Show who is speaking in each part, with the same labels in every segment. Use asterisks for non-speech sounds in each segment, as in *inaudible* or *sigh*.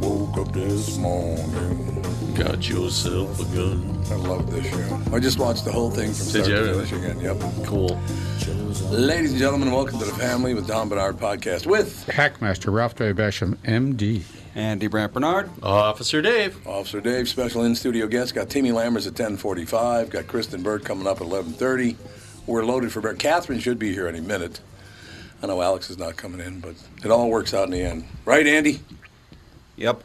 Speaker 1: Woke up this morning.
Speaker 2: Got yourself a gun.
Speaker 1: I love this show. I just watched the whole thing from
Speaker 2: Did
Speaker 1: start
Speaker 2: you
Speaker 1: to
Speaker 2: really?
Speaker 1: finish again. Yep.
Speaker 2: Cool.
Speaker 1: Ladies and gentlemen, welcome to the family with Don Bernard podcast with
Speaker 3: Hackmaster Ralph J. Basham, MD.
Speaker 4: Andy Brandt Bernard.
Speaker 2: Officer Dave.
Speaker 1: Officer Dave, special in studio guest. Got Timmy Lammers at 10:45. Got Kristen Bird coming up at 11:30. We're loaded for break. Catherine should be here any minute. I know Alex is not coming in, but it all works out in the end, right, Andy?
Speaker 4: Yep.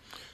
Speaker 5: *laughs*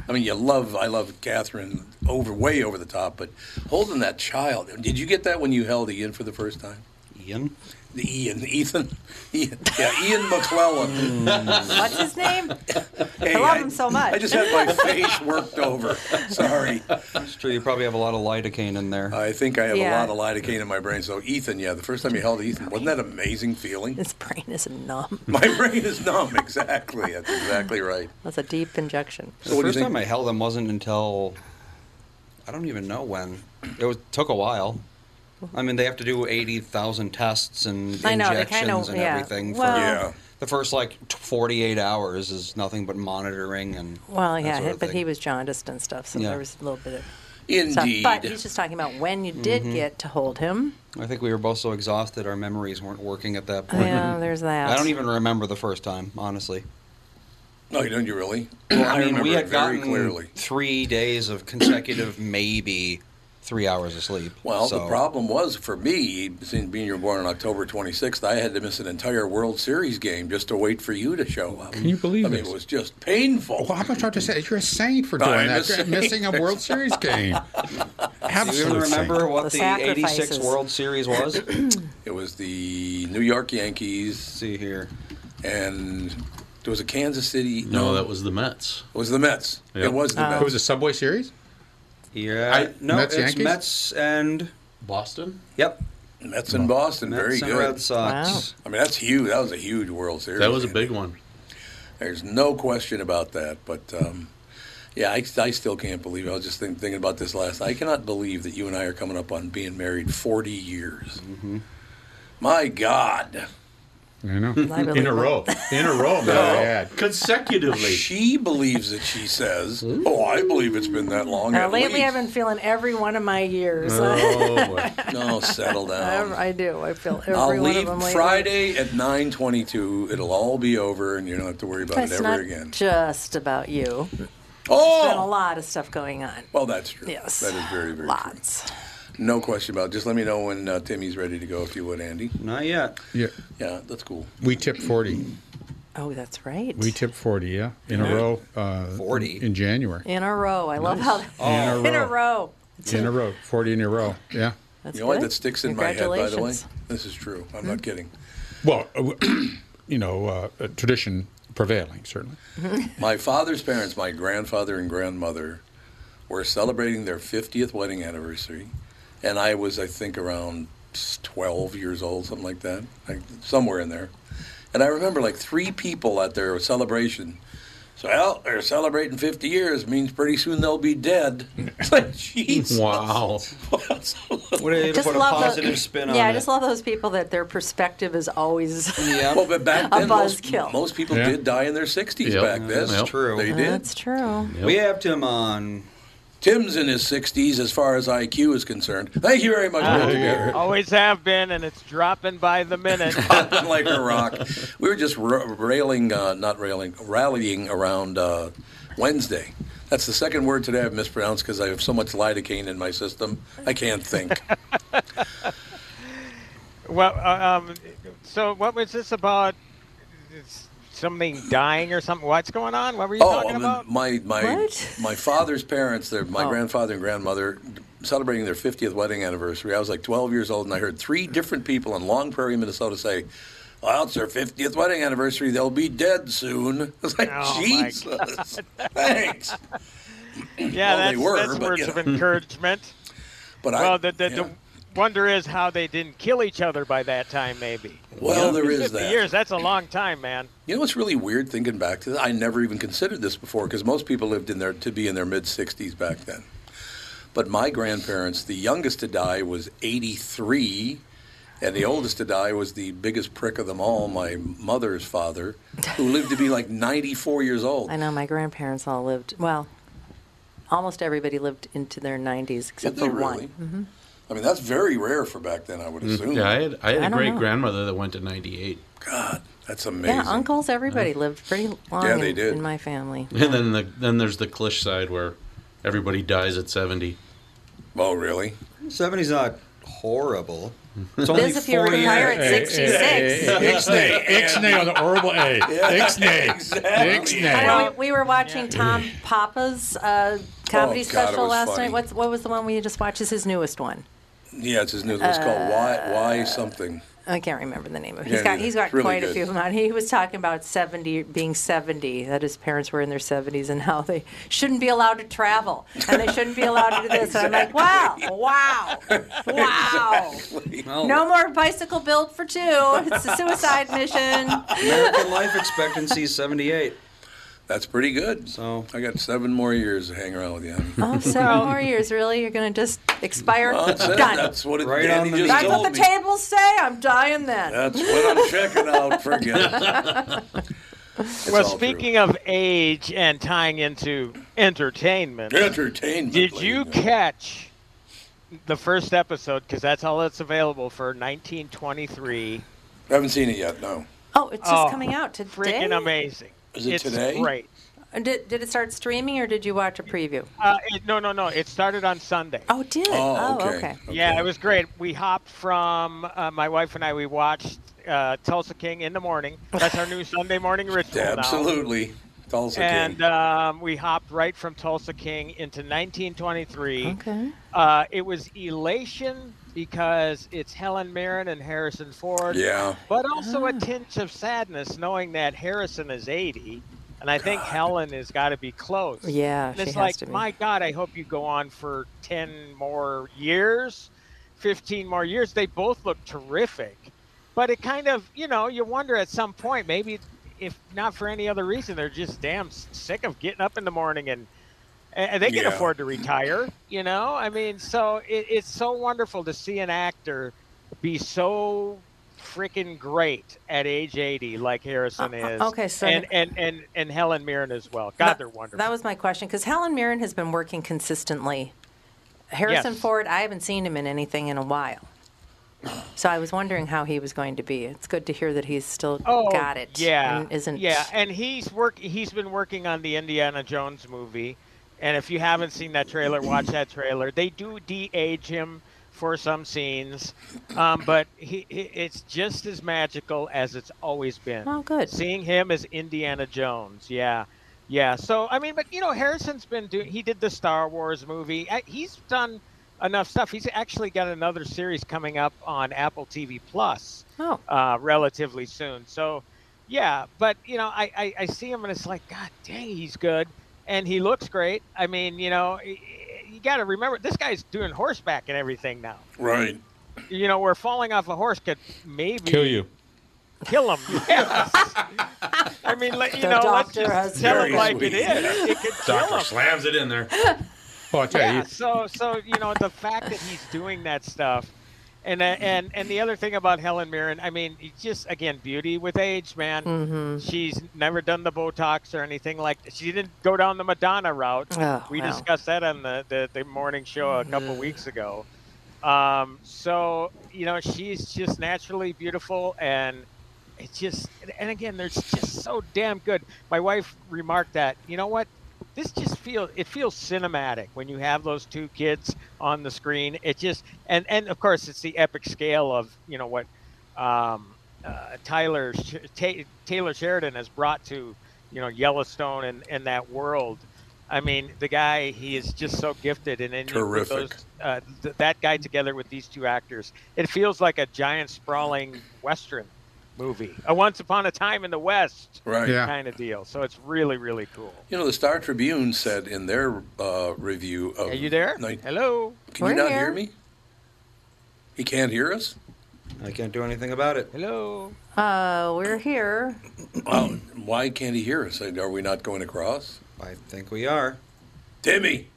Speaker 1: I mean, you love, I love Catherine over, way over the top, but holding that child, did you get that when you held Ian for the first time?
Speaker 4: Ian?
Speaker 1: The Ian, Ethan, *laughs* Ian, yeah, Ian McClellan.
Speaker 6: What's his *laughs* name?
Speaker 1: Hey,
Speaker 6: I love him so much.
Speaker 1: I just had my face worked over. Sorry.
Speaker 4: That's true. You probably have a lot of lidocaine in there.
Speaker 1: I think I have a
Speaker 6: Yeah.
Speaker 1: lot of lidocaine in my brain. So Ethan, yeah, the first time you held Ethan, wasn't that amazing feeling?
Speaker 6: His *laughs* brain is numb.
Speaker 1: My brain is numb. Exactly. That's exactly right.
Speaker 6: That's a deep injection.
Speaker 1: So
Speaker 4: the
Speaker 1: what do you
Speaker 4: first
Speaker 1: think?
Speaker 4: time I held him wasn't until I don't even know when. It was, took a while. I mean, they have to do eighty thousand tests and
Speaker 6: I know, they
Speaker 4: injections
Speaker 6: kinda-
Speaker 4: and
Speaker 6: yeah.
Speaker 4: everything.
Speaker 6: Well-
Speaker 4: for
Speaker 1: Yeah.
Speaker 4: the first like t- forty-eight hours is nothing but monitoring and.
Speaker 6: Well,
Speaker 4: that
Speaker 6: yeah,
Speaker 4: sort of
Speaker 6: but
Speaker 4: thing.
Speaker 6: he was jaundiced and stuff, so
Speaker 4: Yeah.
Speaker 6: there was a little bit of. stuff.
Speaker 1: Indeed.
Speaker 6: But he's just talking about when you did get to hold him.
Speaker 4: I think we were both so exhausted our memories weren't working at that point.
Speaker 6: Yeah, there's that.
Speaker 4: I don't even remember the first time, honestly.
Speaker 1: no, Oh, you don't. You really?
Speaker 4: I, mean,
Speaker 1: remember
Speaker 4: we
Speaker 1: it
Speaker 4: had
Speaker 1: very
Speaker 4: gotten
Speaker 1: clearly.
Speaker 4: three days of consecutive, maybe three hours of sleep.
Speaker 1: Well, the
Speaker 4: So-
Speaker 1: problem was for me, since being you were born on October 26th, I had to miss an entire World Series game just to wait for you to show up. Can
Speaker 3: you believe
Speaker 1: I mean,
Speaker 3: this?
Speaker 1: it was just painful.
Speaker 3: Well, how much do I have to say? You're a saint for doing
Speaker 1: I'm a
Speaker 3: that. You're
Speaker 1: saint.
Speaker 3: Missing a World Series
Speaker 1: *laughs*
Speaker 2: *laughs*
Speaker 3: game.
Speaker 4: Do you even
Speaker 3: Absolutely.
Speaker 4: remember what
Speaker 6: The
Speaker 4: the, 86
Speaker 6: sacrifices.
Speaker 4: World Series was?
Speaker 1: *clears throat* It was the New York Yankees
Speaker 4: see here.
Speaker 1: and there was a Kansas City.
Speaker 2: No, that was the Mets.
Speaker 1: It was the Mets. Uh,
Speaker 2: Yeah.
Speaker 6: Oh.
Speaker 1: It was the
Speaker 3: It
Speaker 1: Mets.
Speaker 3: was a Subway Series.
Speaker 4: Yeah.
Speaker 2: I-
Speaker 4: no,
Speaker 3: Mets,
Speaker 4: it's
Speaker 3: Yankees?
Speaker 4: Mets and
Speaker 2: Boston.
Speaker 4: yep.
Speaker 1: Mets in Boston,
Speaker 4: Mets
Speaker 1: very
Speaker 4: and
Speaker 1: good.
Speaker 4: Red Sox.
Speaker 1: I mean, that's huge. That was a huge World Series.
Speaker 2: That was a big one.
Speaker 1: There's no question about that. But um, yeah, I, I still can't believe. It. I was just think, thinking about this last. I cannot believe that you and I are coming up on being married 40 years.
Speaker 2: Mm-hmm.
Speaker 1: My God,
Speaker 3: I
Speaker 1: *laughs*
Speaker 3: know.
Speaker 6: I really
Speaker 2: In a row. *laughs* In a row,
Speaker 3: Yeah.
Speaker 2: man. Consecutively.
Speaker 1: she believes that she says, "Oh, I believe it's been that long."
Speaker 6: Now,
Speaker 1: at
Speaker 6: Uh, lately,
Speaker 1: least.
Speaker 6: I've been feeling every one of my years. *laughs*
Speaker 2: Oh, boy.
Speaker 1: No, settle down.
Speaker 6: I, I do. I feel every
Speaker 1: I'll
Speaker 6: one of
Speaker 1: leave
Speaker 6: them. lately.
Speaker 1: Friday at 9:22. It'll all be over, and you don't have to worry about
Speaker 6: It's
Speaker 1: it ever
Speaker 6: not
Speaker 1: again.
Speaker 6: just about you. There's been a
Speaker 1: Oh,
Speaker 6: lot of stuff going on.
Speaker 1: well, that's true.
Speaker 6: Yes.
Speaker 1: that is very, very true.
Speaker 6: Lots.
Speaker 1: No question about. it. Just let me know when uh, Timmy's ready to go, if you would, Andy.
Speaker 4: Not yet.
Speaker 3: Yeah,
Speaker 1: Yeah, that's cool.
Speaker 3: we tipped forty.
Speaker 6: Oh, that's right.
Speaker 3: We tipped forty. Yeah, in a row. Uh,
Speaker 4: 40?
Speaker 3: in January.
Speaker 6: in a row. I love how
Speaker 1: Oh.
Speaker 3: In a
Speaker 6: *laughs* in a
Speaker 3: row.
Speaker 6: row.
Speaker 3: In a row. Forty in a row. Yeah.
Speaker 6: That's
Speaker 1: you know what?
Speaker 6: good.
Speaker 1: That sticks in my head, by the way.
Speaker 6: Congratulations. Hmm?
Speaker 1: This is true. I'm not kidding.
Speaker 3: Well, uh, w- *clears throat* you know, uh, uh, tradition prevailing certainly.
Speaker 1: My father's parents, my grandfather and grandmother, were celebrating their 50th wedding anniversary, and I was, I think, around 12 years old, something like that, like somewhere in there. And I remember like three people at their celebration. So, well, they're celebrating 50 years, means pretty soon they'll be dead. *laughs* It's like, jeez. *laughs*
Speaker 2: Wow.
Speaker 4: What a,
Speaker 6: Just
Speaker 4: what a
Speaker 6: love
Speaker 4: positive
Speaker 6: those,
Speaker 4: spin
Speaker 6: yeah,
Speaker 4: on
Speaker 6: I
Speaker 4: it.
Speaker 6: just love those people that their perspective is always. *laughs*
Speaker 4: Yeah.
Speaker 1: Well, but back
Speaker 6: A
Speaker 1: then, most,
Speaker 6: buzzkill.
Speaker 1: most people
Speaker 3: Yeah.
Speaker 1: did die in their 60s
Speaker 2: Yep.
Speaker 1: back then.
Speaker 2: That's Yep.
Speaker 4: true.
Speaker 1: They
Speaker 4: Uh,
Speaker 1: did.
Speaker 6: That's true.
Speaker 4: We have Tim on.
Speaker 1: Tim's in his 60s as far as IQ is concerned. Thank you very much.
Speaker 7: Ah,
Speaker 1: Bill Deere. *laughs*
Speaker 7: Always have been, and it's dropping by the minute.
Speaker 1: Popping like a rock. We were just r- railing, uh, not railing, rallying around uh, Wednesday. That's the second word today I've mispronounced because I have so much lidocaine in my system. I can't think.
Speaker 7: well, uh, um, so what was this about? It's Something dying or something? What's going on? What were you
Speaker 1: oh,
Speaker 7: talking about?
Speaker 1: my my
Speaker 6: What?
Speaker 1: my father's parents, their, my
Speaker 6: Oh.
Speaker 1: grandfather and grandmother, celebrating their 50th wedding anniversary. I was like 12 years old, and I heard three different people in Long Prairie, Minnesota, say. Well, it's their 50th wedding anniversary. They'll be dead soon. *laughs* It's like,
Speaker 7: Oh, my
Speaker 1: Jesus. Thanks.
Speaker 7: yeah,
Speaker 1: well, they
Speaker 7: that's,
Speaker 1: were,
Speaker 7: that's
Speaker 1: but,
Speaker 7: words
Speaker 1: you *laughs*
Speaker 7: of
Speaker 1: know.
Speaker 7: encouragement.
Speaker 1: But I,
Speaker 7: well, the, the,
Speaker 1: yeah.
Speaker 7: the wonder is how they didn't kill each other by that time, maybe.
Speaker 1: Well,
Speaker 7: You know,
Speaker 1: there is
Speaker 7: 50
Speaker 1: that.
Speaker 7: years, that's a long time, man.
Speaker 1: You know what's really weird thinking back to that? I never even considered this before because most people lived in their to be in their mid 60s back then. But my grandparents, the youngest to die was 83, and the oldest to die was the biggest prick of them all, my mother's father, who lived to be like 94 years old.
Speaker 6: I know my grandparents all lived well. Almost everybody lived into their 90s
Speaker 1: Did
Speaker 6: *laughs* except
Speaker 1: they
Speaker 6: for
Speaker 1: really?
Speaker 6: one. Mm-hmm.
Speaker 1: I mean, that's very rare for back then, I would assume.
Speaker 2: Mm, Yeah, I had, I had
Speaker 6: I
Speaker 2: a
Speaker 6: don't
Speaker 2: great
Speaker 6: know.
Speaker 2: grandmother that went to 98.
Speaker 1: God, that's amazing.
Speaker 6: Yeah, uncles, everybody lived pretty long
Speaker 1: Yeah, they
Speaker 6: in,
Speaker 1: did.
Speaker 6: in my family.
Speaker 2: And then the, then there's the Klish side where everybody dies at 70.
Speaker 1: Oh, really?
Speaker 4: 70's not horrible. It's only
Speaker 6: Biz, if you
Speaker 4: four
Speaker 6: retire
Speaker 4: years.
Speaker 6: at 66.
Speaker 3: Ixnay, Ixnay on the horrible
Speaker 4: *laughs*
Speaker 3: A. Ixnay,
Speaker 1: exactly.
Speaker 6: I
Speaker 3: Ixnay.
Speaker 6: know, we, we were watching Tom Papa's uh, comedy
Speaker 1: Oh, God, it
Speaker 6: special
Speaker 1: was
Speaker 6: last
Speaker 1: funny.
Speaker 6: night. What's, what was the one we just watched? Is his newest one?
Speaker 1: Yeah, it's his new. It's called Why Why Something.
Speaker 6: I can't remember the name of it.
Speaker 1: Yeah,
Speaker 6: He's got
Speaker 1: neither.
Speaker 6: he's got
Speaker 1: It's really
Speaker 6: quite a
Speaker 1: good.
Speaker 6: few of them out. He was talking about seventy being seventy, that his parents were in their seventies and how they shouldn't be allowed to travel and they shouldn't be allowed to do this.
Speaker 1: *laughs*
Speaker 6: And I'm like, wow, wow, wow.
Speaker 4: Well,
Speaker 6: No more bicycle build for two. It's a suicide mission.
Speaker 4: American life expectancy is 78.
Speaker 1: That's pretty good.
Speaker 4: So-
Speaker 1: I got seven more years to hang around with you. honey.
Speaker 6: Oh,
Speaker 1: *laughs*
Speaker 6: seven more years, really? You're gonna just expire?
Speaker 1: Well, that's, it.
Speaker 6: Done.
Speaker 1: that's what it,
Speaker 4: Right
Speaker 1: Danny
Speaker 4: on the
Speaker 1: just
Speaker 6: That's
Speaker 4: meat.
Speaker 1: told
Speaker 6: what the
Speaker 1: me.
Speaker 6: tables say. I'm dying then.
Speaker 1: That's
Speaker 7: *laughs*
Speaker 1: what I'm checking out. Forget it. It's
Speaker 7: well,
Speaker 1: all
Speaker 7: speaking of age and tying into entertainment,
Speaker 1: true. entertainment.
Speaker 7: Did
Speaker 1: ladies
Speaker 7: you
Speaker 1: and gentlemen.
Speaker 7: catch the first episode? Because that's all that's available for 1923.
Speaker 1: I haven't seen it yet. No.
Speaker 6: Oh, it's just
Speaker 7: Oh,
Speaker 6: coming out today. Uh,
Speaker 7: Freaking amazing!
Speaker 1: Is it
Speaker 7: it's
Speaker 1: today?
Speaker 7: Great.
Speaker 6: Did, did it start streaming or did you watch a preview?
Speaker 7: Uh, it, no, no, no. It started on Sunday.
Speaker 6: Oh, it did.
Speaker 1: Oh, okay.
Speaker 7: Yeah,
Speaker 1: Okay.
Speaker 7: it was great. We hopped from uh, my wife and I. We watched uh, Tulsa King in the morning. That's our new Sunday morning ritual. now.
Speaker 1: Absolutely. Tulsa
Speaker 7: And
Speaker 1: King.
Speaker 7: um, we hopped right from Tulsa King into 1923.
Speaker 6: Okay.
Speaker 7: Uh, it was elation because it's Helen Mirren and Harrison Ford.
Speaker 1: yeah.
Speaker 6: Ah.
Speaker 7: But also a tinge of sadness knowing that Harrison is 80 And I think Helen has got to be close.
Speaker 6: Yeah,
Speaker 7: And
Speaker 6: she
Speaker 7: it's
Speaker 6: has
Speaker 7: like,
Speaker 6: to be.
Speaker 7: my God, I hope you go on for 10 more years, 15 more years. They both look terrific. But it kind of, you know, you wonder at some point, maybe if not for any other reason, they're just damn s- sick of getting up in the morning and, and they can
Speaker 1: Yeah.
Speaker 7: afford to retire, you know? I mean, so it, it's so wonderful to see an actor be so freaking great at age 80 like Harrison is.
Speaker 6: Uh, okay, so-
Speaker 7: and and and and Helen Mirren as well. God, they're wonderful.
Speaker 6: That was my question because Helen Mirren has been working consistently. Harrison
Speaker 7: Yes.
Speaker 6: Ford, I haven't seen him in anything in a while. So I was wondering how he was going to be. It's good to hear that he's still
Speaker 7: Oh,
Speaker 6: got it.
Speaker 7: Yeah,
Speaker 6: and isn't
Speaker 7: yeah, and he's work. He's been working on the Indiana Jones movie, and if you haven't seen that trailer, watch that trailer. They do de-age him for some scenes, um, but he, he it's just as magical as it's always been.
Speaker 6: Oh, good.
Speaker 7: Seeing him as Indiana Jones, yeah. Yeah, so I mean, but you know, Harrison's been doing. He did the Star Wars movie. Uh, He's done enough stuff. He's actually got another series coming up on Apple TV Plus
Speaker 6: Oh.
Speaker 7: uh, relatively soon. So, yeah, but you know, I, I I see him and it's like, God dang, he's good, and he looks great. I mean, you know, y- y- you got to remember this guy's doing horseback and everything now.
Speaker 1: Right.
Speaker 7: You know, where falling off a horse could maybe
Speaker 3: Kill you.
Speaker 7: kill him. Yes. I mean, let, you
Speaker 6: The
Speaker 7: know, let's
Speaker 6: doctor has
Speaker 7: just tell
Speaker 1: Very
Speaker 7: him like
Speaker 1: sweet.
Speaker 7: it is. It could kill
Speaker 2: Doctor
Speaker 7: him.
Speaker 2: slams it in there.
Speaker 3: Well, I tell
Speaker 7: Yeah.
Speaker 3: you,
Speaker 7: So so you know the fact that he's doing that stuff, and uh, and and the other thing about Helen Mirren, I mean, it's just again beauty with age, man. She's never done the Botox or anything like. She didn't go down the Madonna route.
Speaker 6: Oh,
Speaker 7: we
Speaker 6: wow.
Speaker 7: discussed that on the the, the morning show a couple weeks ago. Um, so you know she's just naturally beautiful and. It's just, and again, they're just so damn good. My wife remarked that, you know what? This just feels, it feels cinematic when you have those two kids on the screen. It just, and, and of course, it's the epic scale of, you know, what um, uh, Tyler, Sh- Ta- Taylor Sheridan has brought to, you know, Yellowstone and, and that world. I mean, the guy, he is just so gifted. And then you put
Speaker 1: Terrific.
Speaker 7: those- uh, th- that guy together with these two actors, it feels like a giant sprawling Western movie, a Once Upon a Time in the West
Speaker 1: Right.
Speaker 3: Yeah.
Speaker 7: kind of deal. So it's really, really cool.
Speaker 1: You know, the Star Tribune said in their uh, review of.
Speaker 7: Are you there?
Speaker 1: Night-
Speaker 7: Hello.
Speaker 1: Can
Speaker 6: We're
Speaker 1: you not
Speaker 6: here.
Speaker 1: hear me? He can't hear us?
Speaker 4: I can't do anything about it.
Speaker 1: *clears throat*
Speaker 7: Hello.
Speaker 6: Uh, we're here.
Speaker 1: Wow. Why can't he hear us? Are we not going across?
Speaker 4: I think we are.
Speaker 1: Timmy!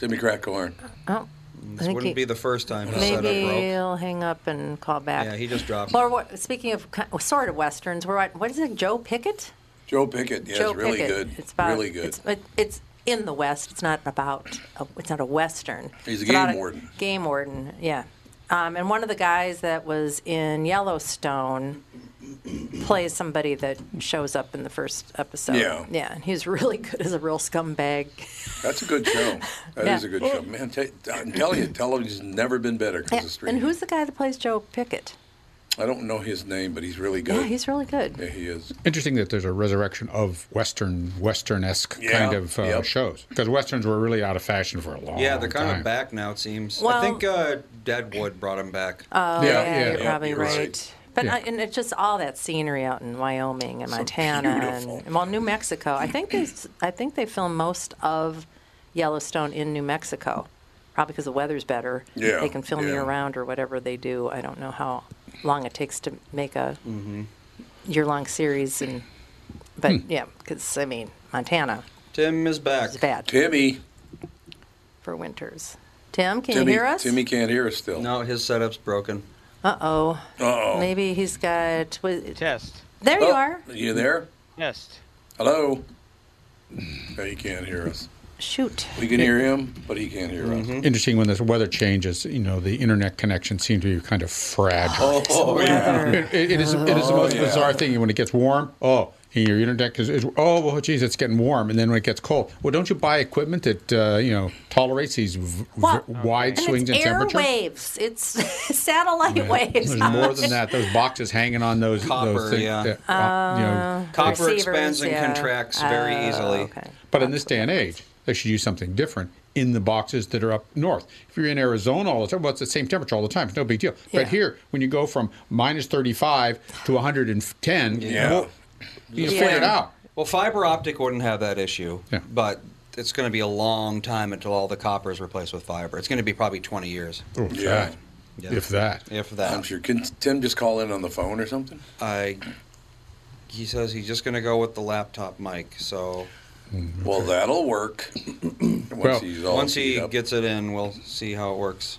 Speaker 1: Timmy Crackhorn.
Speaker 6: Oh, I
Speaker 4: This
Speaker 6: think
Speaker 4: wouldn't
Speaker 6: he-
Speaker 4: be the first time his setup
Speaker 6: maybe
Speaker 4: broke.
Speaker 6: he'll hang up and call back.
Speaker 4: Yeah, he just dropped.
Speaker 6: Well, what, speaking of ki- well, sort of westerns, we're at, what is it? Joe Pickett.
Speaker 1: Joe Pickett. Yeah,
Speaker 6: Joe
Speaker 1: it's really
Speaker 6: Pickett.
Speaker 1: good.
Speaker 6: It's about
Speaker 1: really good.
Speaker 6: It's, it, it's in the West. It's not about. A, it's not a Western.
Speaker 1: He's a
Speaker 6: It's about
Speaker 1: game warden.
Speaker 6: Game warden. Yeah. Um, and one of the guys that was in Yellowstone plays somebody that shows up in the first episode.
Speaker 1: Yeah.
Speaker 6: Yeah. And he's really good as a real scumbag.
Speaker 1: That's a good show. That is
Speaker 6: Yeah.
Speaker 1: a good show. Man, i I'm telling you, television's never been better 'cause of streaming.
Speaker 6: and who's the guy that plays Joe Pickett?
Speaker 1: I don't know his name, but he's really good.
Speaker 6: Yeah, he's really good.
Speaker 1: Yeah, he is.
Speaker 3: interesting that there's a resurrection of Western, Western esque
Speaker 1: Yeah,
Speaker 3: kind of uh,
Speaker 1: yep.
Speaker 3: shows because Westerns were really out of fashion for a long Oh, time.
Speaker 4: yeah, they're kind of back now, it seems.
Speaker 6: Well-
Speaker 4: I think uh, Deadwood brought him back.
Speaker 6: Oh,
Speaker 3: Yeah,
Speaker 6: yeah,
Speaker 3: yeah,
Speaker 6: you're
Speaker 3: yeah,
Speaker 6: probably
Speaker 1: you're
Speaker 6: right.
Speaker 1: right.
Speaker 6: But
Speaker 3: Yeah.
Speaker 6: I, and it's just all that scenery out in Wyoming and Montana
Speaker 1: beautiful.
Speaker 6: and, and well, New Mexico. I think they, s- I think they film most of Yellowstone in New Mexico, probably because the weather's better.
Speaker 1: Yeah,
Speaker 6: they can film
Speaker 1: yeah.
Speaker 6: year round or whatever they do. I don't know how long it takes to make a
Speaker 4: Mm-hmm.
Speaker 6: year long series, and but
Speaker 1: Hmm.
Speaker 6: yeah, because I mean Montana
Speaker 4: Tim is back.
Speaker 6: is bad
Speaker 1: Timmy.
Speaker 6: for winters. Tim, can
Speaker 1: Timmy,
Speaker 6: you hear us?
Speaker 1: Timmy can't hear us still.
Speaker 4: No, his setup's broken.
Speaker 6: Uh oh.
Speaker 1: Uh-oh.
Speaker 6: Maybe he's got. Was,
Speaker 7: Test.
Speaker 6: there
Speaker 1: Oh,
Speaker 6: you are.
Speaker 1: you there?
Speaker 7: Test.
Speaker 1: Hello? No, he can't hear us.
Speaker 6: Shoot.
Speaker 1: We can hear him, but he can't hear us.
Speaker 3: interesting when this weather changes. You know, the internet connections seem to be kind of fragile.
Speaker 1: Oh, yeah.
Speaker 3: *laughs*
Speaker 1: Oh,
Speaker 3: It, it, it is it is the most
Speaker 1: yeah.
Speaker 3: bizarre thing when it gets warm. Oh, and your internet is, is oh well, geez, it's getting warm, and then when it gets cold, well, don't you buy equipment that uh, you know tolerates these v- v-
Speaker 6: Well,
Speaker 3: wide
Speaker 6: And
Speaker 3: swings
Speaker 6: it's
Speaker 3: in
Speaker 6: air
Speaker 3: temperature?
Speaker 6: waves. It's *laughs* satellite waves.
Speaker 3: There's more than that. Those boxes hanging on those
Speaker 4: Copper,
Speaker 3: those things.
Speaker 4: yeah.
Speaker 3: that, uh, you know,
Speaker 6: Oh.
Speaker 4: Copper
Speaker 6: Receivers,
Speaker 4: expands and
Speaker 6: yeah.
Speaker 4: contracts very
Speaker 6: Oh,
Speaker 4: easily.
Speaker 6: okay.
Speaker 3: But in this day and age, they should use something different in the boxes that are up north. If you're in Arizona all the time, well, it's the same temperature all the time. It's no big deal.
Speaker 6: Yeah.
Speaker 3: But here, when you go from minus 35 to 110,
Speaker 1: Yeah.
Speaker 3: well, you
Speaker 6: Yeah.
Speaker 3: figure it out.
Speaker 4: Well, fiber optic wouldn't have that issue,
Speaker 3: Yeah.
Speaker 4: but it's going to be a long time until all the copper is replaced with fiber. It's going to be probably 20 years.
Speaker 3: Oh,
Speaker 1: Yeah.
Speaker 3: God. If that.
Speaker 4: If that.
Speaker 1: I'm sure. Can Tim just call in on the phone or something?
Speaker 4: I. He says he's just going to go with the laptop mic. So Mm,
Speaker 1: Well, that'll
Speaker 4: *clears throat*
Speaker 1: work. once
Speaker 3: Well,
Speaker 1: he's all
Speaker 4: once he
Speaker 1: teed up.
Speaker 4: gets it in, we'll see how it works.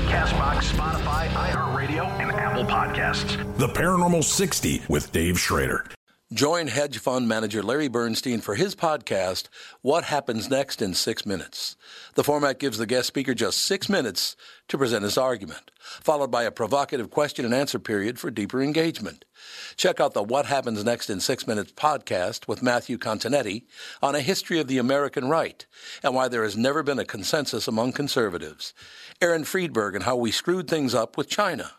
Speaker 8: Castbox, Spotify, iHeartRadio, and Apple Podcasts. The Paranormal 60 with Dave Schrader.
Speaker 1: Join hedge fund manager Larry Bernstein for his podcast, What Happens Next in Six Minutes. The format gives the guest speaker just six minutes to present his argument, followed by a provocative question and answer period for deeper engagement. Check out the What Happens Next in Six Minutes podcast with Matthew Continetti on a history of the American right and why there has never been a consensus among conservatives, Aaron Friedberg and how we screwed things up with China.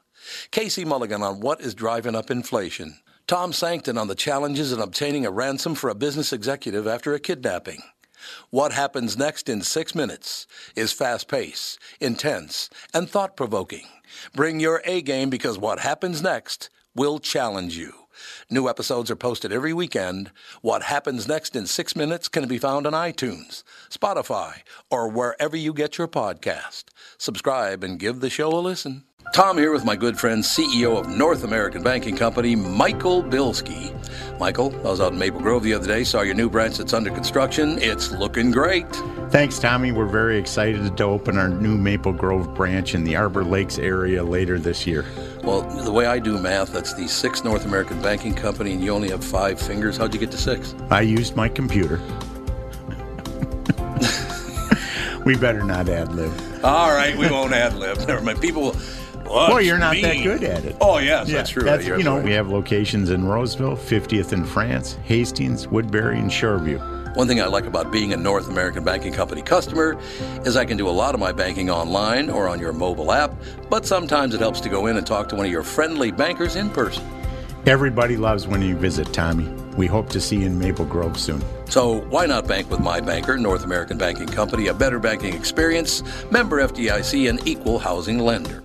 Speaker 1: Casey Mulligan on what is driving up inflation. Tom Sankton on the challenges in obtaining a ransom for a business executive after a kidnapping. What happens next in six minutes is fast paced, intense, and thought provoking. Bring your A game because what happens next will challenge you. New episodes are posted every weekend. What happens next in six minutes can be found on iTunes, Spotify, or wherever you get your podcast. Subscribe and give the show a listen. Tom here with my good friend, CEO of North American Banking Company, Michael Bilski. Michael, I was out in Maple Grove the other day, saw your new branch that's under construction. It's looking great.
Speaker 9: Thanks, Tommy. We're very excited to open our new Maple Grove branch in the Arbor Lakes area later this year.
Speaker 1: Well, the way I do math, that's the sixth North American Banking Company, and you only have five fingers. How'd you get to six?
Speaker 9: I used my computer. *laughs* we better not ad lib.
Speaker 1: All right, we won't ad lib. Never mind. People will.
Speaker 9: Well, you're not that good at it.
Speaker 1: Oh, yes, that's true. You're
Speaker 9: you know,
Speaker 1: absolutely
Speaker 9: we have locations in Roseville, 50th in France, Hastings, Woodbury, and Shoreview.
Speaker 1: One thing I like about being a North American Banking Company customer is I can do a lot of my banking online or on your mobile app, but sometimes it helps to go in and talk to one of your friendly bankers in person.
Speaker 9: Everybody loves when you visit, Tommy. We hope to see you in Maple Grove soon.
Speaker 1: So why not bank with my banker, North American Banking Company, a better banking experience, member FDIC, and equal housing lender.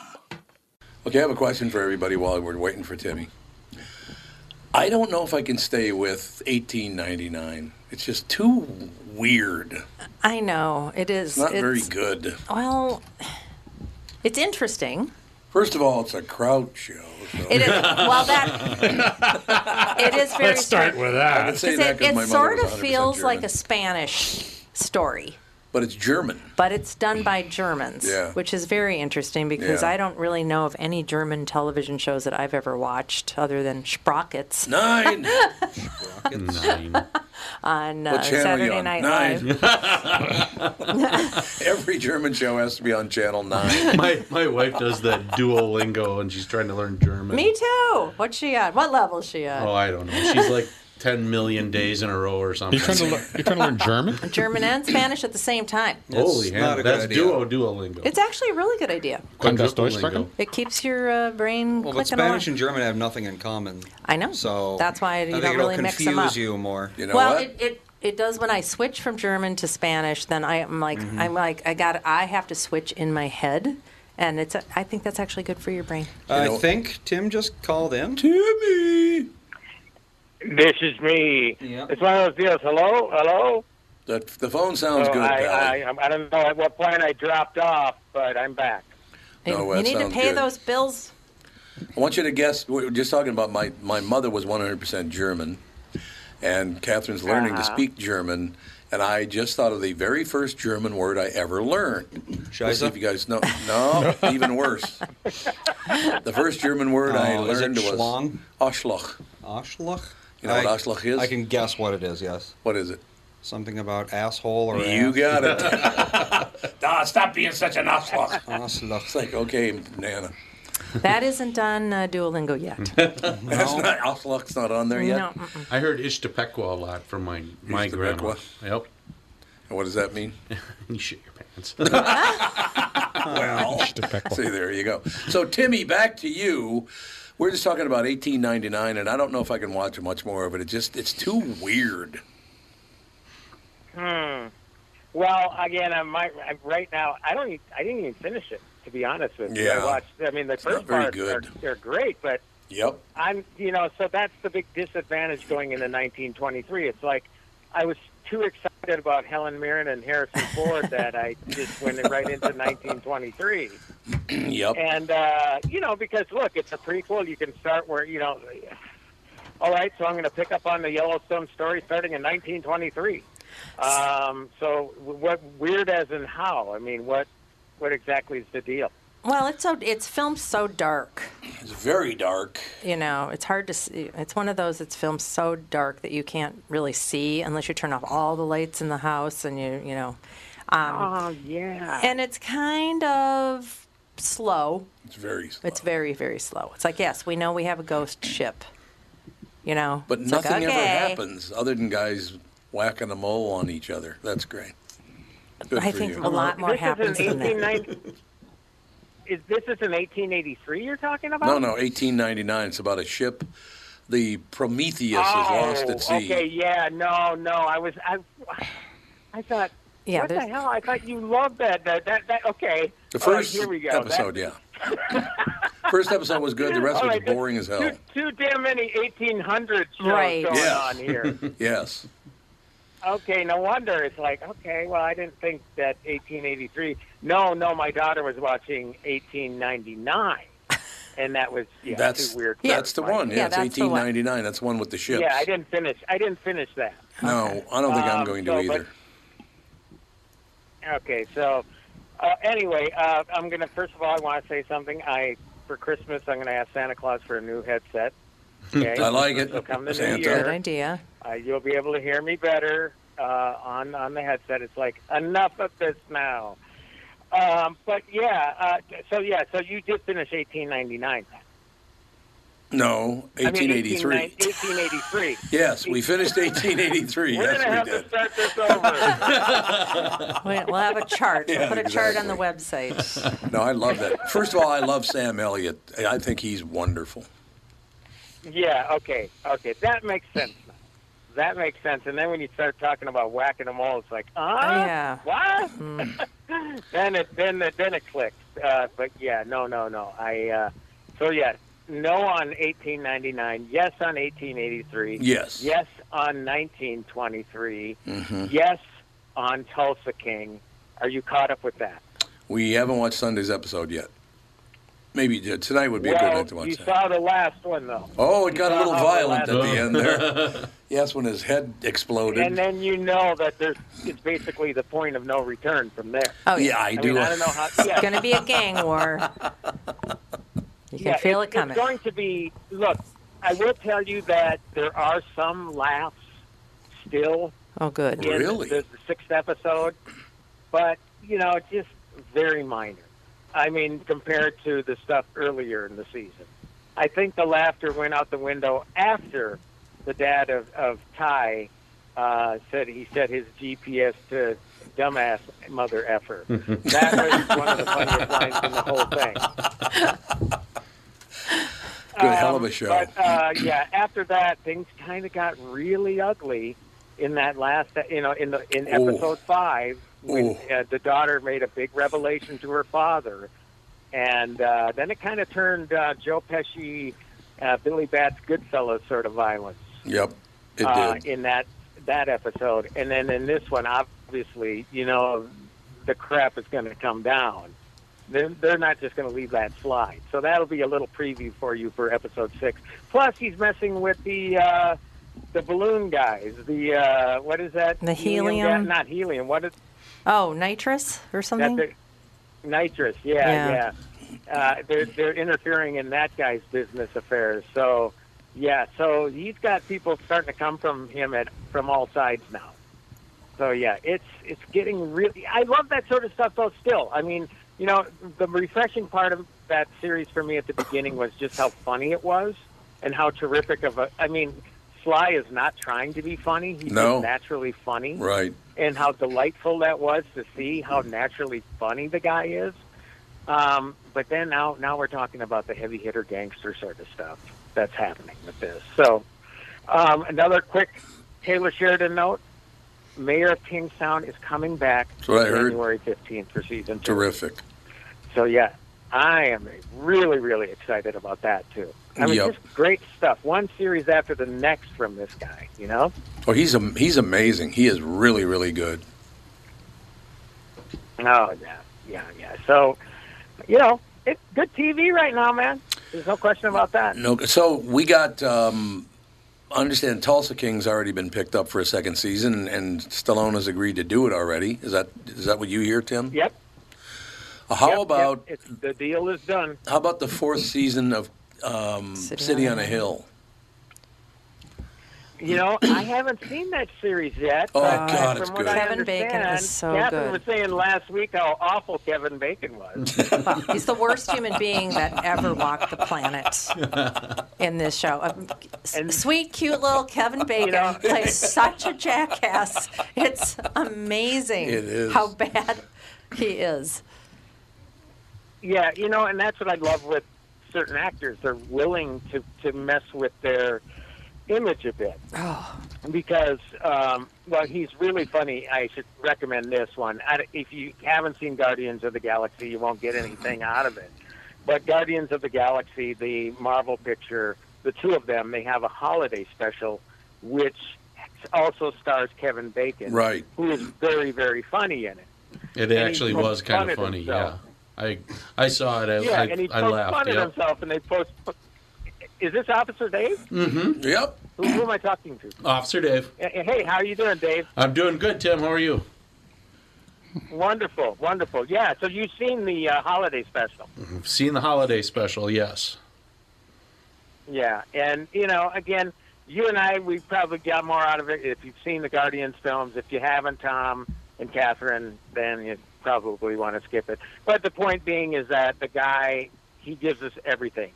Speaker 1: Okay, I have a question for everybody while we're waiting for Timmy. I don't know if I can stay with 1899. It's just too weird.
Speaker 6: *laughs* I know it is.
Speaker 1: It's not very good.
Speaker 6: Well, it's interesting.
Speaker 1: First of all, it's a crowd show. So.
Speaker 6: It is. Well, that
Speaker 3: *laughs*
Speaker 6: it is very.
Speaker 3: with
Speaker 1: I can say that
Speaker 6: Because it,
Speaker 1: 'cause my
Speaker 6: it
Speaker 1: mother
Speaker 6: sort
Speaker 1: was
Speaker 6: of
Speaker 1: 100%
Speaker 6: feels
Speaker 1: German.
Speaker 6: like a Spanish story,
Speaker 1: *laughs* But it's
Speaker 6: *laughs*
Speaker 1: German.
Speaker 6: but it's done by Germans,
Speaker 1: Yeah.
Speaker 6: which is very interesting because
Speaker 1: Yeah.
Speaker 6: I don't really know of any German television shows that I've ever watched other than Sprockets *laughs*
Speaker 1: Nine.
Speaker 2: Nine.
Speaker 6: on
Speaker 1: What channel are
Speaker 6: uh,
Speaker 1: you
Speaker 6: Saturday
Speaker 1: on?
Speaker 6: Night
Speaker 1: Nine.
Speaker 6: Live.
Speaker 3: *laughs*
Speaker 1: Every German show has to be on Channel 9.
Speaker 2: my my wife does that Duolingo, and she's trying to learn German.
Speaker 6: Me too. What's she on? What level is she on?
Speaker 2: Oh, I don't know. She's like ten million days in a row or something.
Speaker 3: You're trying to learn, you're trying to learn German?
Speaker 6: German and Spanish at the same time.
Speaker 2: Holy
Speaker 4: It's not
Speaker 2: hell,
Speaker 4: a good
Speaker 2: that's
Speaker 4: idea.
Speaker 2: Duo Duolingo.
Speaker 6: It's actually a really good idea.
Speaker 3: Kann das
Speaker 2: Quadruple
Speaker 3: Deutsch
Speaker 2: lingo.
Speaker 3: sprechen?
Speaker 6: It keeps your uh, brain
Speaker 4: Well, but
Speaker 6: clicking
Speaker 4: Spanish
Speaker 6: along.
Speaker 4: and German have nothing in common.
Speaker 6: I know.
Speaker 4: So
Speaker 6: that's why
Speaker 4: I
Speaker 6: you
Speaker 4: think
Speaker 6: don't
Speaker 4: it'll
Speaker 6: really mix
Speaker 4: confuse
Speaker 6: them up.
Speaker 4: you more.
Speaker 1: You know
Speaker 6: well,
Speaker 1: what?
Speaker 6: It, it it does when I switch from German to Spanish. Then I am like I'm like I got I have to switch in my head, and it's I think that's actually good for your brain.
Speaker 4: I
Speaker 1: know-
Speaker 4: think Tim just called in.
Speaker 1: Timmy.
Speaker 10: This is me.
Speaker 4: Yep.
Speaker 10: It's one of those deals. Hello, hello.
Speaker 1: The, the phone sounds
Speaker 10: So
Speaker 1: good,
Speaker 10: I,
Speaker 1: pal.
Speaker 10: I, I don't know at what point I dropped off, but I'm back.
Speaker 1: No,
Speaker 6: And
Speaker 1: that
Speaker 6: you need to
Speaker 1: sounds
Speaker 6: pay
Speaker 1: good.
Speaker 6: those bills.
Speaker 1: I want you to guess. We were just talking about my my mother was 100% German, and Catherine's learning to
Speaker 10: Uh-huh.
Speaker 1: speak German, and I just thought of the very first German word I ever learned. Let's see
Speaker 4: Scheisse?
Speaker 1: if you guys know. No, even worse. The first German word I
Speaker 4: Oh, is it
Speaker 1: learned was
Speaker 4: Schlong?
Speaker 1: Arschloch.
Speaker 4: Oshloch?
Speaker 1: You know what Oshloch is?
Speaker 4: I can guess what it is, yes.
Speaker 1: What is it?
Speaker 4: Something about asshole or
Speaker 1: You got
Speaker 4: *laughs* ass.
Speaker 1: it. Ah, stop being such an Arschloch. It's like, okay, Nana.
Speaker 6: That isn't on uh, Duolingo yet.
Speaker 1: *laughs* That's not, Arschloch's not on there yet.
Speaker 6: No, mm-mm.
Speaker 2: I heard Ishtapekwa a lot from my my grandma. Yep.
Speaker 1: And what does that mean?
Speaker 2: *laughs* you shit your pants.
Speaker 1: *laughs*
Speaker 2: *laughs*
Speaker 1: well,
Speaker 2: Ishtapekwa.
Speaker 1: see, there you go. So, Timmy, back to you. We're just talking about 1899, and I don't know if I can watch much more of it. It just, it's too weird.
Speaker 10: Hmm. Well, again, I might I, right now. I don't. e- I didn't even finish it to be honest with you.
Speaker 1: Yeah.
Speaker 10: I watched. I mean, the
Speaker 1: not
Speaker 10: first
Speaker 1: very
Speaker 10: parts
Speaker 1: good.
Speaker 10: Are, they're great, but
Speaker 1: Yep.
Speaker 10: I'm. You know, so that's the big disadvantage going into 1923. It's like I was too excited about Helen Mirren and Harrison Ford that I just went right into 1923.
Speaker 1: *clears throat* yep.
Speaker 10: And uh, you know, because look, it's a prequel. You can start where you know. All right, so I'm going to pick up on the Yellowstone story starting in 1923. Um, so, what weird as in how? I mean, what what exactly is the deal?
Speaker 6: Well, it's so it's filmed so dark.
Speaker 1: It's very dark.
Speaker 6: You know, it's hard to see. It's one of those that's filmed so dark that you can't really see unless you turn off all the lights in the house and you you know. Um,
Speaker 10: oh yeah.
Speaker 6: And it's kind of slow.
Speaker 1: It's very slow.
Speaker 6: It's very very slow. It's like yes, we know we have a ghost ship. You know,
Speaker 1: But
Speaker 6: It's like,
Speaker 1: nothing ever
Speaker 6: okay.
Speaker 1: happens other than guys whacking a mole on each other. That's great. Good
Speaker 6: I
Speaker 1: for
Speaker 6: think
Speaker 1: you.
Speaker 6: a lot more happens
Speaker 10: is
Speaker 6: than
Speaker 10: an
Speaker 6: that.
Speaker 10: 1890 Is this is an 1883 you're talking about?
Speaker 1: No, no, 1899. It's about a ship. The Prometheus is lost
Speaker 10: Oh,
Speaker 1: at sea.
Speaker 10: Okay, yeah, no, no, I was, I, I thought,
Speaker 1: Yeah,
Speaker 10: what the
Speaker 1: there's-
Speaker 10: hell? I thought you loved that. That, that, that okay.
Speaker 1: The
Speaker 10: All right,
Speaker 1: first
Speaker 10: here we go.
Speaker 1: episode,
Speaker 10: That-
Speaker 1: yeah. *laughs* first episode was good. The rest
Speaker 10: All
Speaker 1: was
Speaker 10: right, good.
Speaker 1: boring as hell.
Speaker 10: Too, too damn many 1800 shows
Speaker 6: Right.
Speaker 10: going
Speaker 1: yes. *laughs*
Speaker 10: on here.
Speaker 1: yes.
Speaker 10: okay, no wonder it's like, okay, well, I didn't think that 1883. No, no, my daughter was watching 1899, and that was yeah,
Speaker 1: that's
Speaker 10: too weird. for
Speaker 1: that's the
Speaker 10: my-
Speaker 1: one. Yeah, it's 1899. That's the one with the ships.
Speaker 10: Yeah, I didn't finish. I didn't finish that.
Speaker 1: No, I don't think I'm
Speaker 10: Um,
Speaker 1: going
Speaker 10: so,
Speaker 1: to
Speaker 10: but-
Speaker 1: either.
Speaker 10: Okay, so uh, anyway, uh, I'm gonna first of all, I want to say something. I for Christmas, I'm gonna ask Santa Claus for a new headset. *laughs* Okay,
Speaker 1: Hmm, I like it,
Speaker 10: So come the
Speaker 1: Santa.
Speaker 10: new
Speaker 6: Good
Speaker 10: year,
Speaker 6: idea.
Speaker 10: uh, you'll be able to hear me better uh, on on the headset. It's like enough of this now. Um, but yeah, uh, so yeah, so you did finish 1899.
Speaker 1: No,
Speaker 10: I mean,
Speaker 1: 1883.
Speaker 10: 1883.
Speaker 1: yes, we finished 1883.
Speaker 10: We're gonna
Speaker 1: yes,
Speaker 10: have
Speaker 1: we
Speaker 10: to
Speaker 1: did.
Speaker 10: start this over.
Speaker 6: We- We'll have a chart. We'll
Speaker 1: Yeah,
Speaker 6: put a chart on
Speaker 1: *laughs*
Speaker 6: the website.
Speaker 1: No, I love that. First of all, I love Sam Elliott. I think he's wonderful.
Speaker 10: Yeah, okay, okay. That makes sense. now. That makes sense. And then when you start talking about whacking them all, it's like, ah,
Speaker 6: Yeah.
Speaker 10: what?
Speaker 6: Mm.
Speaker 7: *laughs*
Speaker 10: then it then it, then it clicks. Uh, but yeah, no, no, no. I uh, so yeah, no on 1899. Yes on 1883.
Speaker 1: Yes.
Speaker 10: Yes on 1923.
Speaker 1: Mhm.
Speaker 10: Yes on Tulsa King. Are you caught up with that?
Speaker 1: We haven't watched Sunday's episode yet. Maybe uh, tonight would be a good
Speaker 10: well,
Speaker 1: night to watch
Speaker 10: you
Speaker 1: that.
Speaker 10: saw the last one though.
Speaker 1: Oh, it
Speaker 10: You
Speaker 1: got a
Speaker 10: saw
Speaker 1: little
Speaker 10: how the
Speaker 1: violent at
Speaker 10: last-
Speaker 1: the end there. *laughs* yes, when his head exploded.
Speaker 10: And then you know that there's it's basically the point of no return from there.
Speaker 1: Oh, yeah. Yeah, I do.
Speaker 10: Mean, I don't know how. Yeah.
Speaker 6: It's going to be a gang war. You can
Speaker 10: Yeah,
Speaker 6: feel it,
Speaker 10: it's-
Speaker 6: coming.
Speaker 10: It's going to be. Look, I will tell you that there are some laughs still
Speaker 6: oh, good.
Speaker 10: in the, the sixth episode, but you know, it's just very minor. I mean, compared to the stuff earlier in the season, I think the laughter went out the window after the dad of of Ty uh, said he set his GPS to dumbass mother
Speaker 1: *laughs*
Speaker 10: effer. that was one of the funniest lines in the whole thing.
Speaker 1: Good, hell of a
Speaker 10: Um,
Speaker 1: show.
Speaker 10: But uh, yeah, after that, things kind of got really ugly in that last, you know, in the in
Speaker 1: Ooh.
Speaker 10: episode five when uh, the daughter made a big revelation to her father, and uh, then it kind of turned uh, Joe Pesci, uh, Billy Bats, Goodfellas sort of violence
Speaker 1: Yep, it
Speaker 10: uh,
Speaker 1: did.
Speaker 10: in that that episode, and then in this one, obviously, you know, the crap is going to come down. They're, they're not just going to leave that slide. So that'll be a little preview for you for episode six. Plus, he's messing with the uh, the balloon guys. The uh, what is that?
Speaker 6: The
Speaker 10: gas-
Speaker 6: helium?
Speaker 10: not helium. What is
Speaker 6: Oh, nitrous or something?
Speaker 10: That's it. nitrous, yeah,
Speaker 6: Yeah.
Speaker 10: yeah. Uh, they're they're interfering in that guy's business affairs. So, yeah, so he's got people starting to come from him at from all sides now. So yeah, it's it's getting really. I love that sort of stuff though. Still, I mean, you know, the refreshing part of that series for me at the beginning was just how funny it was and how terrific of a. I mean, Sly is not trying to be funny. He's
Speaker 1: No.
Speaker 10: just naturally funny
Speaker 1: Right.
Speaker 10: and how delightful that was to see how naturally funny the guy is. Um, but then now, now we're talking about the heavy hitter gangster sort of stuff that's happening with this. So, um, another quick Taylor Sheridan note: Mayor of Kingstown is coming back
Speaker 1: That's what I heard.
Speaker 10: January fifteenth for season two.
Speaker 1: Terrific.
Speaker 10: So yeah, I am really, really excited about that too. I mean,
Speaker 1: Yep.
Speaker 10: just great stuff. One series after the next from this guy. You know.
Speaker 1: Oh, he's am- he's amazing. He is really really good.
Speaker 10: Oh yeah, yeah, yeah. So, you know, it's good TV right now, man. There's no question about that.
Speaker 1: No, so we got. Um, I understand Tulsa King's already been picked up for a second season, and Stallone has agreed to do it already. Is that is that what you hear, Tim?
Speaker 10: Yep.
Speaker 1: Uh, How
Speaker 10: Yep, yep.
Speaker 1: about
Speaker 10: It's, the deal is done?
Speaker 1: how about the fourth season of um, City, on a Hill? Oh,
Speaker 10: You know, I haven't seen that series yet.
Speaker 1: Oh,
Speaker 10: but
Speaker 1: God,
Speaker 10: from
Speaker 1: it's
Speaker 10: what
Speaker 1: good.
Speaker 10: I
Speaker 6: Kevin Bacon is
Speaker 10: understand,
Speaker 6: so
Speaker 10: Catherine
Speaker 6: good.
Speaker 10: was saying last week how awful Kevin Bacon was.
Speaker 1: *laughs*
Speaker 6: He's the worst human being that ever walked the planet
Speaker 10: *laughs*
Speaker 6: in this show. Uh, Sweet, cute little Kevin Bacon plays such a jackass. It's amazing
Speaker 10: It is.
Speaker 6: how bad he is.
Speaker 10: Yeah, you know, and that's what I love with certain actors. They're willing to, to mess with their image a bit. Because, um, well, he's really funny. I should recommend this one. I, if you haven't seen Guardians of the Galaxy, you won't get anything out of it. But Guardians of the Galaxy, the Marvel picture, the two of them, they have a holiday special, which also stars Kevin Bacon,
Speaker 2: Right.
Speaker 10: Who is very, very funny in it.
Speaker 2: It
Speaker 10: And he
Speaker 2: actually
Speaker 10: pokes
Speaker 2: was kind
Speaker 10: fun
Speaker 2: of
Speaker 10: at
Speaker 2: funny.
Speaker 10: himself.
Speaker 2: Yeah, I I saw it. I
Speaker 10: yeah,
Speaker 2: I,
Speaker 10: and he
Speaker 2: I
Speaker 10: pokes
Speaker 2: laughed.
Speaker 10: fun at
Speaker 2: yeah.
Speaker 10: himself, and they post. Is this Officer Dave?
Speaker 2: Mm-hmm.
Speaker 1: Yep.
Speaker 10: Who, who am I talking to?
Speaker 2: Officer Dave,
Speaker 10: Eh, eh, Hey, how are you doing, Dave?
Speaker 2: I'm doing good. Tim, how are you?
Speaker 10: Wonderful, wonderful. Yeah, so you've seen the uh, holiday special.
Speaker 2: I've seen the holiday special. Yes.
Speaker 10: Yeah, and you know, again, you and I, we probably got more out of it if you've seen the Guardians films. If you haven't, Tom and Catherine, then you probably want to skip it. But the point being is that the guy, he gives us everything.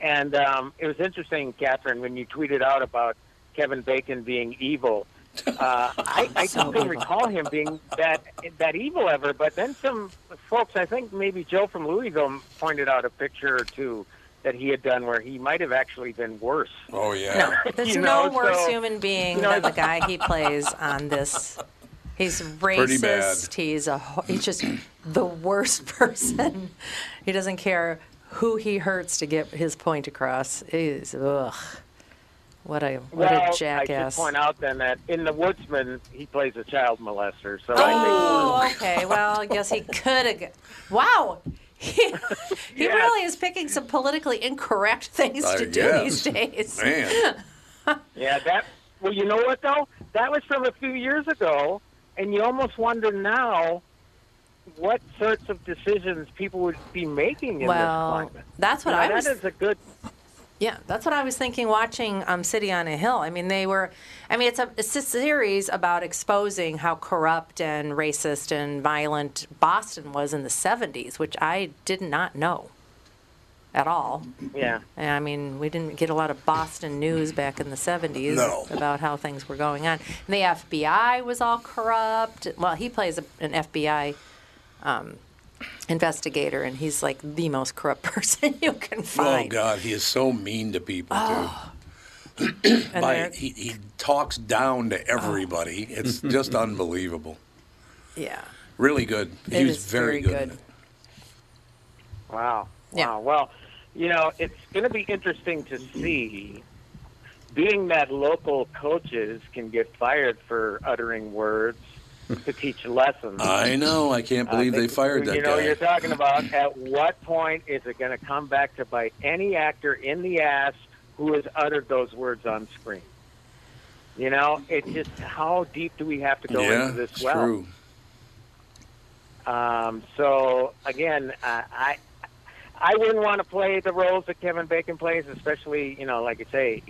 Speaker 10: And um, it was interesting, Catherine, when you tweeted out about Kevin Bacon being
Speaker 7: *laughs*
Speaker 10: evil. Uh, I, I
Speaker 7: So
Speaker 10: couldn't
Speaker 7: evil.
Speaker 10: recall him being that that evil ever. But then some folks, I think maybe Joe from Louisville, pointed out a picture or two that he had done where he might have actually been worse.
Speaker 1: Oh
Speaker 6: No, there's
Speaker 10: *laughs* You
Speaker 6: no
Speaker 10: know,
Speaker 6: worse
Speaker 10: so-
Speaker 6: human being
Speaker 10: you know,
Speaker 6: than the guy
Speaker 10: *laughs*
Speaker 6: he plays on this. He's
Speaker 10: Pretty bad.
Speaker 6: racist. He's a ho- he's just the worst *laughs* person. He doesn't care who he hurts to get his point across. He's ugh. What a what
Speaker 10: well,
Speaker 6: a
Speaker 10: I should
Speaker 6: jackass.
Speaker 10: point out then that in The Woodsman, he plays a child molester. So
Speaker 6: Oh,
Speaker 10: I think
Speaker 6: okay. Well, I guess
Speaker 10: *laughs*
Speaker 6: he could have. Wow. He, *laughs* he really is picking some politically incorrect things
Speaker 10: I
Speaker 6: to do
Speaker 10: guess.
Speaker 6: these days. *laughs*
Speaker 10: Man. yeah, that. Well, you know what though? That was from a few years ago, and you almost wonder now what sorts of decisions people would be making in
Speaker 6: Well,
Speaker 10: this climate.
Speaker 6: that's what
Speaker 10: You know,
Speaker 6: I was-
Speaker 10: That is a good.
Speaker 6: Yeah, that's what I was thinking watching um, City on a Hill. I mean, they were, I mean, it's a, it's a series about exposing how corrupt and racist and violent Boston was in the 70s, which I did not know at all.
Speaker 10: Yeah.
Speaker 6: And, I mean, we didn't get a lot of Boston news back in the 70s
Speaker 10: No.
Speaker 6: about how things were going on. And the FBI was all corrupt. Well, he plays a, an FBI um, investigator, and he's like the most corrupt *laughs* person you can find.
Speaker 1: Oh God, he is so mean to people. *clears throat* too.
Speaker 6: Oh. And
Speaker 1: By,
Speaker 6: they're- Oh.
Speaker 1: he, he talks down to everybody. It's just unbelievable.
Speaker 6: Yeah.
Speaker 1: Really good. He
Speaker 6: It
Speaker 1: was
Speaker 6: is
Speaker 1: very,
Speaker 6: very
Speaker 1: good. in
Speaker 6: good.
Speaker 1: it.
Speaker 10: Wow. Wow. Well, you know, it's going to be interesting to see, being that local coaches can get fired for uttering words to teach *laughs* lessons. Uh,
Speaker 1: I know. I can't believe they fired that
Speaker 10: you know,
Speaker 1: guy.
Speaker 10: you're talking about at what point is it going to come back to bite any actor in the ass who has uttered those words on screen? You know, it's just how deep do we have to go
Speaker 1: yeah,
Speaker 10: into this
Speaker 1: it's
Speaker 10: well?
Speaker 1: true.
Speaker 10: Um, so again, I, I I wouldn't want to play the roles that Kevin Bacon plays, especially you know, like I say,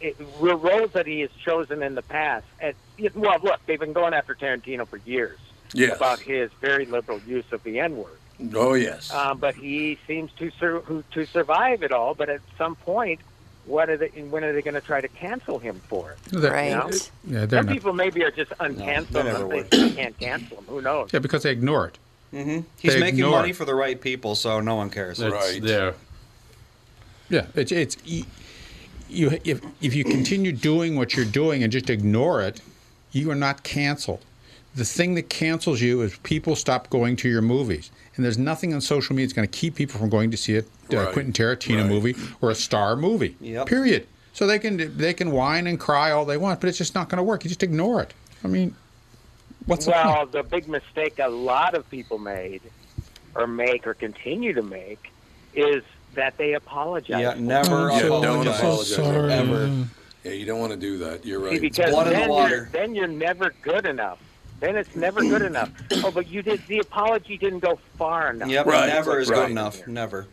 Speaker 10: it, the roles that he has chosen in the past. And well, look, they've been going after Tarantino for years
Speaker 1: Yes.
Speaker 10: about his very liberal use of the N word.
Speaker 1: Oh, yes.
Speaker 10: Um, but he seems to sur- who- to survive it all. But at some point, what are they? When are they going to try to cancel him for it?
Speaker 3: No, they're-
Speaker 10: You know?
Speaker 3: Right. Yeah, they're
Speaker 10: Some
Speaker 3: not-
Speaker 10: people maybe are just uncanceled.
Speaker 4: they never
Speaker 10: Some
Speaker 4: would.
Speaker 10: they can't cancel him. Who knows?
Speaker 3: Yeah, because they ignore it.
Speaker 4: Mm-hmm. He's
Speaker 3: They
Speaker 4: making
Speaker 3: ignore
Speaker 4: money
Speaker 3: it.
Speaker 4: for the right people, so no one cares.
Speaker 3: That's- Right. yeah. Yeah, it's it's e- you if if you continue doing what you're doing and just ignore it, you are not canceled. The thing that cancels you is people stop going to your movies, and there's nothing on social media that's going to keep people from going to see a uh,
Speaker 9: Right,
Speaker 3: Quentin Tarantino movie or a star movie. Period. So they can they can whine and cry all they want, but it's just not going to work. You just ignore it. I mean, what's the point?
Speaker 10: well, the big mistake a lot of people made, or make, or continue to make, is that they apologize.
Speaker 4: Yeah, never
Speaker 3: Mm-hmm.
Speaker 1: yeah, don't
Speaker 4: apologize.
Speaker 1: apologize
Speaker 4: Sorry.
Speaker 1: ever. Yeah, you don't want to do that. You're right.
Speaker 10: See, because then, You're, then you're never good enough. Then it's never good enough. Oh, but you did the apology didn't go far enough.
Speaker 4: Yep,
Speaker 1: Right,
Speaker 4: never is
Speaker 1: right.
Speaker 4: good enough. Never.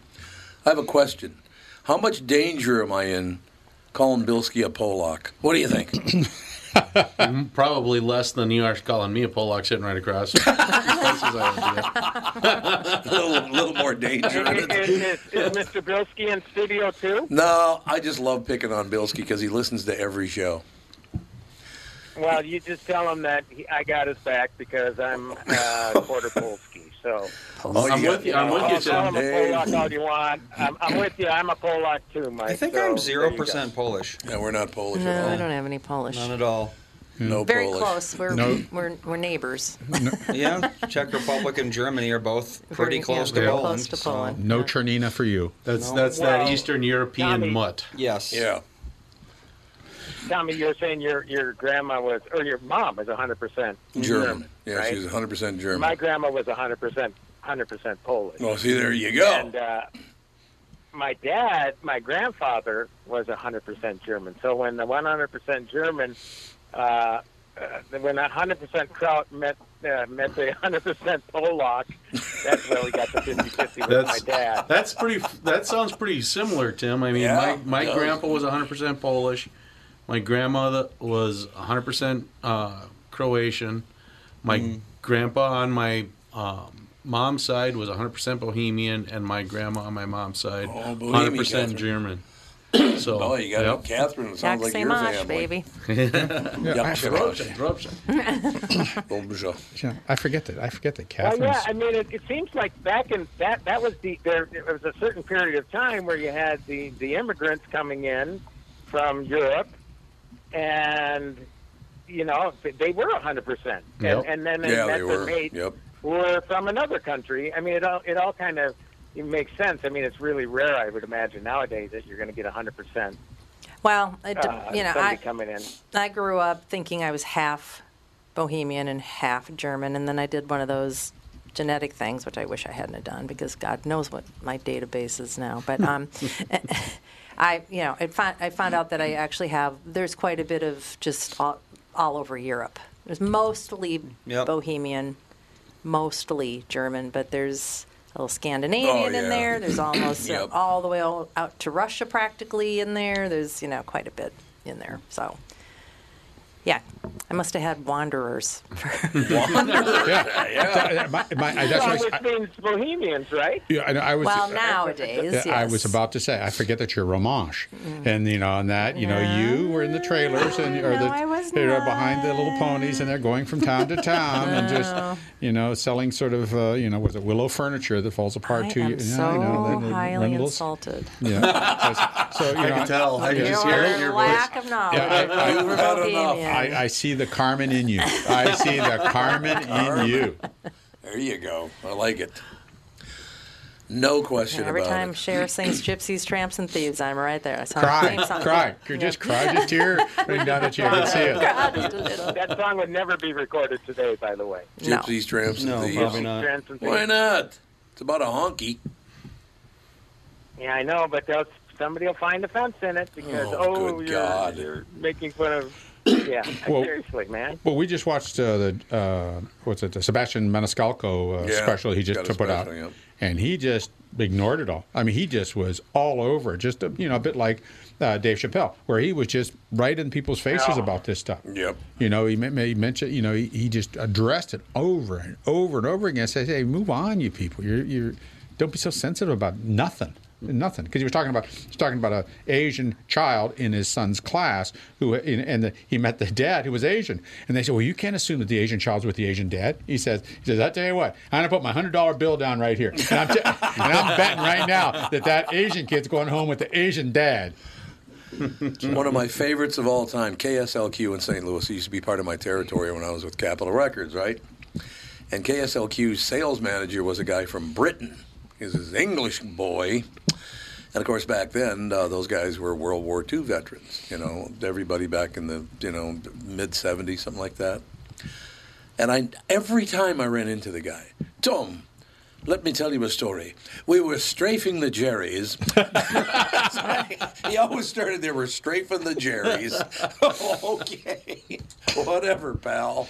Speaker 1: I have a question. How much danger am I in calling Bilski a Polak? What do you think?
Speaker 2: Probably less than you are calling me a Pollock sitting
Speaker 1: *laughs*
Speaker 2: right across.
Speaker 1: a *laughs* little, little more danger.
Speaker 10: Is, *laughs* is, is Mr. Bilski in studio too?
Speaker 1: no, I just love picking on Bilski because he listens to every show.
Speaker 10: Well, you just tell him that he, I got his back because I'm uh, quarter Polsky. So
Speaker 1: Oh, you
Speaker 2: I'm
Speaker 1: got-
Speaker 2: with you. I'm with you,
Speaker 10: I'll call him a
Speaker 2: Tim.
Speaker 10: Polak all you want. I'm, I'm with you. I'm a Polak too, Mike.
Speaker 4: I think
Speaker 10: so
Speaker 4: I'm
Speaker 10: there
Speaker 4: zero
Speaker 10: you go.
Speaker 4: percent Polish.
Speaker 1: Yeah, we're not Polish
Speaker 6: No,
Speaker 1: at all.
Speaker 6: I don't have any Polish.
Speaker 4: None at all.
Speaker 3: Hmm.
Speaker 1: No
Speaker 6: Very
Speaker 1: Polish.
Speaker 6: close. We're,
Speaker 4: No.
Speaker 6: we're we're neighbors.
Speaker 4: *laughs* yeah, Czech Republic and Germany are both pretty
Speaker 6: yeah,
Speaker 4: close, to
Speaker 6: very
Speaker 4: Poland,
Speaker 6: close to Poland.
Speaker 3: No Chernina for you.
Speaker 2: That's that's that
Speaker 10: Well,
Speaker 2: Eastern European
Speaker 10: Tommy-
Speaker 2: mutt. *coughs*
Speaker 4: Yes.
Speaker 1: Yeah.
Speaker 10: Tommy, you were saying your your grandma was, or your mom was 100 percent
Speaker 1: German. Yeah,
Speaker 10: right?
Speaker 1: she's 100% German.
Speaker 10: My grandma was 100% 100% Polish.
Speaker 1: Well, see, there you go.
Speaker 10: And uh, my dad, my grandfather was 100% German. So when the 100% German, uh, uh, when that 100% Kraut met uh, met the *laughs* 100% Polak, that's where we got the 50-50 with
Speaker 2: That's
Speaker 10: my dad.
Speaker 2: that's pretty. That sounds pretty similar, Tim. I mean,
Speaker 10: Yeah,
Speaker 2: my
Speaker 10: it
Speaker 2: my
Speaker 10: does.
Speaker 2: grandpa was 100 percent Polish. My grandmother was 100 percent uh, Croatian. My
Speaker 1: Mm.
Speaker 2: grandpa on my um, mom's side was 100 percent Bohemian, and my grandma on my mom's side
Speaker 1: Oh, Bohemian,
Speaker 2: 100 percent German.
Speaker 1: *coughs*
Speaker 2: So,
Speaker 1: Oh, you got
Speaker 2: yep.
Speaker 1: Catherine. It sounds like your
Speaker 6: Maximage,
Speaker 1: family.
Speaker 6: baby.
Speaker 2: *laughs*
Speaker 1: Yakshirash. *laughs*
Speaker 3: Yeah, I forget that. I forget that
Speaker 10: Well,
Speaker 3: Catherine's.
Speaker 10: yeah, I mean, it, it seems like back in that that was the there. It was a certain period of time where you had the the immigrants coming in from Europe, and you know th- they were hundred percent,
Speaker 1: Yep.
Speaker 10: and and then they
Speaker 1: Yeah,
Speaker 10: met
Speaker 1: they were.
Speaker 10: their mate
Speaker 1: Yep.
Speaker 10: who were from another country. I mean, it all it all kind of it makes sense. I mean, it's really rare, I would imagine nowadays, that you're going to get hundred percent.
Speaker 6: Well, it, de-
Speaker 10: uh,
Speaker 6: you know, I,
Speaker 10: somebody coming in.
Speaker 6: I grew up thinking I was half Bohemian and half German, and then I did one of those genetic things, which I wish I hadn't have done because God knows what my database is now. But um, *laughs* I, you know, I found, I found out that I actually have there's quite a bit of just all, all over Europe. It's mostly
Speaker 4: Yep.
Speaker 6: Bohemian, mostly German, but there's a little Scandinavian
Speaker 4: Oh, yeah.
Speaker 6: in
Speaker 4: *clears throat*
Speaker 6: there. There's almost uh,
Speaker 4: Yep.
Speaker 6: all the way all, out to Russia practically in there. There's you know quite a bit in there. So yeah, I must have had wanderers.
Speaker 3: *laughs*
Speaker 6: *laughs*
Speaker 3: yeah, yeah. My, my, I, that's
Speaker 10: well,
Speaker 3: what I,
Speaker 10: which means Bohemians, right?
Speaker 3: Yeah, I know. I was.
Speaker 6: well, nowadays,
Speaker 3: Yeah, I
Speaker 6: yes. Mm.
Speaker 3: was about to say. I forget that you're Romansh, and you know, and that you know, you were in the trailers and or the you know, behind the little ponies, and they're going from town to town and
Speaker 6: No.
Speaker 3: just you know, selling sort of uh, you know, was it willow furniture that falls apart
Speaker 6: I
Speaker 3: to you?
Speaker 6: am
Speaker 3: you
Speaker 6: so
Speaker 3: know, you know, then they
Speaker 6: highly
Speaker 3: run little-
Speaker 6: insulted. *laughs*
Speaker 3: Yeah. So, so, you
Speaker 2: I
Speaker 3: know,
Speaker 2: can tell. I can just hear it in your voice.
Speaker 6: Lack of knowledge.
Speaker 3: I-
Speaker 6: We're Bohemians.
Speaker 3: I, I see the Carmen in you. I see the Carmen in you.
Speaker 1: There you go. I like it. No question
Speaker 6: Every
Speaker 1: about
Speaker 6: time
Speaker 1: it.
Speaker 6: Cher sings "Gypsies, Tramps, and Thieves," I'm right there. I saw
Speaker 3: Cry,
Speaker 6: the song.
Speaker 3: cry. You're just cry to tear
Speaker 6: *laughs*
Speaker 3: running down at you. I can see it.
Speaker 10: *laughs* that song would never be recorded today, by the way.
Speaker 1: Gypsies, tramps, and
Speaker 10: No,
Speaker 1: thieves.
Speaker 10: probably not. Tramps and
Speaker 1: Why
Speaker 10: thieves.
Speaker 1: not? It's about a honky.
Speaker 10: Yeah, I know, but those somebody will find a fence in it because
Speaker 1: Oh,
Speaker 10: oh,
Speaker 1: good
Speaker 10: you're,
Speaker 1: God.
Speaker 10: you're making fun of. Yeah,
Speaker 3: Well-
Speaker 10: seriously, man.
Speaker 3: Well, we just watched uh, the uh, what's it, the Sebastian Maniscalco uh,
Speaker 1: Yeah,
Speaker 3: special he just
Speaker 1: got a
Speaker 3: took put out,
Speaker 1: special, yeah.
Speaker 3: and he just ignored it all. I mean, he just was all over, it, just a, you know, a bit like uh, Dave Chappelle, where he was just right in people's faces
Speaker 1: Yeah.
Speaker 3: about this stuff.
Speaker 1: Yep.
Speaker 3: You know, he, men- he mentioned, you know, he, he just addressed it over and over and over again. Says, "Hey, move on, you people. You're, you're don't be so sensitive about nothing." Nothing, because he was talking about he was talking about a Asian child in his son's class who, and, and the, he met the dad who was Asian, and they said, "Well, you can't assume that the Asian child's with the Asian dad." He says, "He says I tell you what, I'm gonna put my hundred dollar bill down right here, and I'm, t- *laughs* and I'm betting right now that that Asian kid's going home with the Asian dad."
Speaker 1: *laughs* One of my favorites of all time, KSLQ in St. Louis. It used to be part of my territory when I was with Capitol Records, right? And KSLQ's sales manager was a guy from Britain. He was his English boy. And of course, back then, uh, those guys were World War II veterans. You know, everybody back in the you know mid '70s, something like that. And I, every time I ran into the guy, Tom, let me tell you a story. We were strafing the Jerry's. *laughs* he always started there, we're strafing the Jerry's. okay, whatever, pal.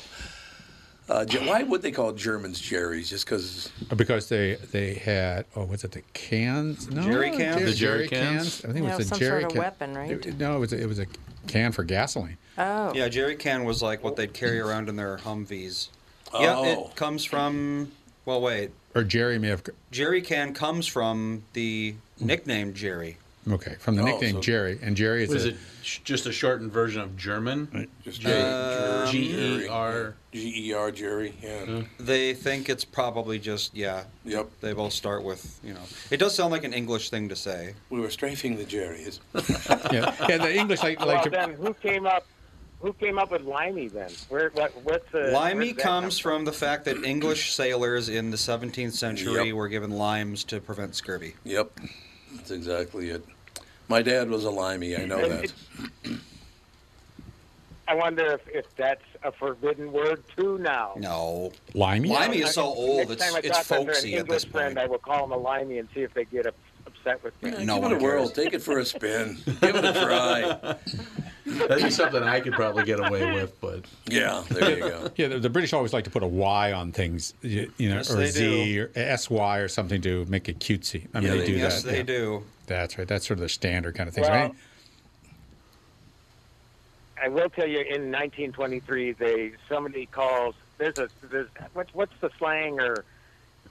Speaker 1: Uh, Ge- why would they call Germans Jerry's? Just because
Speaker 3: Because they they had oh was it the cans no
Speaker 4: Jerry cans?
Speaker 3: Jer-
Speaker 4: The jerry cans?
Speaker 3: I think
Speaker 6: Yeah,
Speaker 3: it was the
Speaker 6: some
Speaker 3: jerry
Speaker 6: sort of
Speaker 3: can.
Speaker 6: weapon, right?
Speaker 3: It- no, it was a, it was a can for gasoline.
Speaker 6: Oh.
Speaker 4: Yeah, jerry can was like what they'd carry around in their Humvees. Yeah,
Speaker 1: Oh.
Speaker 4: it comes from. Well, wait.
Speaker 3: Or Jerry may have
Speaker 4: Jerry can comes from the nickname Jerry.
Speaker 3: okay from the
Speaker 4: Oh,
Speaker 3: nickname
Speaker 4: so-
Speaker 3: Jerry and Jerry is,
Speaker 2: What is
Speaker 3: a,
Speaker 4: *laughs*
Speaker 2: it? Sh- Just a shortened version of German?
Speaker 1: Just
Speaker 4: Um,
Speaker 2: G E R.
Speaker 1: G E R Jerry. Yeah.
Speaker 3: Hmm.
Speaker 4: They think it's probably just yeah.
Speaker 1: Yep.
Speaker 4: They both start with you know. It does sound like an English thing to say.
Speaker 1: We were strafing the Jerry's.
Speaker 3: *laughs* yeah. and the English like
Speaker 10: well,
Speaker 3: like to-
Speaker 10: then who came up? Who came up with limey then? Where? What, what's the?
Speaker 4: Limey
Speaker 10: where'd that come
Speaker 4: comes from the fact that English sailors in the 17th century
Speaker 1: Yep.
Speaker 4: were given limes to prevent scurvy.
Speaker 1: Yep, that's exactly it. My dad was a limey. I know that.
Speaker 10: I wonder if, if that's a forbidden word too now.
Speaker 4: No.
Speaker 3: limey.
Speaker 4: Limey is so old,
Speaker 10: Next
Speaker 4: it's,
Speaker 10: time I
Speaker 4: it's
Speaker 10: talk to an
Speaker 4: folksy at
Speaker 10: English
Speaker 4: this
Speaker 10: friend,
Speaker 4: point.
Speaker 10: I will call him a limey and see if they get up, upset with me.
Speaker 4: No
Speaker 1: Give it
Speaker 4: one
Speaker 1: a whirl.
Speaker 4: cares.
Speaker 1: Take it for a spin. Give it a try.
Speaker 2: That'd be something I could probably get away with, but
Speaker 1: Yeah, there you go.
Speaker 3: Yeah, the, the British always like to put a Y on things, you, you know,
Speaker 4: Yes,
Speaker 3: or
Speaker 4: they
Speaker 3: Z or S Y or something to make it cutesy. I mean,
Speaker 1: Yeah,
Speaker 3: they,
Speaker 1: they
Speaker 3: do
Speaker 1: do.
Speaker 4: Yes,
Speaker 3: that.
Speaker 4: they
Speaker 3: yeah.
Speaker 4: do.
Speaker 3: That's right. That's sort of the standard kind of things.
Speaker 10: Well,
Speaker 3: right?
Speaker 10: I will tell you, in 1923, they somebody calls. There's a there's what's what's the slang or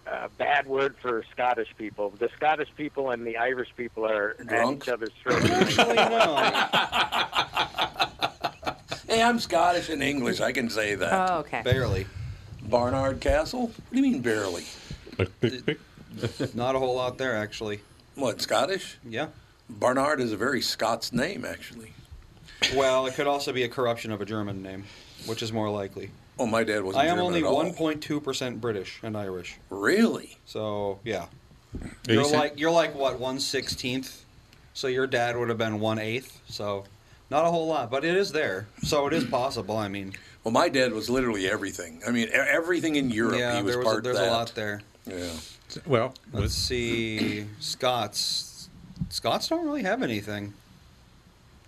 Speaker 10: uh, bad word for Scottish people? The Scottish people and the Irish people are
Speaker 1: Drunk?
Speaker 10: at each other's throats.
Speaker 4: Actually, no.
Speaker 1: *laughs* Hey, I'm Scottish and English. I can say that.
Speaker 6: Oh, okay.
Speaker 4: Barely.
Speaker 1: Barnard Castle? What do you mean barely?
Speaker 4: Not a whole lot there, actually.
Speaker 1: What Scottish?
Speaker 4: Yeah.
Speaker 1: Barnard is a very Scots name, actually.
Speaker 4: Well, it could also be a corruption of a German name, which is more likely.
Speaker 1: Oh, my dad wasn't.
Speaker 4: I am
Speaker 1: German
Speaker 4: only
Speaker 1: at all.
Speaker 4: 1.2% British and Irish.
Speaker 1: Really?
Speaker 4: So, yeah.
Speaker 3: Yeah, you
Speaker 4: You're
Speaker 3: said-
Speaker 4: like you're like what one sixteenth, so your dad would have been one eighth. So not a whole lot, but it is there. So it is possible. I mean,
Speaker 1: Well, my dad was literally everything. I mean, e- everything in Europe.
Speaker 4: yeah,
Speaker 1: he was
Speaker 4: there was a,
Speaker 1: part
Speaker 4: there's
Speaker 1: that.
Speaker 4: a lot there.
Speaker 1: Yeah.
Speaker 3: Well,
Speaker 4: Let's see, Scots. Scots don't really have anything.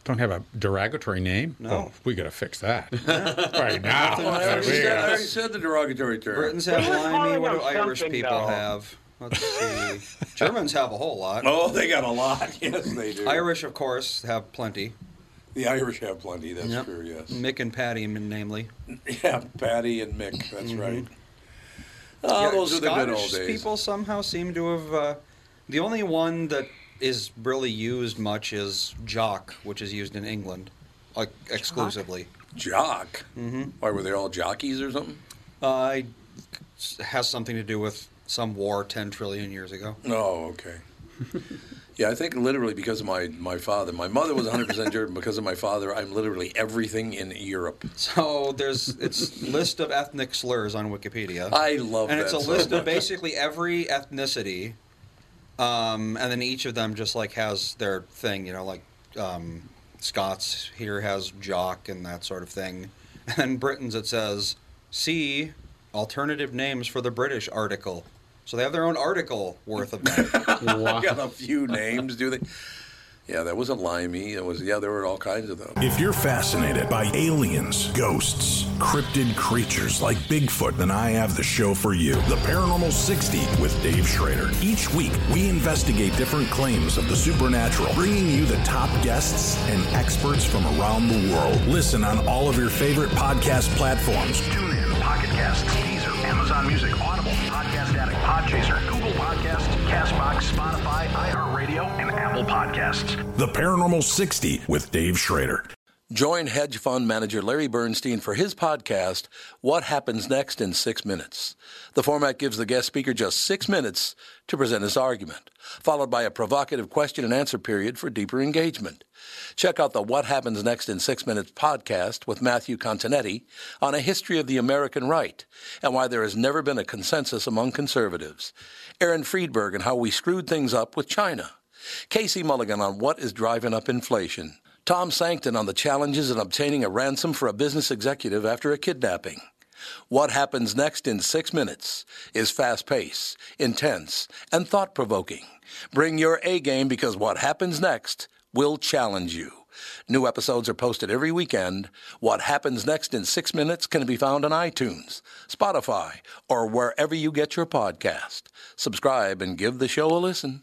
Speaker 3: don't have a derogatory name.
Speaker 4: No.
Speaker 3: Oh, we got to fix
Speaker 4: *laughs*
Speaker 3: that right now.
Speaker 1: Well, I already,
Speaker 3: We
Speaker 1: said, I
Speaker 3: gotta-
Speaker 1: already said the derogatory term.
Speaker 4: Britons have
Speaker 10: We're
Speaker 4: limey.
Speaker 10: calling
Speaker 4: What do
Speaker 10: them
Speaker 4: Irish
Speaker 10: something,
Speaker 4: people
Speaker 10: though.
Speaker 4: have?
Speaker 1: *laughs*
Speaker 4: Let's see. Germans have a whole lot.
Speaker 1: Oh, they got a lot. *laughs* Yes, they do.
Speaker 4: Irish, of course, have plenty.
Speaker 1: The Irish have plenty. That's
Speaker 4: Yep.
Speaker 1: true. *laughs* Yes.
Speaker 4: Mick and Patty, namely.
Speaker 1: Yeah, Patty and Mick. uh, That's right. Oh,
Speaker 4: Yeah,
Speaker 1: those are the
Speaker 4: Mm-hmm. Ah, Scottish
Speaker 1: good old days.
Speaker 4: people somehow seem to have. Uh, the only one that is really used much is jock, which is used in England, like exclusively. Mm-hmm.
Speaker 1: Jock. Why were they all jockeys or something?
Speaker 4: Uh, it has something to do with some war ten trillion years ago.
Speaker 1: Oh, okay. yeah, I think literally because of my, my father. My mother was 100% German. Because of my father, I'm literally everything in Europe.
Speaker 4: So there's it's list of ethnic slurs on Wikipedia.
Speaker 1: I love
Speaker 4: and
Speaker 1: that.
Speaker 4: it's a
Speaker 1: so *laughs*
Speaker 4: list
Speaker 1: much.
Speaker 4: of basically every ethnicity, um, and then each of them just like has their thing. You know, like um, Scots here has jock and that sort of thing, *laughs* and then Britons it says see alternative names for the British article.
Speaker 1: *laughs*
Speaker 4: So they have their own article worth of that.
Speaker 1: got a few names, do they? Yeah, that wasn't limey. It was yeah, there were all kinds of those.
Speaker 8: If you're fascinated by aliens, ghosts, cryptid creatures like Bigfoot, then I have the show for you The Paranormal 60 with Dave Schrader. Each week, we investigate different claims of the supernatural, bringing you the top guests and experts from around the world. Listen on all of your favorite podcast platforms. Tune in, Pocket Casts, Deezer, Amazon Music, Audible, Podcast Addict, Podchaser, Google Podcasts, Castbox, Spotify, iHeartRadio, and Apple Podcasts. The Paranormal 60 with Dave Schrader.
Speaker 1: Join hedge fund manager Larry Bernstein for his podcast, What Happens Next in Six Minutes. The format gives the guest speaker just six minutes to present his argument, followed by a provocative question and answer period for deeper engagement. Check out the What Happens Next in Six Minutes podcast with Matthew Continetti on a history of the American right and why there has never been a consensus among conservatives, Aaron Friedberg and how we screwed things up with China. Casey Mulligan on what is driving up inflation. Tom Sankton on the challenges in obtaining a ransom for a business executive after a kidnapping. What happens next in six minutes is fast paced, intense, and thought provoking. Bring your A game because what happens next will challenge you. New episodes are posted every weekend. What happens next in six minutes can be found on iTunes, Spotify, or wherever you get your podcast. Subscribe and give the show a listen.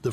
Speaker 11: the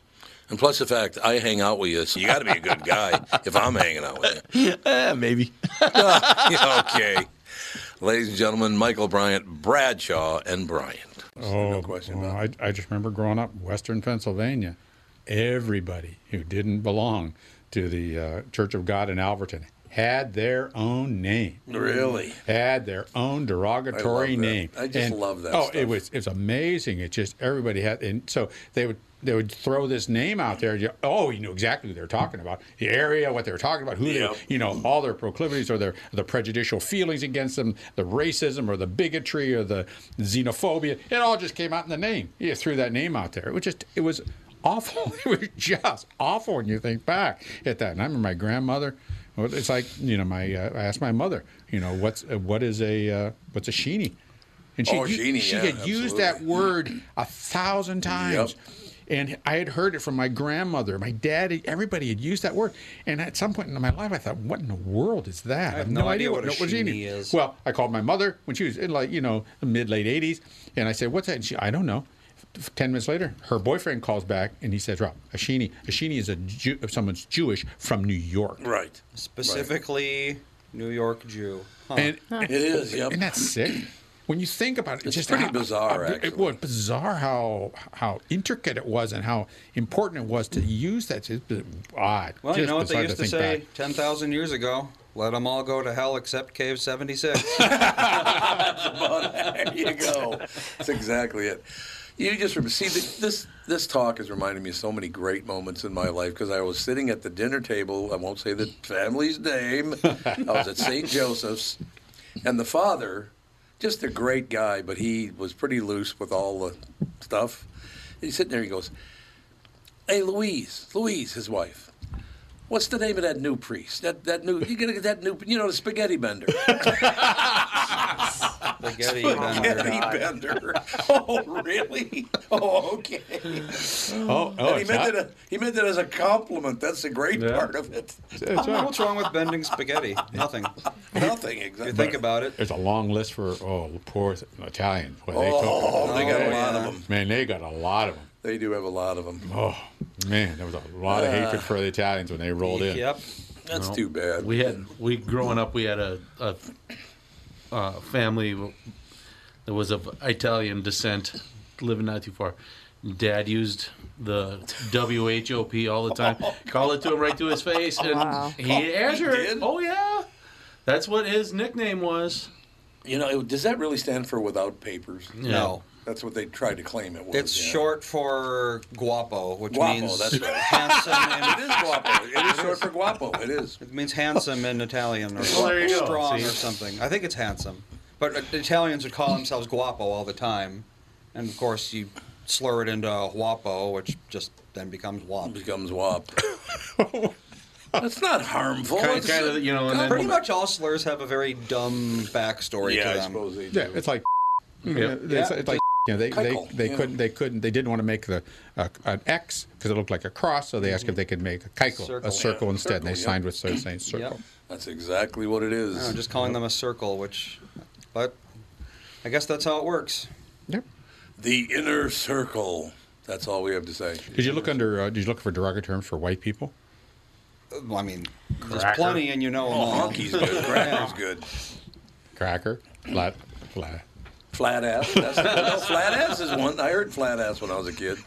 Speaker 5: *laughs*
Speaker 1: And plus the fact I hang out with you, so you got to be a good guy if I'm hanging out with you. *laughs*
Speaker 5: Eh, maybe. *laughs*
Speaker 1: okay. Ladies and gentlemen, Michael Bryant, Bradshaw, and *laughs* Bryant.
Speaker 3: Oh,
Speaker 1: no question
Speaker 3: well,
Speaker 1: about
Speaker 3: I, I just remember growing up, Western Pennsylvania, everybody who didn't belong to the uh, Church of God in Alverton had their own name.
Speaker 1: Really?
Speaker 3: Had their own derogatory
Speaker 1: I love that.
Speaker 3: name.
Speaker 1: I just
Speaker 3: And-
Speaker 1: love that
Speaker 3: Oh,
Speaker 1: stuff.
Speaker 3: it was it was amazing. It just everybody had, and so they would they would throw this name out there. And you, oh, you knew exactly who they were taltalking about, the area, what they were talking about, who
Speaker 1: Yep.
Speaker 3: they, you know, all their proclivities or their the prejudicial feelings against them, the racism or the bigotry or the xenophobia. It all just came out in the name. You threw that name out there. It was just it was awful. *laughs* It was just awful when you think back at that. And I remember my grandmother. well, It's like you know, my uh, I asked my mother, you know, what's uh, what is a uh, what's a sheenie? And she
Speaker 1: Oh,
Speaker 3: u-
Speaker 1: sheenie,
Speaker 3: she
Speaker 1: yeah,
Speaker 3: had used that
Speaker 1: absolutely.
Speaker 3: word a thousand times. And I had heard it from my grandmother, my dad, everybody had used that word. And at some point in my life, I thought, what in the world is that? I
Speaker 4: have no idea what a sheenie is.
Speaker 3: Well, I called my mother when she was in like, you know, mid late 80s. And I said, what's that? And she, I don't know. F- 10 minutes later, her boyfriend calls back and he says, Rob, a sheenie. A sheenie is a Jew, if someone's Jewish from New York.
Speaker 1: it. Right.
Speaker 4: Specifically, New York Jew. Huh.
Speaker 3: And,
Speaker 1: It is, yep.
Speaker 3: Isn't that sick? when you think about it,
Speaker 1: It's
Speaker 3: just
Speaker 1: pretty
Speaker 3: how-
Speaker 1: bizarre,
Speaker 3: how- It was bizarre how how intricate it was and how important it was to use that. It's bi- odd.
Speaker 4: Well, you
Speaker 3: Just
Speaker 4: know what they
Speaker 3: bizarre
Speaker 4: used to,
Speaker 3: think
Speaker 4: say
Speaker 3: back.
Speaker 4: 10,000 years ago? Let them all go to hell except
Speaker 1: *laughs*
Speaker 4: Cave 76.
Speaker 1: there you go. That's exactly it. You just remember, see th- this. This talk has reminded me of so many great moments in my life because I was sitting at the dinner table. I won't say the family's name. I was at St. Joseph's, and the father, just a great guy, but he was pretty loose with all the stuff. He's sitting there. He goes, "Hey, Louise, Louise, his wife." What's the name of that new priest? That that new you gotta get that new you know the spaghetti *laughs* bender.
Speaker 4: Spaghetti
Speaker 1: Spaghetti bender. *laughs* Oh, really? Oh, okay.
Speaker 3: Oh,
Speaker 1: and
Speaker 3: oh,
Speaker 1: he meant
Speaker 3: it's not-
Speaker 1: it. a- He meant it as a compliment. That's the great
Speaker 3: Yeah.
Speaker 1: part of it.
Speaker 3: That's right.
Speaker 4: What's wrong with bending spaghetti? Nothing.
Speaker 1: Nothing
Speaker 4: If you
Speaker 1: exactly.
Speaker 4: think about it.
Speaker 3: There's a long list for oh poor Italians. Boy, they
Speaker 1: Oh,
Speaker 3: took-
Speaker 1: they got a
Speaker 4: Oh,
Speaker 1: lot
Speaker 4: yeah.
Speaker 1: of them.
Speaker 3: man, they got a lot of them.
Speaker 1: They do have a lot of them.
Speaker 3: Oh man, there was a lot of hatred for the Italians when they rolled in.
Speaker 4: Yep.
Speaker 1: Ah. That's
Speaker 2: No.
Speaker 1: too bad.
Speaker 2: We had we growing up. We had a, a, a family that was of Italian descent, living not too far. Dad used the WHOP all the
Speaker 1: *laughs*
Speaker 2: time. Call it to him right to his face, and
Speaker 6: Wow.
Speaker 2: he answered.
Speaker 1: did?
Speaker 2: Oh yeah, that's what his nickname was.
Speaker 1: You know, it- does that really stand for without papers?
Speaker 4: No.
Speaker 1: That's what they tried to claim it was.
Speaker 4: It's
Speaker 1: yeah.
Speaker 4: short for guapo, which
Speaker 1: Guapo,
Speaker 4: means
Speaker 1: that's right. It
Speaker 4: *laughs* handsome.
Speaker 1: is guapo. It is short for guapo. It is.
Speaker 4: In, it means handsome in
Speaker 1: *laughs*
Speaker 4: Italian or
Speaker 2: Well, there you go.
Speaker 4: strong
Speaker 2: See?
Speaker 4: or something. I think it's handsome, but uh, Italians would call themselves guapo all the time, and of course you slur it into guapo, which just then becomes wop.
Speaker 1: Becomes
Speaker 4: *laughs*
Speaker 1: wop. That's not harmful.
Speaker 2: Kind,
Speaker 1: It's-
Speaker 2: kind of, you know, and then
Speaker 4: Pretty much all slurs have a very dumb backstory
Speaker 1: Yeah,
Speaker 4: to
Speaker 1: I
Speaker 4: them.
Speaker 1: suppose they do.
Speaker 3: Yeah, it's like you
Speaker 2: Yeah.
Speaker 3: know, it's, it's like you know, they, they,
Speaker 1: Cuckold,
Speaker 3: they
Speaker 1: yeah.
Speaker 3: couldn't they couldn't they didn't want to make the uh, an X because it looked like a cross, so they asked if they could make a keikel,
Speaker 4: Circle.
Speaker 3: a circle
Speaker 1: Mm-hmm. Yeah,
Speaker 3: instead. and they
Speaker 1: circle, yeah.
Speaker 3: signed with so saying circle.
Speaker 4: Yep.
Speaker 1: That's exactly what it is.
Speaker 4: No, just calling them a circle, which, but I guess that's how it works.
Speaker 3: Yep.
Speaker 1: The inner circle. That's all we have to say.
Speaker 3: Did you look under? Uh, did you look for derogatory terms for white people?
Speaker 4: Uh, well, I mean, there's plenty, and you know them
Speaker 1: Oh,
Speaker 4: all.
Speaker 1: honky's
Speaker 4: *laughs*
Speaker 1: good. Cracker's good.
Speaker 3: Cracker, flat, flat.
Speaker 1: Flat ass. That's, no, flat ass is one. I heard flat ass when I was a kid.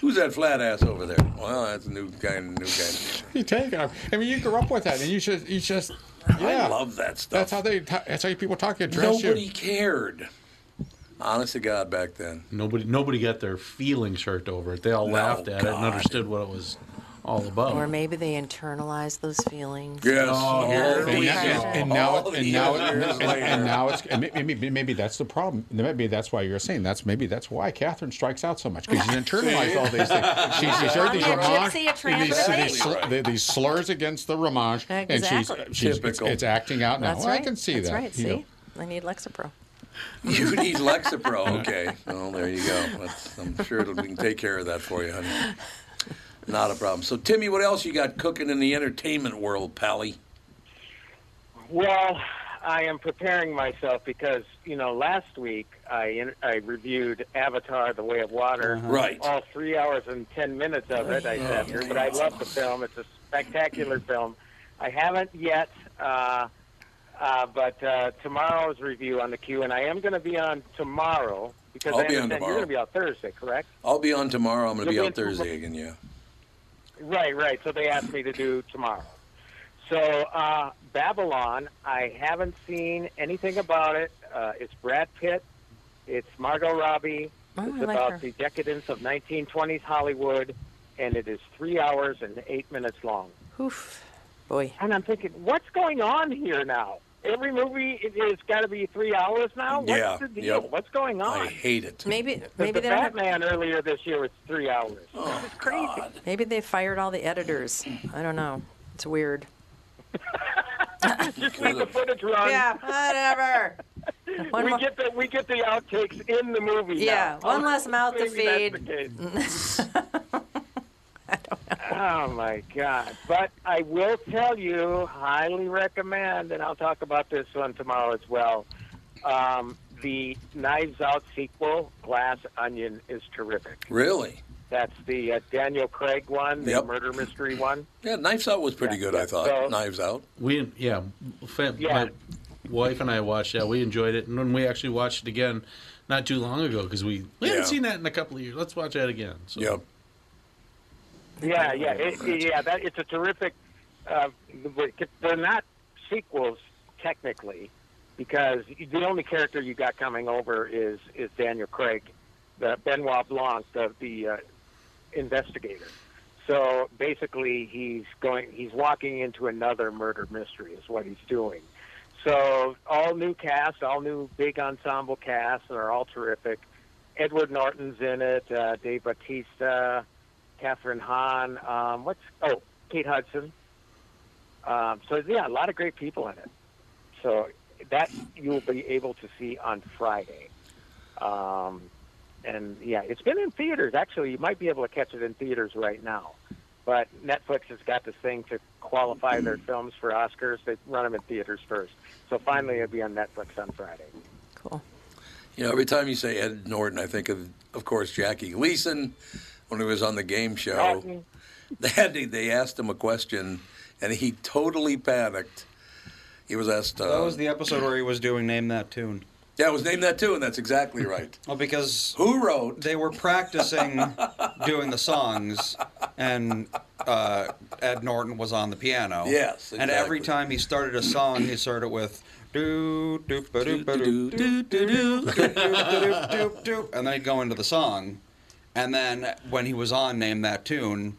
Speaker 1: Who's that flat ass over there? Well, that's a new kind. New kind.
Speaker 3: You take it. I mean, you grew up with that, and you just you just yeah.
Speaker 1: I love that stuff.
Speaker 3: That's how they. That's how people talk. You address
Speaker 1: Nobody
Speaker 3: you.
Speaker 1: cared. Honest to God, back then. *laughs*
Speaker 2: nobody nobody got their feelings hurt over it. They all laughed at it
Speaker 1: God.
Speaker 2: and understood what it was all
Speaker 3: Oh.
Speaker 2: about.
Speaker 6: Or maybe they internalize those feelings.
Speaker 1: Yes.
Speaker 2: Oh,
Speaker 1: here
Speaker 3: And,
Speaker 1: we
Speaker 3: now-
Speaker 1: go.
Speaker 3: and, and now,
Speaker 1: All
Speaker 3: and
Speaker 1: these
Speaker 3: now,
Speaker 1: years
Speaker 3: and, and,
Speaker 1: later.
Speaker 3: and now it's and may- maybe, maybe, that's the problem. Maybe that's why you're saying that's maybe that's why Catherine strikes out so much because she's internalized all
Speaker 1: *laughs*
Speaker 3: these things. She's, she's heard these
Speaker 6: Romney, a
Speaker 3: Ramage,
Speaker 6: gypsy, a
Speaker 3: these, these,
Speaker 1: transvestite.
Speaker 3: sl- the- these slurs against the Ramage, and she's,
Speaker 6: Exactly.
Speaker 3: she's it's,
Speaker 1: Typical.
Speaker 3: it's acting out now.
Speaker 6: That's
Speaker 3: Well,
Speaker 6: right.
Speaker 3: I can see
Speaker 6: That's
Speaker 3: that.
Speaker 6: right.
Speaker 3: you
Speaker 6: See,
Speaker 3: know.
Speaker 6: I need Lexapro.
Speaker 1: You need Lexapro. Okay. Well, there you go. That's, I'm sure it'll, we can take care of that for you, honey. Not a problem. So, Timmy, what else you got cooking in the entertainment world, Pally?
Speaker 10: Well, I am preparing myself because you know last week I I reviewed Avatar: The Way of Water.
Speaker 1: Uh-huh. Right. Oh,
Speaker 10: All three hours and ten minutes of it. I sat here, but I love the film. It's a spectacular film. I haven't yet, uh, uh, but uh, tomorrow's review on the queue, and I am going to be on tomorrow because
Speaker 1: I'll
Speaker 10: I
Speaker 1: be on
Speaker 10: understand you're
Speaker 1: tomorrow.
Speaker 10: going to be on Thursday, correct?
Speaker 1: I'll be on tomorrow. I'm going to be
Speaker 10: You'll
Speaker 1: on
Speaker 10: be in-
Speaker 1: Thursday again. Yeah.
Speaker 10: Right, right. So they asked me to do tomorrow. So uh, Babylon, I haven't seen anything about it. Uh, it's Brad Pitt. It's Margot Robbie.
Speaker 6: Oh,
Speaker 10: it's
Speaker 6: I like
Speaker 10: about
Speaker 6: her.
Speaker 10: the decadence of 1920s Hollywood, and it is three hours and eight minutes long.
Speaker 6: Oof. Boy.
Speaker 10: And I'm thinking, what's going on here now? Every movie it, it's got to be three hours now. What's
Speaker 1: Yeah,
Speaker 10: the deal?
Speaker 1: yep.
Speaker 10: What's going on?
Speaker 1: I hate it.
Speaker 6: Maybe
Speaker 10: The-
Speaker 6: maybe
Speaker 10: the
Speaker 6: they don't have,
Speaker 10: Batman earlier this year was three hours.
Speaker 1: Oh,
Speaker 10: it's crazy.
Speaker 1: God.
Speaker 6: maybe they fired all the editors. I don't know. It's weird.
Speaker 10: Just leave the footage run. *laughs*
Speaker 6: whatever. One
Speaker 10: we
Speaker 6: more-
Speaker 10: get the we get the outtakes in the movie.
Speaker 6: Yeah,
Speaker 10: now.
Speaker 6: one
Speaker 10: Oh,
Speaker 6: less mouth to
Speaker 10: maybe that's
Speaker 6: feed.
Speaker 10: the case.
Speaker 6: *laughs*
Speaker 10: *laughs* Oh my God! But I will tell you, highly recommend, and I'll talk about this one tomorrow as well. Um, the Knives Out sequel, Glass Onion, is terrific.
Speaker 1: Really?
Speaker 10: That's the uh, Daniel Craig one, the
Speaker 1: Yep.
Speaker 10: murder mystery one.
Speaker 1: Yeah, Knives Out was pretty
Speaker 10: Yeah,
Speaker 1: good,
Speaker 10: yeah,
Speaker 1: I thought.
Speaker 10: so-
Speaker 1: Knives Out.
Speaker 2: We didn't, yeah, fam,
Speaker 10: Yeah.
Speaker 2: my- wife and I watched that. We enjoyed it, and when we actually watched it again, not too long ago, because we we
Speaker 12: Yeah.
Speaker 2: hadn't seen that in a couple of years. Let's watch that again. So.
Speaker 1: Yep.
Speaker 10: Yeah, yeah, it, yeah. That it's a terrific. Uh, they're not sequels technically, because the only character you got coming over is is Daniel Craig, the Benoit Blanc, the the uh, investigator. So basically, he's going. He's walking into another murder mystery. Is what he's doing. So all new cast, all new big ensemble cast, and they're all terrific. Edward Norton's in it. Uh, Dave Bautista. Catherine Hahn. Um, what's oh Kate Hudson. Um, so yeah, a lot of great people in it. So that you will be able to see on Friday. Um, and yeah, it's been in theaters. Actually, you might be able to catch it in theaters right now. But Netflix has got this thing to qualify their films for Oscars. They run them in theaters first. So finally, it'll be on Netflix on Friday.
Speaker 1: You know, every time you say Ed Norton, I think of, of course, Jackie Gleason when he was on the game show.
Speaker 10: Norton.
Speaker 1: *laughs* They, had to, they asked him a question, and he totally panicked. He was asked. Uh,
Speaker 4: that was the episode where he was doing Name That Tune.
Speaker 1: *clears throat* Yeah, it was Name That Tune, and that's exactly right.
Speaker 4: Well, because
Speaker 1: who wrote?
Speaker 4: They
Speaker 1: *laughs*
Speaker 4: were practicing doing the songs, and uh, Ed Norton was on the piano.
Speaker 1: Yes,
Speaker 4: and every
Speaker 1: exactly.
Speaker 4: time he started a song, he started with do do ba do ba do do do do do do do do, and then he'd go into the song, and then when he was on Name That Tune,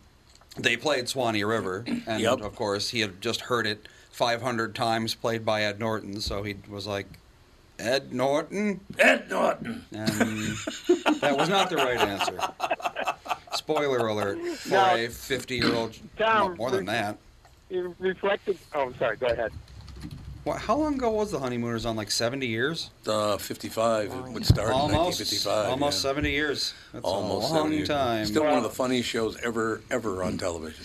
Speaker 4: they played Swanee River, and
Speaker 1: Yep.
Speaker 4: of course he had just heard it 500 times played by Ed Norton, so he was like. Ed Norton.
Speaker 1: Ed Norton.
Speaker 4: And that was not the right answer. Spoiler alert for
Speaker 10: Now-
Speaker 4: a 50 year old.
Speaker 10: Tom,
Speaker 4: more than that.
Speaker 10: It reflected. Oh, I'm sorry. Go ahead.
Speaker 4: What, how long ago was the Honeymooners on? Like 70 years?
Speaker 1: Uh, 55. It would start in
Speaker 4: almost,
Speaker 1: 1955,
Speaker 4: Almost
Speaker 1: yeah.
Speaker 4: 70 years. That's
Speaker 1: Almost
Speaker 4: a long
Speaker 1: 70.
Speaker 4: time.
Speaker 1: Still one of the funniest shows ever, ever on television.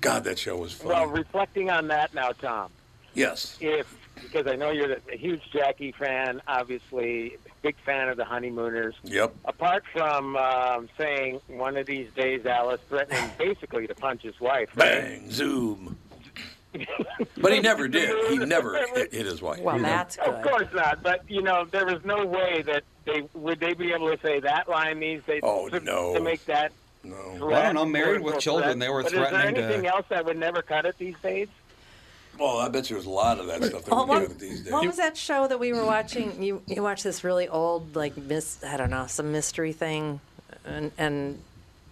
Speaker 1: God, that show was funny.
Speaker 10: Well, reflecting on that now, Tom.
Speaker 1: yes.
Speaker 10: if because I know you're a huge Jackie fan, obviously big fan of the Honeymooners.
Speaker 1: Yep.
Speaker 10: Apart from um, saying one of these days, Alice threatening
Speaker 1: *sighs*
Speaker 10: basically to punch his wife. Right?
Speaker 1: Bang, zoom. but he never did. He never hit, hit his wife. He never-
Speaker 10: Of course not, but you know there was no way that they would they be able to say that line these days.
Speaker 1: Oh,
Speaker 10: to,
Speaker 1: no.
Speaker 10: To make that.
Speaker 1: No.
Speaker 4: Well, I don't know, Married with Children, they were
Speaker 10: but Is
Speaker 4: threatening to-
Speaker 10: there anything else that would never cut it these days?
Speaker 1: Well, I bet you there's a lot of that stuff that
Speaker 6: Oh,
Speaker 1: we do
Speaker 6: what,
Speaker 1: with these days.
Speaker 6: what was that show that we were watching? You you watched this really old like miss I don't know some mystery thing, and and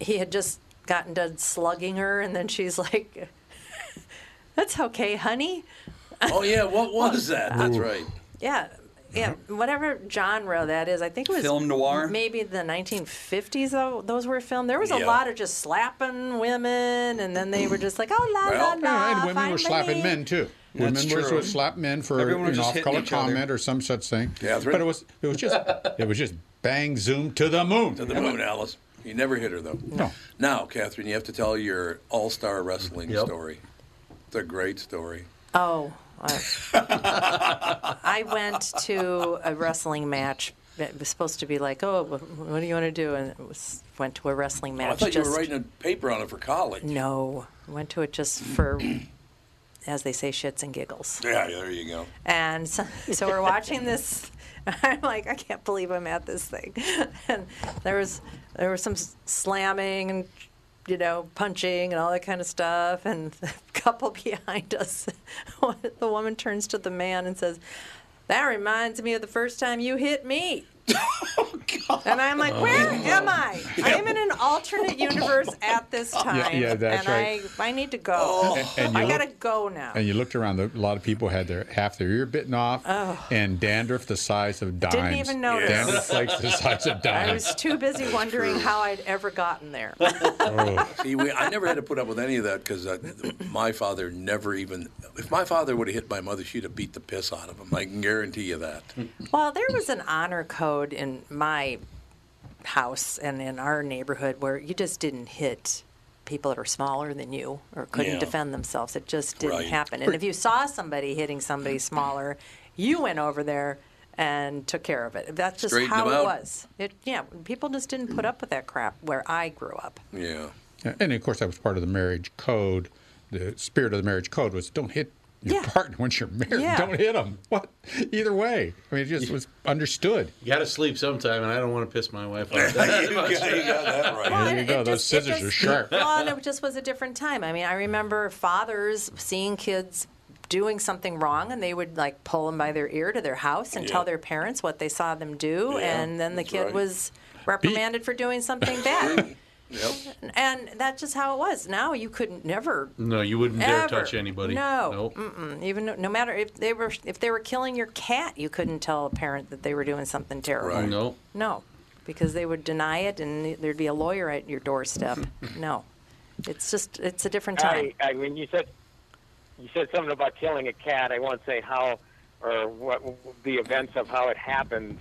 Speaker 6: he had just gotten done slugging her, and then she's like, *laughs* "That's okay, honey."
Speaker 1: Oh yeah, what was that? That's right.
Speaker 6: Yeah, yeah, whatever genre that is. I think it was
Speaker 4: Film noir?
Speaker 6: Maybe the 1950s. Though those were filmed. There was a
Speaker 4: Yeah.
Speaker 6: lot of just slapping women, and then they were just like, "Oh la
Speaker 3: Well,
Speaker 6: la la."
Speaker 3: and women were
Speaker 6: finally."
Speaker 3: slapping men too.
Speaker 4: That's
Speaker 3: women were
Speaker 4: true.
Speaker 3: would slap men for
Speaker 4: Everyone was
Speaker 3: an
Speaker 4: just hitting
Speaker 3: off-color
Speaker 4: each other.
Speaker 3: comment or some such thing.
Speaker 1: Catherine?
Speaker 3: But it was it was just it was just bang zoom to the moon.
Speaker 1: To the moon, Alice. You never hit her though.
Speaker 3: No.
Speaker 1: Now, Catherine, you have to tell your all-star wrestling
Speaker 3: Yep.
Speaker 1: story. It's a great story.
Speaker 6: Oh, I, I went to a wrestling match. It was supposed to be like, oh, wh- what do you want to do? And it was went to a wrestling
Speaker 1: Oh, I
Speaker 6: match.
Speaker 1: thought you
Speaker 6: just
Speaker 1: were writing a paper on it for college.
Speaker 6: no, went to it just for, as they say, shits and giggles.
Speaker 1: Yeah, there you
Speaker 4: *laughs*
Speaker 1: go.
Speaker 6: And so, so we're watching this. *laughs* I'm like, I can't believe I'm at this thing. *laughs* And there was there was some s- slamming and you know punching and all that kind of stuff. And *laughs* the couple behind us, *laughs* the woman turns to the man and says, "That reminds me of the first time you
Speaker 3: *laughs*
Speaker 6: hit me." And I'm like, where
Speaker 3: Oh,
Speaker 6: am I? I am in an alternate universe at this
Speaker 3: *laughs*
Speaker 6: time,
Speaker 3: Yeah, yeah, that's
Speaker 6: and
Speaker 3: right. Oh.
Speaker 6: I I need to go.
Speaker 3: And- and you
Speaker 6: Oh, I
Speaker 3: look-
Speaker 6: gotta go now.
Speaker 3: And you looked around. the- A lot of people had their half their ear bitten off,
Speaker 6: Oh.
Speaker 3: and dandruff the size of dimes.
Speaker 6: Didn't even notice. *laughs*
Speaker 3: Dandruff flakes the size of dimes.
Speaker 6: I was too busy wondering how I'd ever gotten there.
Speaker 4: Oh.
Speaker 1: See, we, I never had to put up with any of that because my father never even. If my father would have hit my mother, she'd have beat the piss out of him. I can guarantee you
Speaker 4: *laughs*
Speaker 1: that.
Speaker 6: Well, there was an honor code in my house and in our neighborhood where you just didn't hit people that are smaller than you or couldn't
Speaker 13: Yeah.
Speaker 6: defend themselves. It just didn't
Speaker 13: Right.
Speaker 6: happen. And if you saw somebody hitting somebody
Speaker 3: Mm-hmm.
Speaker 6: smaller, you went over there and took care of it. That's just
Speaker 3: Straightened
Speaker 6: how
Speaker 3: them
Speaker 6: it
Speaker 3: out.
Speaker 6: was. It, yeah, people just didn't put up with that crap where I grew up.
Speaker 1: Yeah.
Speaker 3: And of course, that was part of the marriage code. The spirit of the marriage code was don't hit your partner once you're married.
Speaker 6: Yeah.
Speaker 3: Don't hit them. What? Either way. I mean, it just was understood.
Speaker 2: You got to sleep sometime, and I don't want to piss my
Speaker 3: *laughs*
Speaker 2: wife
Speaker 3: You
Speaker 2: off.
Speaker 3: got- you got that right. Well, There you it- go. it Those just- it scissors are just- sharp.
Speaker 6: *laughs* well, and it just was a different time. I mean, I remember fathers seeing kids doing something wrong and they would like pull them by their ear to their house and tell their parents what they saw them do
Speaker 13: Yeah,
Speaker 6: and then the
Speaker 13: that's
Speaker 6: kid
Speaker 13: right.
Speaker 6: was reprimanded for doing something bad
Speaker 2: Yep.
Speaker 6: and that's just how it was now you couldn't never
Speaker 2: No, you wouldn't dare
Speaker 6: ever.
Speaker 2: touch anybody.
Speaker 6: no
Speaker 2: Nope.
Speaker 6: Mm-mm. even no, no matter if they were if they were killing your cat you couldn't tell a parent that they were doing something terrible
Speaker 2: Right. Nope.
Speaker 6: no, because they would deny it, and there'd be a lawyer at
Speaker 1: *clears throat*
Speaker 6: your doorstep. no, it's just it's a different time.
Speaker 10: I, I mean, you said you said something about killing a cat. I won't say how or what the events of how it happened,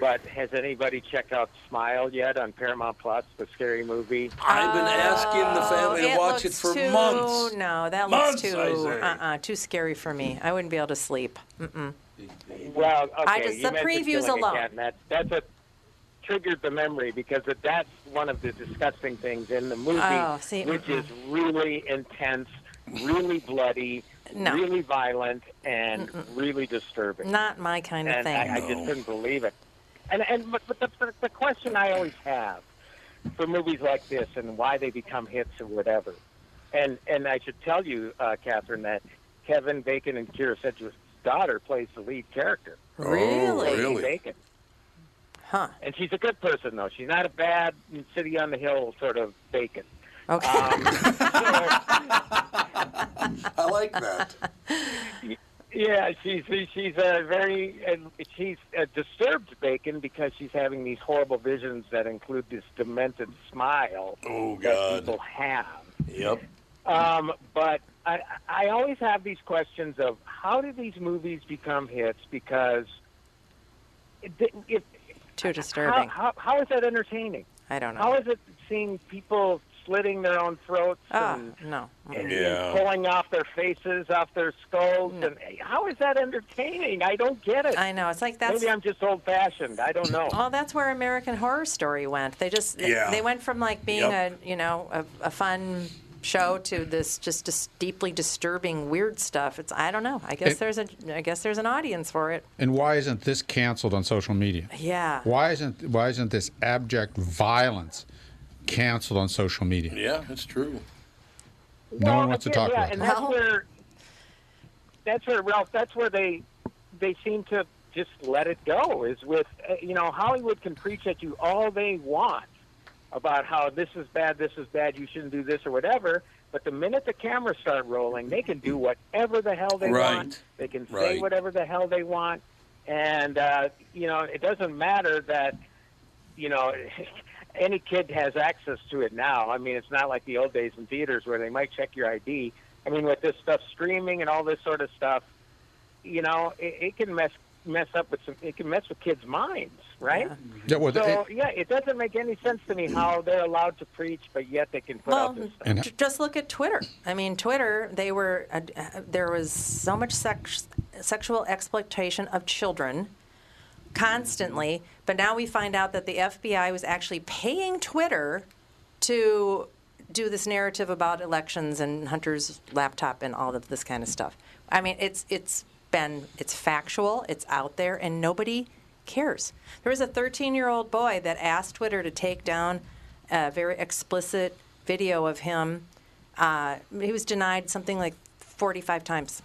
Speaker 10: but has anybody checked out Smile yet on Paramount Plus, the scary movie?
Speaker 1: I've been asking the family to
Speaker 6: Oh, it
Speaker 1: watch it
Speaker 6: looks
Speaker 1: for
Speaker 6: too,
Speaker 1: months.
Speaker 6: No, that
Speaker 1: Months,
Speaker 6: looks too
Speaker 1: I say.
Speaker 6: uh-uh, too scary for me. I wouldn't be able to sleep. Mm-mm.
Speaker 10: Well, okay,
Speaker 6: I just-
Speaker 10: you
Speaker 6: the
Speaker 10: mentioned
Speaker 6: previews
Speaker 10: killing a
Speaker 6: alone.
Speaker 10: cat, and that, that's what triggered the memory because it- that's one of the disgusting things in the movie,
Speaker 6: Oh, see,
Speaker 10: which
Speaker 6: mm-mm.
Speaker 10: is really intense, really bloody,
Speaker 6: No.
Speaker 10: really violent, and
Speaker 6: Mm-mm.
Speaker 10: really disturbing.
Speaker 6: Not my kind of
Speaker 10: and
Speaker 6: thing.
Speaker 10: I, I just couldn't believe it. And and but, but the, but the question I always have for movies like this and why they become hits or whatever, and and I should tell you, uh, Catherine, that Kevin Bacon and Kira Sedgwick's daughter plays the lead character.
Speaker 6: Oh, Really?
Speaker 10: Lady
Speaker 6: really?
Speaker 10: Bacon.
Speaker 6: Huh.
Speaker 10: And she's a good person though. She's not a bad city on the hill sort of Bacon.
Speaker 6: Okay.
Speaker 10: Uh, Um, *laughs*
Speaker 1: I like that.
Speaker 10: Yeah, she's she's a very and she's a disturbed Bacon because she's having these horrible visions that include this demented smile
Speaker 1: Oh,
Speaker 10: that
Speaker 1: God.
Speaker 10: people have.
Speaker 1: Yep.
Speaker 10: Um, but I I always have these questions of how do these movies become hits because it, if
Speaker 6: Too
Speaker 10: how,
Speaker 6: disturbing.
Speaker 10: how how is that entertaining?
Speaker 6: I don't know.
Speaker 10: How is it seeing people slitting their own throats
Speaker 6: Ah,
Speaker 10: and
Speaker 6: no.
Speaker 10: and
Speaker 6: Yeah.
Speaker 10: pulling off their faces, off their skulls. And how is that entertaining? I don't get it.
Speaker 6: Hmm. I know. It's like that's-
Speaker 10: maybe I'm just old fashioned. I don't know.
Speaker 6: Well, that's where American Horror Story went. They just
Speaker 10: Yeah.
Speaker 6: they went from like being
Speaker 10: Yep.
Speaker 6: a you know a, a fun show to this just dis- deeply disturbing weird stuff. It's I don't know. I guess
Speaker 3: It-
Speaker 6: there's a I guess there's an audience for it.
Speaker 3: And why isn't this canceled on social media?
Speaker 6: Yeah.
Speaker 3: Why isn't why isn't this abject violence canceled on social media?
Speaker 1: Yeah, that's true.
Speaker 3: No one wants to
Speaker 10: yeah,
Speaker 3: talk
Speaker 10: yeah,
Speaker 3: about
Speaker 10: and
Speaker 3: it.
Speaker 10: that's where that's where Ralph. That's where they they seem to just let it go. Is with uh, you know Hollywood can preach at you all they want about how this is bad, this is bad, you shouldn't do this or whatever. But the minute the cameras start rolling, they can do whatever the hell they
Speaker 1: Right.
Speaker 10: want. They can say
Speaker 1: Right.
Speaker 10: whatever the hell they want, and uh, you know it doesn't matter that you know *laughs* any kid has access to it now. I mean, it's not like the old days in theaters where they might check your ID. I mean, with this stuff streaming and all this sort of stuff, you know, it, it can mess mess up with some. It can mess with kids' minds, right?
Speaker 3: Yeah, well,
Speaker 10: so
Speaker 3: it-
Speaker 10: yeah, it doesn't make any sense to me how they're allowed to preach, but yet they can put out this.
Speaker 6: Well, j- just look at Twitter. I mean, Twitter. They were uh, uh, there was so much sex, sexual exploitation of children constantly, but now we find out that the FBI was actually paying Twitter to do this narrative about elections and Hunter's laptop and all of this kind of stuff. I mean, it's it's been it's factual, it's out there, and nobody cares. There was a 13-year-old boy that asked Twitter to take down a very explicit video of him. Uh, he was denied something like 45 times.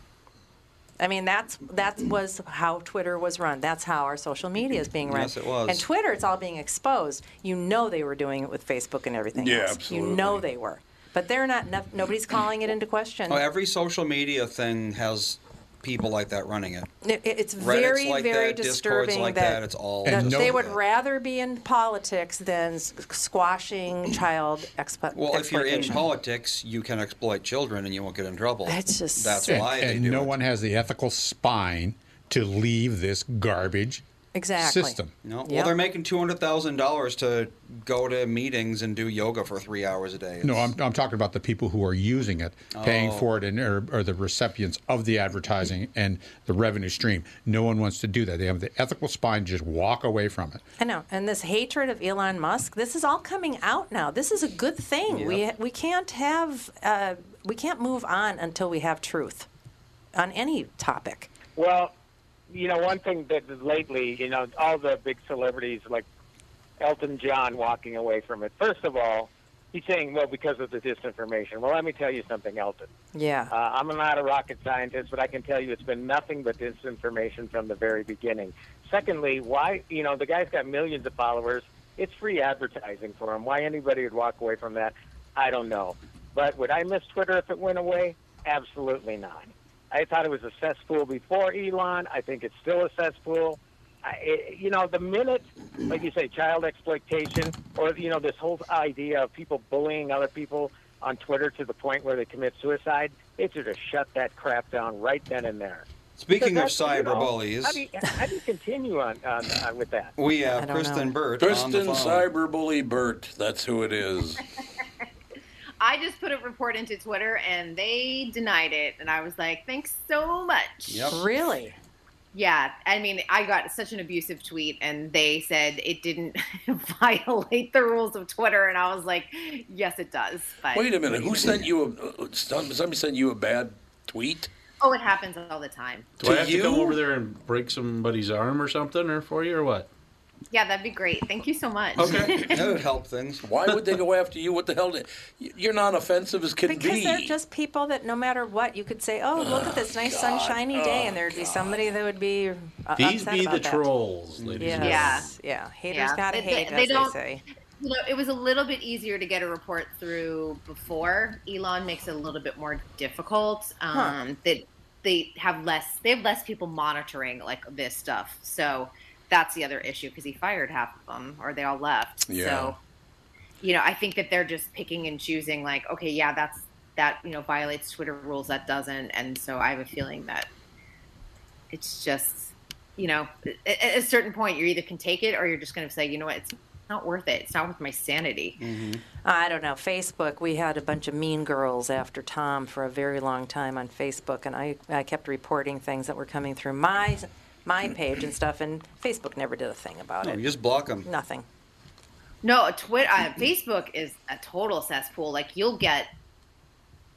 Speaker 6: I mean, that's that was how Twitter was run. That's how our social media is being run.
Speaker 4: Yes, it was.
Speaker 6: And Twitter, it's all being exposed. You know they were doing it with Facebook and everything
Speaker 4: Yeah,
Speaker 6: else. You
Speaker 4: absolutely.
Speaker 6: know they were, but they're not. No, nobody's calling it into question.
Speaker 4: Oh, every social media thing has people like that running it.
Speaker 6: It- it- it's
Speaker 4: Reddit's
Speaker 6: very,
Speaker 4: like
Speaker 6: very
Speaker 4: that, Discord's
Speaker 6: disturbing
Speaker 4: like
Speaker 6: that,
Speaker 4: that, it's all
Speaker 6: that
Speaker 4: And no-
Speaker 6: they would rather be in politics than s-
Speaker 4: *clears throat*
Speaker 6: squashing child expo-
Speaker 4: Well, if you're in
Speaker 6: exploitation.
Speaker 4: politics, you can exploit children and you won't get in trouble.
Speaker 6: It's just-
Speaker 4: that's
Speaker 3: and,
Speaker 4: why they
Speaker 3: and
Speaker 4: do
Speaker 3: no
Speaker 4: it.
Speaker 3: one has the ethical spine to leave this garbage
Speaker 6: Exactly.
Speaker 3: system.
Speaker 4: No, well,
Speaker 6: Yep.
Speaker 4: they're making two hundred thousand dollars to go to meetings and do yoga for three hours a day.
Speaker 3: No, I'm, I'm talking about the people who are using it, paying
Speaker 4: Oh.
Speaker 3: for it, and are, are the recipients of the advertising and the revenue stream. No one wants to do that. They have the ethical spine to just walk away from it.
Speaker 6: I know, and this hatred of Elon Musk, this is all coming out now. This is a good thing. We we can't have uh, we can't move on until we have truth. on any topic.
Speaker 10: Well, you know, one thing that lately, you know, all the big celebrities like Elton John walking away from it. First of all, he's saying, well, because of the disinformation. Well, let me tell you something, Elton.
Speaker 6: Yeah.
Speaker 10: Uh, I'm not a rocket scientist, but I can tell you it's been nothing but disinformation from the very beginning. Secondly, why, you know, the guy's got millions of followers. It's free advertising for him. Why anybody would walk away from that, I don't know. But would I miss Twitter if it went away? Absolutely not. I thought it was a cesspool before Elon. I think it's still a cesspool. I, it, you know, the minute, like you say, child exploitation, or you know, this whole idea of people bullying other people on Twitter to the point where they commit suicide, they should have shut that crap down right then and there.
Speaker 4: Speaking of
Speaker 10: Because that's, you know,
Speaker 4: cyberbullies-
Speaker 10: how do you, how do you continue on, on, on with that?
Speaker 4: We have Kristen Burt on the
Speaker 1: Kristen
Speaker 4: phone.
Speaker 1: Cyberbully Burt. That's who it is.
Speaker 13: I just put a report into Twitter and they denied it. And I was like, thanks so much.
Speaker 6: Really?
Speaker 13: Yeah. I mean, I got such an abusive tweet and they said it didn't *laughs* violate the rules of Twitter. And I was like, yes, it does. But
Speaker 1: Wait a minute. Who sent you a? uh, some- Somebody sent you a bad tweet.
Speaker 13: Oh, it happens all the time.
Speaker 2: Do I have to come over there and break somebody's arm or something, or for you, or what?
Speaker 13: Yeah, that'd be great. Thank you so much.
Speaker 4: that would help things.
Speaker 1: Why would they go after you? What the hell? did- You're not offensive as can
Speaker 6: Because
Speaker 1: be. *laughs*
Speaker 6: they're just people that no matter what, you could say, oh, look at this nice sunshiny day, and there'd be somebody that would be uh,
Speaker 2: These
Speaker 6: upset
Speaker 2: be
Speaker 6: about
Speaker 2: the
Speaker 6: that.
Speaker 2: trolls, ladies and gentlemen.
Speaker 6: Yes. Yeah. Haters
Speaker 13: Yeah.
Speaker 6: gotta
Speaker 13: They-
Speaker 6: hate,
Speaker 13: they-
Speaker 6: as
Speaker 13: they
Speaker 6: they,
Speaker 13: don't-
Speaker 6: say.
Speaker 13: You know, it was a little bit easier to get a report through before. Elon makes it a little bit more difficult. Um, That they have less, they have less people monitoring like this stuff. So that's the other issue because he fired half of them, or they all left.
Speaker 7: Yeah.
Speaker 13: So you know, I think that they're just picking and choosing. Like, okay, yeah, that's that you know violates Twitter rules, that doesn't, and so I have a feeling that it's just you know at, at a certain point you either can take it or you're just going to say you know what it's not worth it it's not worth my sanity
Speaker 6: I don't know. Facebook, we had a bunch of mean girls after Tom for a very long time on Facebook, and I, I kept reporting things that were coming through my my page and stuff, and Facebook never did a thing about
Speaker 4: No,
Speaker 6: it.
Speaker 4: you just block them.
Speaker 6: Nothing.
Speaker 13: no twitter uh, facebook is a total cesspool like you'll get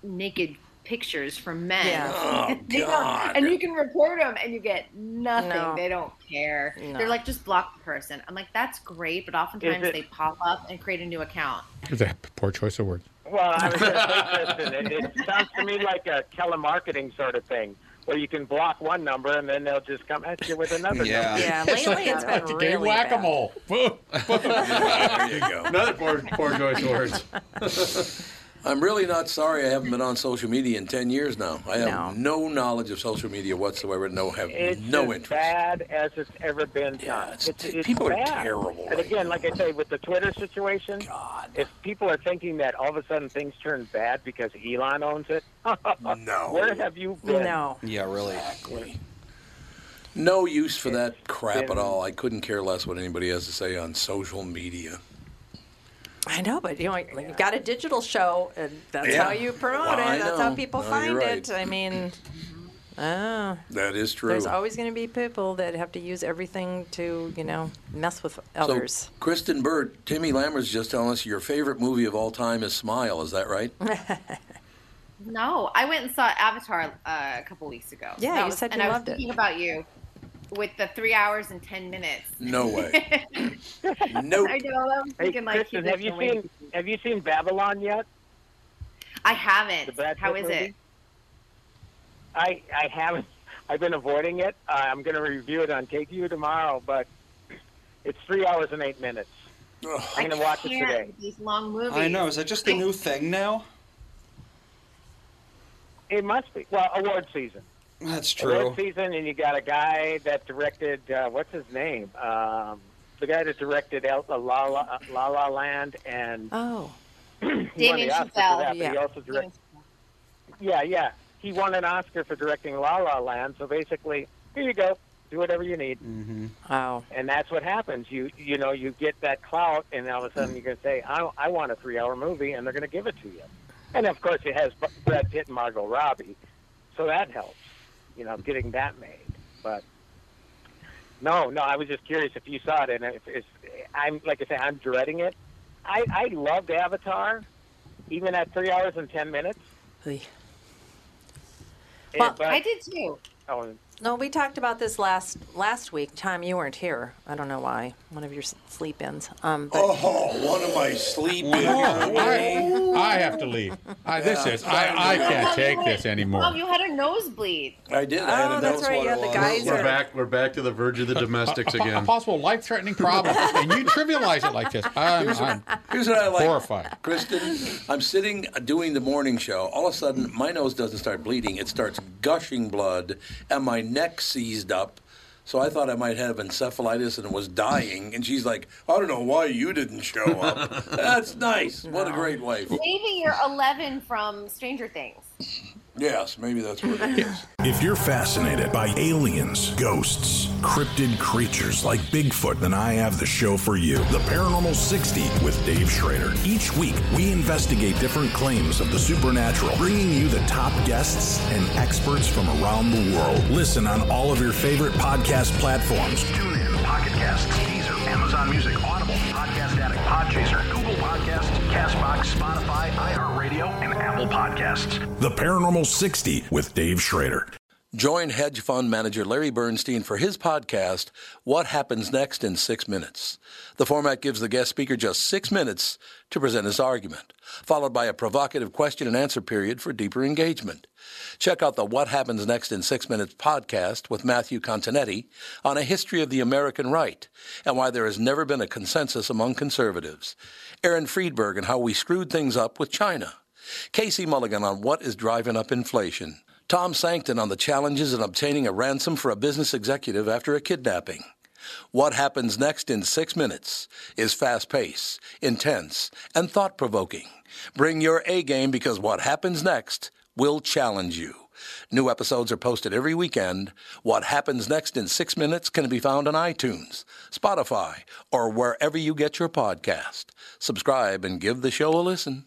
Speaker 13: naked pictures from men
Speaker 6: Yeah. Oh,
Speaker 13: *laughs* They don't-
Speaker 6: God.
Speaker 13: and you can report them and you get nothing
Speaker 6: No.
Speaker 13: they don't care
Speaker 6: No.
Speaker 13: they're like just block the person i'm like that's great but oftentimes
Speaker 6: it-
Speaker 13: they pop up and create a new account
Speaker 3: That poor choice of words.
Speaker 10: *laughs* Well, I was going to say, Kristen, it, it sounds to me like a telemarketing sort of thing, where you can block one number and then they'll just come at you with another.
Speaker 4: Yeah.
Speaker 10: number.
Speaker 1: *laughs*
Speaker 4: Yeah,
Speaker 6: lately
Speaker 3: *laughs*
Speaker 6: it's
Speaker 3: Game
Speaker 6: been really bad.
Speaker 3: whack-a-mole. *laughs*
Speaker 1: there you go.
Speaker 2: Another poor, poor choice of words.
Speaker 1: *laughs* I'm really not sorry I haven't been on social media in 10 years now. I have no, knowledge of social media whatsoever. No, have
Speaker 10: It's
Speaker 1: no
Speaker 10: as
Speaker 1: interest.
Speaker 10: bad as it's ever been done. it's, it's
Speaker 1: people are
Speaker 10: bad.
Speaker 1: terrible
Speaker 10: And
Speaker 1: right
Speaker 10: again, like I say, with the Twitter situation, if people are thinking that all of a sudden things turn bad because Elon owns it, *laughs* no. where have you been?
Speaker 4: Yeah, really.
Speaker 1: No use for that crap at all. I couldn't care less what anybody has to say on social media.
Speaker 6: I know, but you know, like, you've got a digital show, and that's
Speaker 1: Yeah.
Speaker 6: how you promote
Speaker 1: Well, I
Speaker 6: it. That's how
Speaker 1: know.
Speaker 6: people
Speaker 1: No,
Speaker 6: find
Speaker 1: you're right.
Speaker 6: it. I mean, oh,
Speaker 1: That is true.
Speaker 6: there's always going to be people that have to use everything to, you know, mess with others.
Speaker 1: So, Kristen Burt, Timmy Lammer's just telling us your favorite movie of all time is Smile. Is that right?
Speaker 13: *laughs* No, I went and saw Avatar uh, a couple weeks ago.
Speaker 6: Yeah,
Speaker 13: That
Speaker 6: you
Speaker 13: was-
Speaker 6: said
Speaker 13: and
Speaker 6: you
Speaker 13: I
Speaker 6: loved
Speaker 13: was
Speaker 6: it.
Speaker 13: thinking about you with the three hours and ten minutes.
Speaker 1: No way.
Speaker 13: *laughs*
Speaker 10: Nope.
Speaker 13: I know. I'm
Speaker 10: Hey,
Speaker 13: thinking like
Speaker 10: Kristen,
Speaker 13: he
Speaker 10: have you
Speaker 13: doesn't
Speaker 10: seen have you seen Babylon yet?
Speaker 13: I haven't.
Speaker 10: Brad
Speaker 13: How
Speaker 10: Pitt
Speaker 13: is it?
Speaker 10: movie? I I haven't. *laughs* I've been avoiding it. Uh, I'm going to review it on KQ tomorrow, but it's three hours and eight minutes. I'm going to watch it
Speaker 13: Can't
Speaker 10: today.
Speaker 13: with These long movies.
Speaker 4: I know. Is that just the new thing now?
Speaker 10: It must be. Well, award season.
Speaker 4: That's
Speaker 10: Award
Speaker 4: true.
Speaker 10: season, and you got a guy that directed uh, what's his name? Um, the guy that directed El, uh, La, La La La Land and
Speaker 6: oh,
Speaker 10: *clears throat* he won
Speaker 13: Damien
Speaker 10: the Oscar for
Speaker 13: Chazelle.
Speaker 10: that, but he
Speaker 13: Yeah.
Speaker 10: also direct- yeah, yeah. He won an Oscar for directing La La Land. So basically, here you go. Do whatever you need.
Speaker 4: Mm-hmm.
Speaker 6: Wow.
Speaker 10: And that's what happens. You you know you get that clout, and all of a sudden you're going to say, I, "I want a three-hour movie," and they're going to give it to you. And of course, it has Brad Pitt and Margot Robbie, so that helps. You know, getting that made. But no, no, I was just curious if you saw it, and if it's, I'm like I say, I'm dreading it. I I loved Avatar, even at three hours and ten minutes.
Speaker 6: Oy. Well,
Speaker 13: I did too.
Speaker 10: Oh,
Speaker 6: No, we talked about this last last week. Tom, you weren't here. I don't know why. One of your s- sleep-ins. Um, but Oh,
Speaker 1: Oh, one of my sleep.
Speaker 3: I, I have to leave. I, this
Speaker 1: Yeah.
Speaker 3: is I, I can't take this
Speaker 13: Mom,
Speaker 3: anymore.
Speaker 13: you had a nosebleed.
Speaker 1: I did. I
Speaker 2: Oh,
Speaker 1: had a
Speaker 13: that's right, you had the
Speaker 2: We're back. We're back to the verge of the domestics
Speaker 3: *laughs* A- a- A
Speaker 2: again.
Speaker 3: possible life-threatening problem,
Speaker 2: *laughs*
Speaker 3: and you trivialize it like this. I'm,
Speaker 1: Here's what-
Speaker 3: I'm
Speaker 1: Here's what I like.
Speaker 3: horrified.
Speaker 1: Kristen, I'm sitting uh, doing the morning show. All of a sudden, my nose doesn't start bleeding. It starts gushing blood, and my neck seized up. So I thought I might have encephalitis and was dying. And she's like, I don't know why you didn't show *laughs* up. That's nice. What a great wife.
Speaker 13: Saving your 11 from Stranger Things.
Speaker 1: Yes, maybe that's what it is.
Speaker 8: If you're fascinated by aliens, ghosts, cryptid creatures like Bigfoot, then I have the show for you The Paranormal 60 with Dave Schrader. Each week, we investigate different claims of the supernatural, bringing you the top guests and experts from around the world. Listen on all of your favorite podcast platforms. TuneIn, Pocket Casts, Deezer, Amazon Music, Audible, Podcast Addict, Podchaser, Google Podcasts, Castbox, Spotify, iHeartRadio, and Apple Podcasts. The Paranormal 60 with Dave Schrader.
Speaker 1: Join hedge fund manager Larry Bernstein for his podcast, What Happens Next in Six Minutes. The format gives the guest speaker just six minutes to present his argument, followed by a provocative question and answer period for deeper engagement. Check out the What Happens Next in Six Minutes podcast with Matthew Continetti on a history of the American right and why there has never been a consensus among conservatives, Aaron Friedberg and how we screwed things up with China. Casey Mulligan on what is driving up inflation. Tom Sankton on the challenges in obtaining a ransom for a business executive after a kidnapping. What happens next in six minutes is fast paced, intense, and thought provoking. Bring your A game because what happens next will challenge you. New episodes are posted every weekend. What happens next in six minutes can be found on iTunes, Spotify, or wherever you get your podcast. Subscribe and give the show a listen.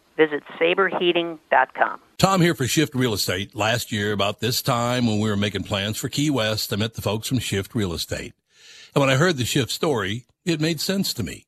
Speaker 14: Visit saberheating.com.
Speaker 15: Tom here for Shift Real Estate. Last year, about this time when we were making plans for Key West, I met the folks from Shift Real Estate. And when I heard the Shift story, it made sense to me.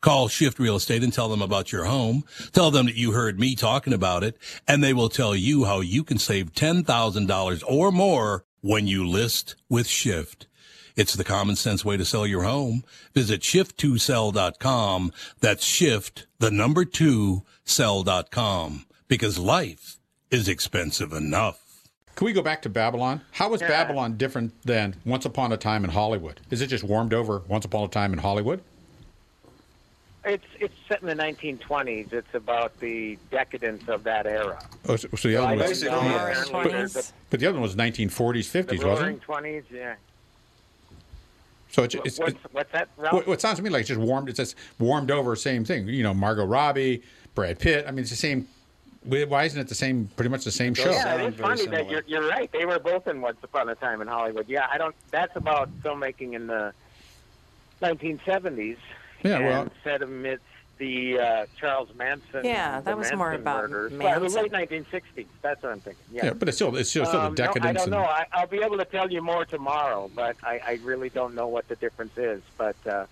Speaker 15: Call Shift Real Estate and tell them about your home. Tell them that you heard me talking about it, and they will tell you how you can save $10,000 or more when you list with Shift. It's the common sense way to sell your home. Visit shift2sell.com. That's shift, the number two, sell.com. Because life is expensive enough.
Speaker 3: Can we go back to Babylon? How is Babylon different than Once Upon a Time in Hollywood? Is it just warmed over Once Upon a Time in Hollywood?
Speaker 10: it's it's set in the 1920s. It's about the decadence of that era.
Speaker 3: Oh, so, so the other one was,
Speaker 10: Basically, yeah.
Speaker 3: but, but the other one was 1940s, 50s,
Speaker 10: the
Speaker 3: wasn't
Speaker 10: Roaring
Speaker 3: it?
Speaker 10: 20s, yeah.
Speaker 3: So it's, it's,
Speaker 10: what's, what's that? Ralph?
Speaker 3: What, what sounds to me like it's just warmed. It's just warmed over. Same thing. You know, Margot Robbie, Brad Pitt. I mean, it's the same. Why isn't it the same? Pretty much the same show.
Speaker 10: Yeah, it's funny that you're, you're right. They were both in Once Upon a Time in Hollywood. Yeah, I don't. That's about filmmaking in the 1970s.
Speaker 3: Yeah, well-
Speaker 10: and set amidst the uh, Charles Manson.
Speaker 6: Yeah, that
Speaker 10: the
Speaker 6: was
Speaker 10: Manson
Speaker 6: more about
Speaker 10: murders.
Speaker 6: Manson.
Speaker 10: Well, the late 1960s. That's what I'm thinking. Yeah,
Speaker 3: Yeah, but it's still- it's still- still the
Speaker 10: Um, no, I
Speaker 3: decadence
Speaker 10: don't
Speaker 3: and-
Speaker 10: know. I, I'll be able to tell you more tomorrow, but I, I really don't know what the difference is. But uh,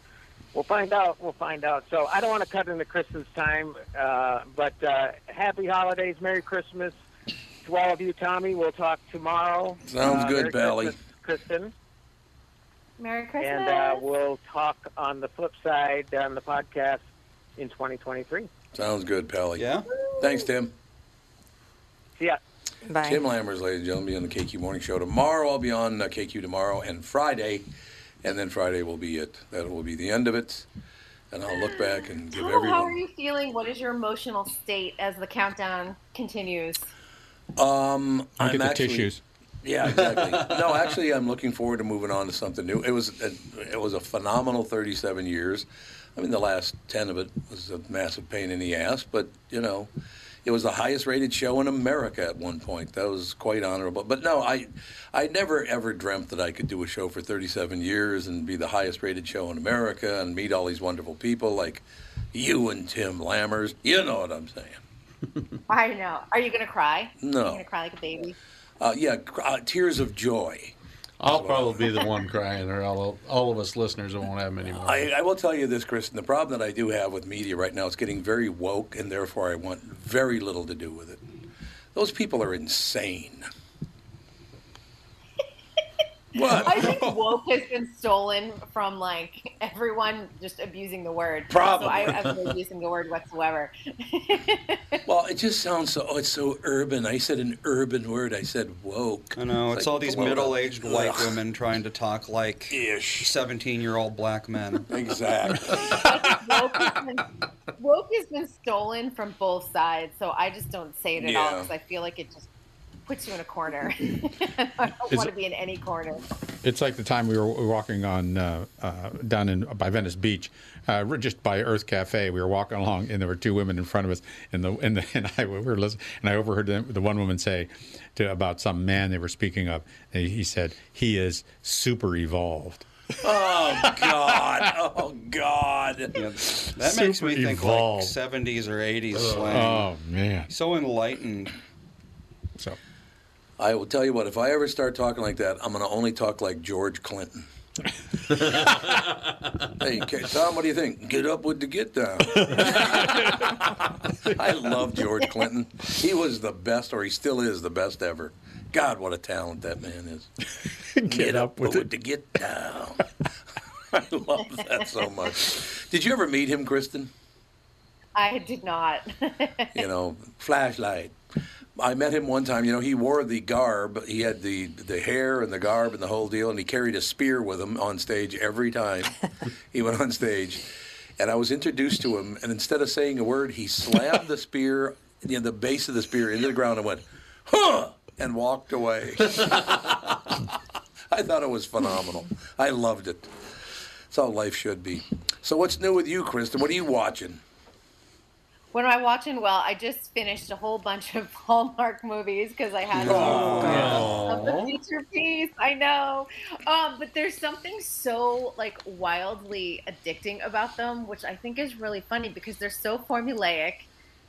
Speaker 10: we'll find out. We'll find out. So I don't want to cut into Christmas time, uh, but uh, happy holidays, Merry Christmas to all of you, Tommy. We'll talk tomorrow.
Speaker 1: Sounds
Speaker 10: Uh,
Speaker 1: good,
Speaker 10: Merry
Speaker 1: Pally.
Speaker 10: Christmas, Kristen.
Speaker 13: Merry Christmas.
Speaker 10: And uh, we'll talk on the flip side on the podcast in 2023.
Speaker 1: Sounds good, Pally. Yeah. Thanks, Tim.
Speaker 10: See ya.
Speaker 6: Bye.
Speaker 1: Tim Lammers, ladies and gentlemen, be on the KQ Morning Show tomorrow. I'll be on uh, KQ tomorrow and Friday. and then Friday will be it. That will be the end of it, and I'll look back and give
Speaker 13: Total, Oh, how are
Speaker 1: everyone.
Speaker 13: you feeling? What is your emotional state as the countdown continues?
Speaker 1: Um,
Speaker 3: I'll
Speaker 1: I'm
Speaker 3: get the
Speaker 1: actually-
Speaker 3: tissues.
Speaker 1: Yeah, exactly. no, actually, I'm looking forward to moving on to something new. It was a, it was a phenomenal 37 years. I mean, the last 10 of it was a massive pain in the ass, but you know, it was the highest rated show in America at one point. That was quite honorable. But no, I I never ever dreamt that I could do a show for 37 years and be the highest rated show in America and meet all these wonderful people like you and Tim Lammers. You know what I'm saying?
Speaker 13: I know. Are you gonna cry?
Speaker 1: No.
Speaker 13: Are you gonna cry like a baby?
Speaker 1: Uh, yeah, cr- uh, tears of joy.
Speaker 2: I'll probably be the one crying, or all, all of us listeners won't have many more.
Speaker 1: I, I will tell you this, Kristen. The problem that I do have with media right now is getting very woke, and therefore I want very little to do with it. Those people are insane. What? *laughs*
Speaker 13: I think woke has been stolen from like everyone just abusing the word.
Speaker 1: Probably.
Speaker 13: So I,
Speaker 1: *laughs*
Speaker 13: I'm not using the word whatsoever.
Speaker 1: Well, it just sounds so. Oh, it's so urban. I said an urban word. I said woke.
Speaker 4: I know. It's, all these
Speaker 1: blow it up.
Speaker 4: middle-aged white
Speaker 1: Ugh.
Speaker 4: women trying to talk like seventeen-year-old black men. *laughs*
Speaker 1: Exactly.
Speaker 13: woke, has been, woke has been stolen from both sides, so I just don't say it at all
Speaker 3: Yeah.
Speaker 13: because I feel like it just puts you in a corner. *laughs* I don't
Speaker 3: Is
Speaker 13: want
Speaker 3: it-
Speaker 13: to be in any corner.
Speaker 3: It's like the time we were walking on uh, uh, down in by Venice Beach, uh, we're just by Earth Cafe. We were walking along, and there were two women in front of us, and the and, the, *laughs* and I we were listening, and I overheard them, the one woman say to, about some man they were speaking of. And he said he is super evolved.
Speaker 1: Oh God! Oh God!
Speaker 4: That makes me
Speaker 3: Super
Speaker 4: think
Speaker 3: evolved. Uh,
Speaker 4: like seventies or eighties
Speaker 1: Ugh.
Speaker 4: slang.
Speaker 1: Oh,
Speaker 3: man,
Speaker 4: so enlightened.
Speaker 3: So
Speaker 1: I will tell you what. If I ever start talking like that, I'm going to only talk like George Clinton. *laughs* hey, K- Tom, what do you think? Get up with the get down. *laughs* I love George Clinton. He was the best, or he still is the best ever. God, what a talent that man is. *laughs* Get, up, with, the get down. *laughs* I love that so much. Did you ever meet him, Kristen?
Speaker 13: I did not. *laughs*
Speaker 1: you know, flashlight. I met him one time. You know, he wore the garb. He had the the hair and the garb and the whole deal, and he carried a spear with him on stage every time he went on stage. And I was introduced to him, and instead of saying a word, he slammed the spear, you know, the base of the spear, into the ground and went, "Huh," and walked away. *laughs* I thought it was phenomenal. I loved it. That's how life should be. So, what's new with you, Kristen? What are you watching?
Speaker 13: What am I watching? Well, I just finished a whole bunch of *laughs* Hallmark movies because I had of the feature piece. I know, um, but there's something so like wildly addicting about them, which I think is really funny because they're so formulaic,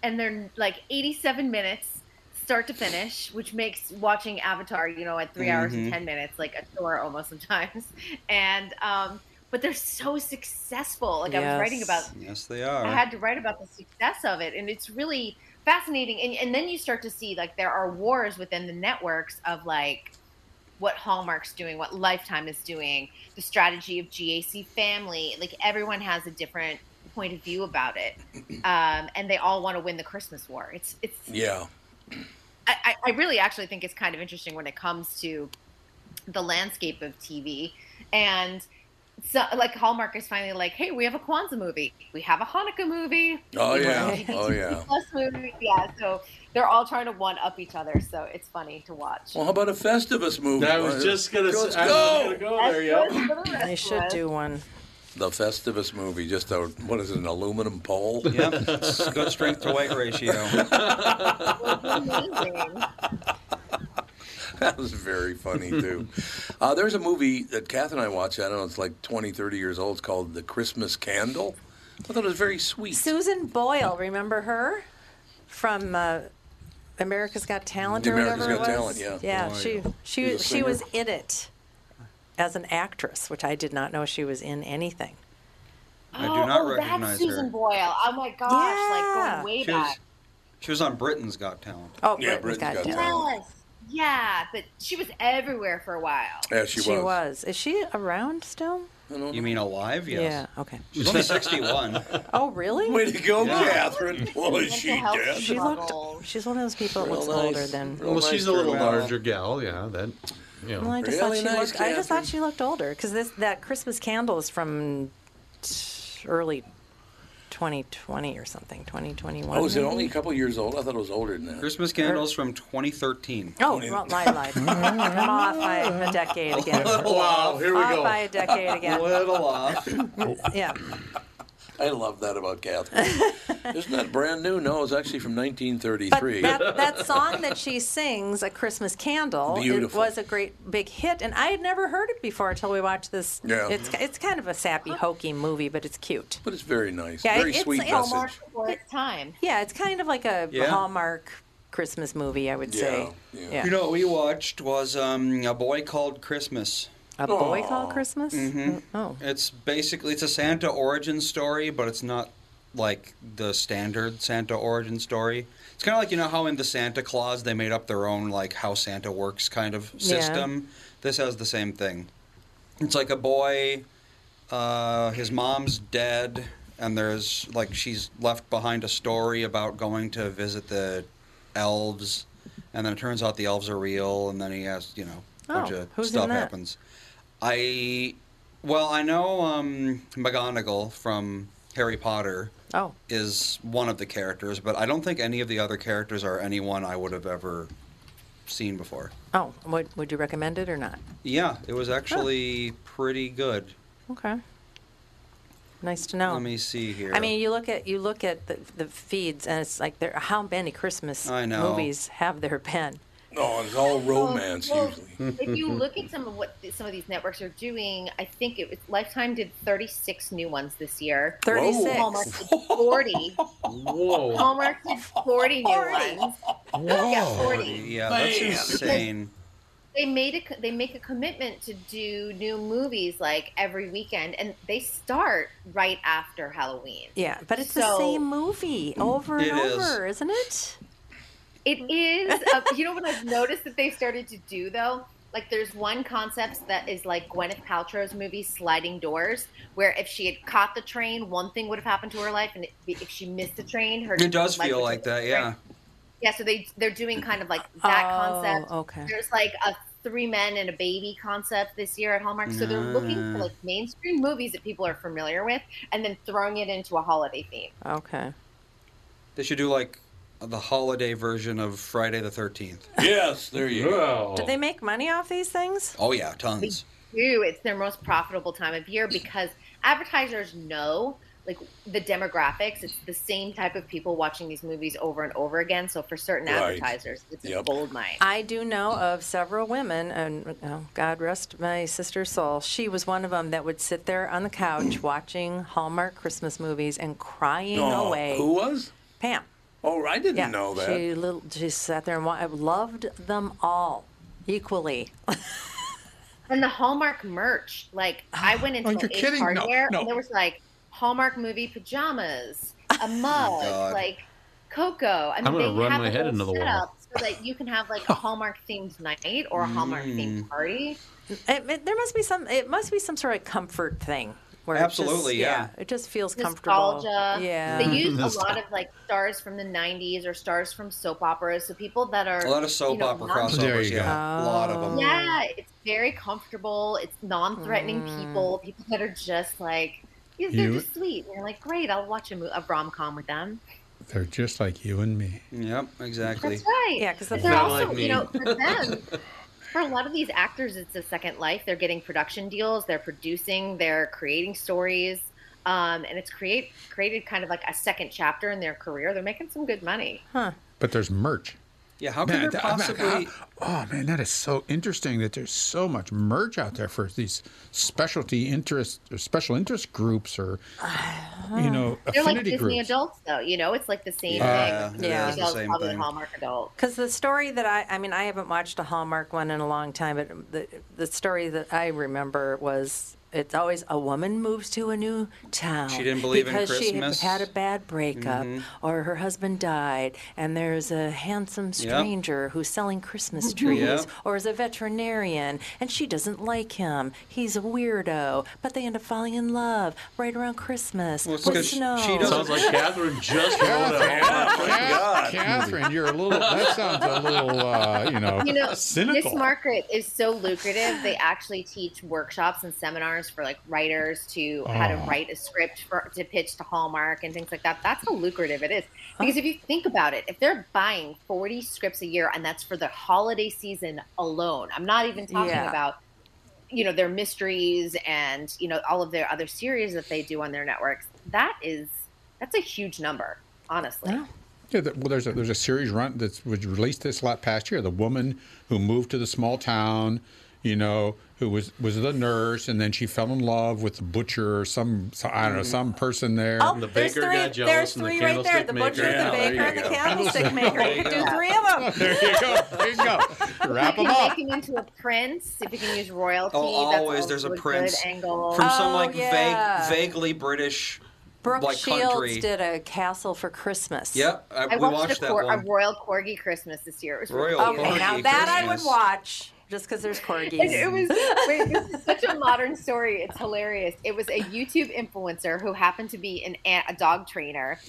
Speaker 13: and they're like 87 minutes start to finish, which makes watching Avatar, you know, at 3 hours and
Speaker 16: Mhm.
Speaker 13: 10 minutes like a chore almost sometimes, and um, but they're so successful. Like I was writing about
Speaker 4: Yes, they are.
Speaker 13: I had to write about the success of it, and it's really fascinating. And, and then you start to see like there are wars within the networks of like what Hallmark's doing, what Lifetime is doing, the strategy of GAC Family. Like everyone has a different point of view about it, um, and they all want to win the Christmas war. It's it's
Speaker 1: Yeah.
Speaker 13: I, I I really actually think it's kind of interesting when it comes to the landscape of TV. And so, like, Hallmark is finally like, hey, we have a Kwanzaa movie. We have a Hanukkah movie.
Speaker 1: Oh,
Speaker 13: we have
Speaker 1: yeah.
Speaker 13: an LGBT
Speaker 1: Oh, yeah.
Speaker 13: Plus movie. Yeah. So they're all trying to one up each other. So it's funny to watch.
Speaker 1: Well, how about a Festivus movie?
Speaker 2: I was just gonna
Speaker 1: Let's
Speaker 2: say- I was
Speaker 1: go.
Speaker 2: gonna go there, yeah.
Speaker 6: They should do one.
Speaker 1: The Festivus movie, just a what is it, an aluminum pole?
Speaker 4: Yep, good strength to weight
Speaker 1: *laughs*
Speaker 4: ratio.
Speaker 1: that was very funny too. Uh, there's a movie that Kath and I watched. I don't know, it's like 20, 30 years old. It's called The Christmas Candle. *laughs* I thought it was very sweet.
Speaker 6: Susan Boyle, remember her from uh, America's Got Talent
Speaker 1: The
Speaker 6: or
Speaker 1: America's
Speaker 6: whatever
Speaker 1: Got
Speaker 6: it was?
Speaker 1: Talent, Oh, yeah.
Speaker 6: Yeah,
Speaker 1: Boyle.
Speaker 6: she
Speaker 1: She's
Speaker 6: she
Speaker 1: a
Speaker 6: she was
Speaker 1: singer.
Speaker 6: in it as an actress, which I did not know she was in anything.
Speaker 4: I do not
Speaker 13: oh,
Speaker 4: recognize
Speaker 13: that's Susan
Speaker 4: her.
Speaker 13: Boyle. Oh, my gosh. Like, going way
Speaker 4: She
Speaker 13: back.
Speaker 4: was, she was on Britain's Got Talent.
Speaker 6: Oh, Yeah, Britain's Britain's Got Got Talent.
Speaker 13: Yes. Yeah. But she was everywhere for a while.
Speaker 4: Yeah, she
Speaker 6: she
Speaker 4: was.
Speaker 6: Is she around still?
Speaker 4: You mean alive? Yes.
Speaker 6: Yeah, okay.
Speaker 4: She's only 61.
Speaker 6: *laughs* Oh, really?
Speaker 1: Way to go,
Speaker 4: Yeah.
Speaker 1: Catherine. Boy, she dead.
Speaker 6: She looked. She's one of those people that
Speaker 1: Real
Speaker 6: looks
Speaker 1: nice.
Speaker 6: older than.
Speaker 2: well, she's a
Speaker 1: Real
Speaker 2: little
Speaker 1: nice girl.
Speaker 2: larger gal, yeah. That You know.
Speaker 6: Well, I just thought she looked. I just thought she looked older because this that Christmas candle is from t- early 2020 or something. 2021.
Speaker 1: *laughs* Oh, is it
Speaker 6: maybe?
Speaker 1: only a couple years old? I thought it was older than that.
Speaker 4: Christmas candles from 2013.
Speaker 6: Oh, well,
Speaker 1: *laughs*
Speaker 6: my life. I'm off by a decade again.
Speaker 4: Wow, here we
Speaker 6: off
Speaker 4: go.
Speaker 6: by a
Speaker 1: *laughs*
Speaker 6: decade again.
Speaker 4: Little off.
Speaker 6: yeah.
Speaker 1: I love that about Catherine. Isn't that brand new? No, it's actually from 1933.
Speaker 6: That, that song that she sings, A Christmas Candle,
Speaker 1: Beautiful.
Speaker 6: it was a great big hit, and I had never heard it before until we watched this.
Speaker 1: Yeah.
Speaker 6: It's, it's kind of a sappy, hokey movie, but it's cute.
Speaker 1: But it's very nice.
Speaker 6: Yeah,
Speaker 1: very
Speaker 6: it's-
Speaker 1: sweet
Speaker 6: it's
Speaker 1: message.
Speaker 6: Hallmark
Speaker 13: for its time.
Speaker 6: Yeah, it's kind of like a
Speaker 4: Yeah.
Speaker 6: Hallmark Christmas movie, I would say.
Speaker 4: You know what we watched was um, a boy called Christmas.
Speaker 6: A Boy Called Christmas?
Speaker 4: Mhm.
Speaker 6: Oh.
Speaker 4: It's basically it's a Santa origin story, but it's not like the standard Santa origin story. It's kind of like you know how in the Santa Claus they made up their own like how Santa works kind of
Speaker 16: Yeah.
Speaker 4: system. This has the same thing. It's like a boy. Uh, his mom's dead, and there's like she's left behind a story about going to visit the elves, and then it turns out the elves are real, and then he has you know a bunch
Speaker 16: Oh,
Speaker 4: of
Speaker 16: who's in
Speaker 4: stuff
Speaker 16: that?
Speaker 4: happens. I well, I know um, McGonagall from Harry Potter
Speaker 6: Oh.
Speaker 4: is one of the characters, but I don't think any of the other characters are anyone I would have ever seen before.
Speaker 6: Oh, would, would you recommend it or not?
Speaker 4: Yeah, it was actually pretty good.
Speaker 6: Okay. Nice to know.
Speaker 4: Let me see here.
Speaker 6: I mean, you look at you look at the, the feeds, and it's like there. How many Christmas
Speaker 4: I know.
Speaker 6: movies have there been?
Speaker 1: No, Oh, it's all romance
Speaker 13: Well,
Speaker 1: usually.
Speaker 13: if
Speaker 1: *laughs*
Speaker 13: you look at some of what th- some of these networks are doing, I think it was Lifetime did 36 new ones this year.
Speaker 6: 36.
Speaker 13: Hallmark did
Speaker 1: *laughs*
Speaker 13: 40.
Speaker 1: Oh.
Speaker 4: Whoa.
Speaker 13: Hallmark did 40 new ones. Yeah, 40.
Speaker 4: Yeah, that's
Speaker 16: Man.
Speaker 4: insane.
Speaker 13: They made a co- they make a commitment to do new movies like every weekend, and they start right after Halloween.
Speaker 6: Yeah, but it's the
Speaker 13: So-
Speaker 6: same movie over and
Speaker 13: It is.
Speaker 6: over, is. not it?
Speaker 13: It is. uh, you know what I've noticed that they started to do though? Like there's one concept that is like Gwyneth Paltrow's movie Sliding Doors, where if she had caught the train, one thing would have happened to her life, and if she missed the train, her
Speaker 4: It does
Speaker 13: life
Speaker 4: feel
Speaker 13: would-
Speaker 4: like that, yeah.
Speaker 13: yeah. So they they're doing kind of like that concept.
Speaker 6: Oh, okay.
Speaker 13: There's like a three men and a baby concept this year at Hallmark, so they're looking for
Speaker 4: Mm.
Speaker 6: Ah.
Speaker 13: like mainstream movies that people are familiar with, and then throwing it into a holiday theme.
Speaker 6: Okay.
Speaker 4: They should do like the holiday version of Friday the 13th.
Speaker 1: *laughs* Yes, there you go.
Speaker 2: Oh.
Speaker 6: Did they make money off these things?
Speaker 4: Oh, yeah, tons.
Speaker 13: do. It's their most profitable time of year because advertisers know like the demographics. It's the same type of people watching these movies over and over again. So for certain
Speaker 6: Right.
Speaker 13: advertisers, it's a gold mine.
Speaker 6: I do know of several women, and oh, God rest my sister's soul. She was one of them that would sit there on
Speaker 4: *clears throat*
Speaker 6: the couch watching Hallmark Christmas movies and crying
Speaker 1: Oh,
Speaker 6: away.
Speaker 1: who was?
Speaker 6: Pam.
Speaker 1: Oh, I didn't
Speaker 6: yeah,
Speaker 1: know that.
Speaker 6: She little, she sat there and wa- loved them all equally.
Speaker 13: And the Hallmark merch, like
Speaker 4: *sighs*
Speaker 13: I went into
Speaker 6: Oh,
Speaker 13: an
Speaker 6: you're
Speaker 13: Ace
Speaker 6: kidding. No,
Speaker 13: hardware
Speaker 6: no.
Speaker 13: and there was like Hallmark movie pajamas,
Speaker 4: *laughs* Oh,
Speaker 13: a mug,
Speaker 2: God.
Speaker 13: like Coco. I mean,
Speaker 2: I'm gonna
Speaker 13: they
Speaker 2: run
Speaker 13: have
Speaker 2: my
Speaker 13: a
Speaker 2: head
Speaker 13: whole
Speaker 2: into the wall.
Speaker 13: setup So that you can
Speaker 2: *laughs*
Speaker 13: have like a Hallmark themed night or a Hallmark themed
Speaker 4: Mm.
Speaker 13: party.
Speaker 6: It, it- there must be some. It must be some sort of comfort thing. Where it just-
Speaker 4: Absolutely, yeah.
Speaker 6: It just feels comfortable.
Speaker 13: nostalgia.
Speaker 6: Yeah.
Speaker 13: They
Speaker 4: *laughs*
Speaker 13: use a lot of like stars from the 90s or stars from soap operas. So people that are
Speaker 4: A lot of soap
Speaker 13: you know,
Speaker 4: opera
Speaker 13: non-
Speaker 4: crossovers,
Speaker 3: There you go.
Speaker 4: yeah.
Speaker 6: Oh.
Speaker 4: A lot of them.
Speaker 13: Yeah, it's very comfortable. It's non-threatening people. People that are just like yeah, they're
Speaker 3: You-
Speaker 13: just sweet. And you're like, great, I'll watch a, mo- a rom com with them.
Speaker 3: They're just like you and me.
Speaker 4: Yep, exactly.
Speaker 13: That's right.
Speaker 6: Yeah, because
Speaker 13: they're
Speaker 3: Not
Speaker 13: also
Speaker 3: like me.
Speaker 13: you know for
Speaker 3: *laughs*
Speaker 13: them. For a lot of these actors, it's a second life. They're getting production deals. They're producing. They're creating stories. Um, and it's create created kind of like a second chapter in their career. They're making some good money.
Speaker 6: Huh.
Speaker 3: But there's merch.
Speaker 4: Yeah, how
Speaker 3: Man,
Speaker 4: could there
Speaker 3: th- I'm not-
Speaker 4: possibly?
Speaker 3: Oh man, that is so interesting that there's so much merch out there for these specialty interest or special interest groups or you know
Speaker 13: Uh-huh. They're like
Speaker 3: affinity
Speaker 13: Disney
Speaker 3: groups.
Speaker 13: adults, though. You know, it's like the same
Speaker 3: Yeah,
Speaker 13: thing.
Speaker 3: it Yeah. is the
Speaker 13: Adults,
Speaker 3: same
Speaker 13: probably
Speaker 3: thing.
Speaker 13: Hallmark adult.
Speaker 6: Because the story that I, I mean, I haven't watched a Hallmark one in a long time, but the, the story that I remember was it's always a woman moves to a new town.
Speaker 4: She didn't believe in
Speaker 6: because
Speaker 4: Christmas.
Speaker 6: she had had a bad breakup
Speaker 4: Mhm.
Speaker 6: or her husband died, and there's a handsome stranger who's selling Christmas
Speaker 13: Mm-hmm.
Speaker 4: Mhm.
Speaker 6: trees
Speaker 4: Yep.
Speaker 6: or is a veterinarian, and she doesn't like him. He's a weirdo, but they end up falling in love right around Christmas
Speaker 4: Well, it's
Speaker 6: with
Speaker 4: 'cause she
Speaker 6: snow.
Speaker 2: *laughs*
Speaker 4: doesn't-
Speaker 2: Sounds like Catherine just wrote a Hallmark. Christmas.
Speaker 3: Catherine, you're a
Speaker 13: *laughs*
Speaker 3: little. That sounds a little, uh, you know, *laughs*
Speaker 13: you know,
Speaker 3: cynical.
Speaker 13: this market is so lucrative. They actually teach workshops and seminars for like writers to how to
Speaker 16: Oh.
Speaker 13: write a script for to pitch to Hallmark and things like that. That's how lucrative it is. Because if you think about it, if they're buying 40 scripts a year and that's for the holiday season alone, I'm not even talking
Speaker 16: Yeah.
Speaker 13: about you know their mysteries and you know all of their other series that they do on their networks. That is that's a huge number, honestly.
Speaker 3: Yeah, the, well, there's a, there's a series run that was released this la- past year. The woman who moved to the small town, you know, who was was the nurse, and then she fell in love with the butcher or some, so- I
Speaker 13: Mm-hmm.
Speaker 3: don't know some person there.
Speaker 2: Oh, The there's baker got three- jealous there's and the three right there, candlestick the butcher, maker. the Yeah, there baker, you and the go. candlestick
Speaker 13: *laughs*
Speaker 2: maker. There you
Speaker 13: Could do go. three
Speaker 6: of them.
Speaker 3: *laughs* There you go. There you go. Wrap
Speaker 13: if you
Speaker 3: them
Speaker 13: can
Speaker 3: up.
Speaker 13: make him into a prince, if you can use royalty,
Speaker 4: Oh,
Speaker 13: that's
Speaker 4: always
Speaker 13: always
Speaker 4: there's a
Speaker 13: good
Speaker 4: prince
Speaker 13: angle.
Speaker 4: from some like
Speaker 6: Oh, yeah.
Speaker 4: vague, vaguely British,
Speaker 6: Brooke
Speaker 4: like
Speaker 6: Shields
Speaker 4: country.
Speaker 6: did a castle for Christmas.
Speaker 4: Yep, I-
Speaker 13: I
Speaker 4: we
Speaker 13: watched,
Speaker 4: watched
Speaker 13: a,
Speaker 4: that
Speaker 13: cor- a
Speaker 4: one.
Speaker 13: royal corgi Christmas this year. It was
Speaker 4: Royal
Speaker 13: really cute.
Speaker 6: Okay, now that I would watch just because there's corgis.
Speaker 13: And it was wait, this is such a modern story. It's hilarious. It was a YouTube influencer who happened to be an a, a dog trainer,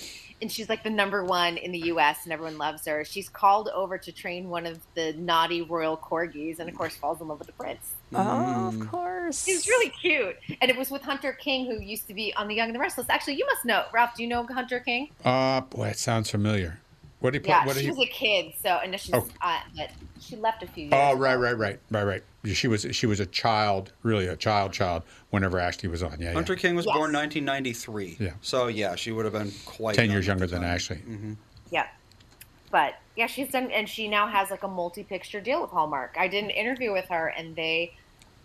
Speaker 13: and she's like the number one in the U.S. and everyone loves her. She's called over to train one of the naughty royal corgis, and of course falls in love with the prince.
Speaker 6: Oh, of course.
Speaker 13: He's really cute, and it was with Hunter King, who used to be on The Young and the Restless. Actually, you must know Ralph. Do you know Hunter King?
Speaker 3: Uh, boy, it sounds familiar. What do you put?
Speaker 13: yeah,
Speaker 3: what do
Speaker 13: she
Speaker 3: you?
Speaker 13: was a kid, so and now she's
Speaker 3: Oh.
Speaker 13: uh, but she left a few years.
Speaker 3: Oh, right, right, right, right, right. She was she was a child, really a child, child. Whenever Ashley was on, yeah, yeah.
Speaker 4: Hunter King was
Speaker 13: Yes.
Speaker 4: born 1993.
Speaker 3: Yeah.
Speaker 4: So yeah, she would have been quite
Speaker 3: ten years younger than Ashley.
Speaker 4: Mm-hmm.
Speaker 13: Yeah. But yeah, she's done, and she now has like a multi picture deal with Hallmark. I did an interview with her, and they,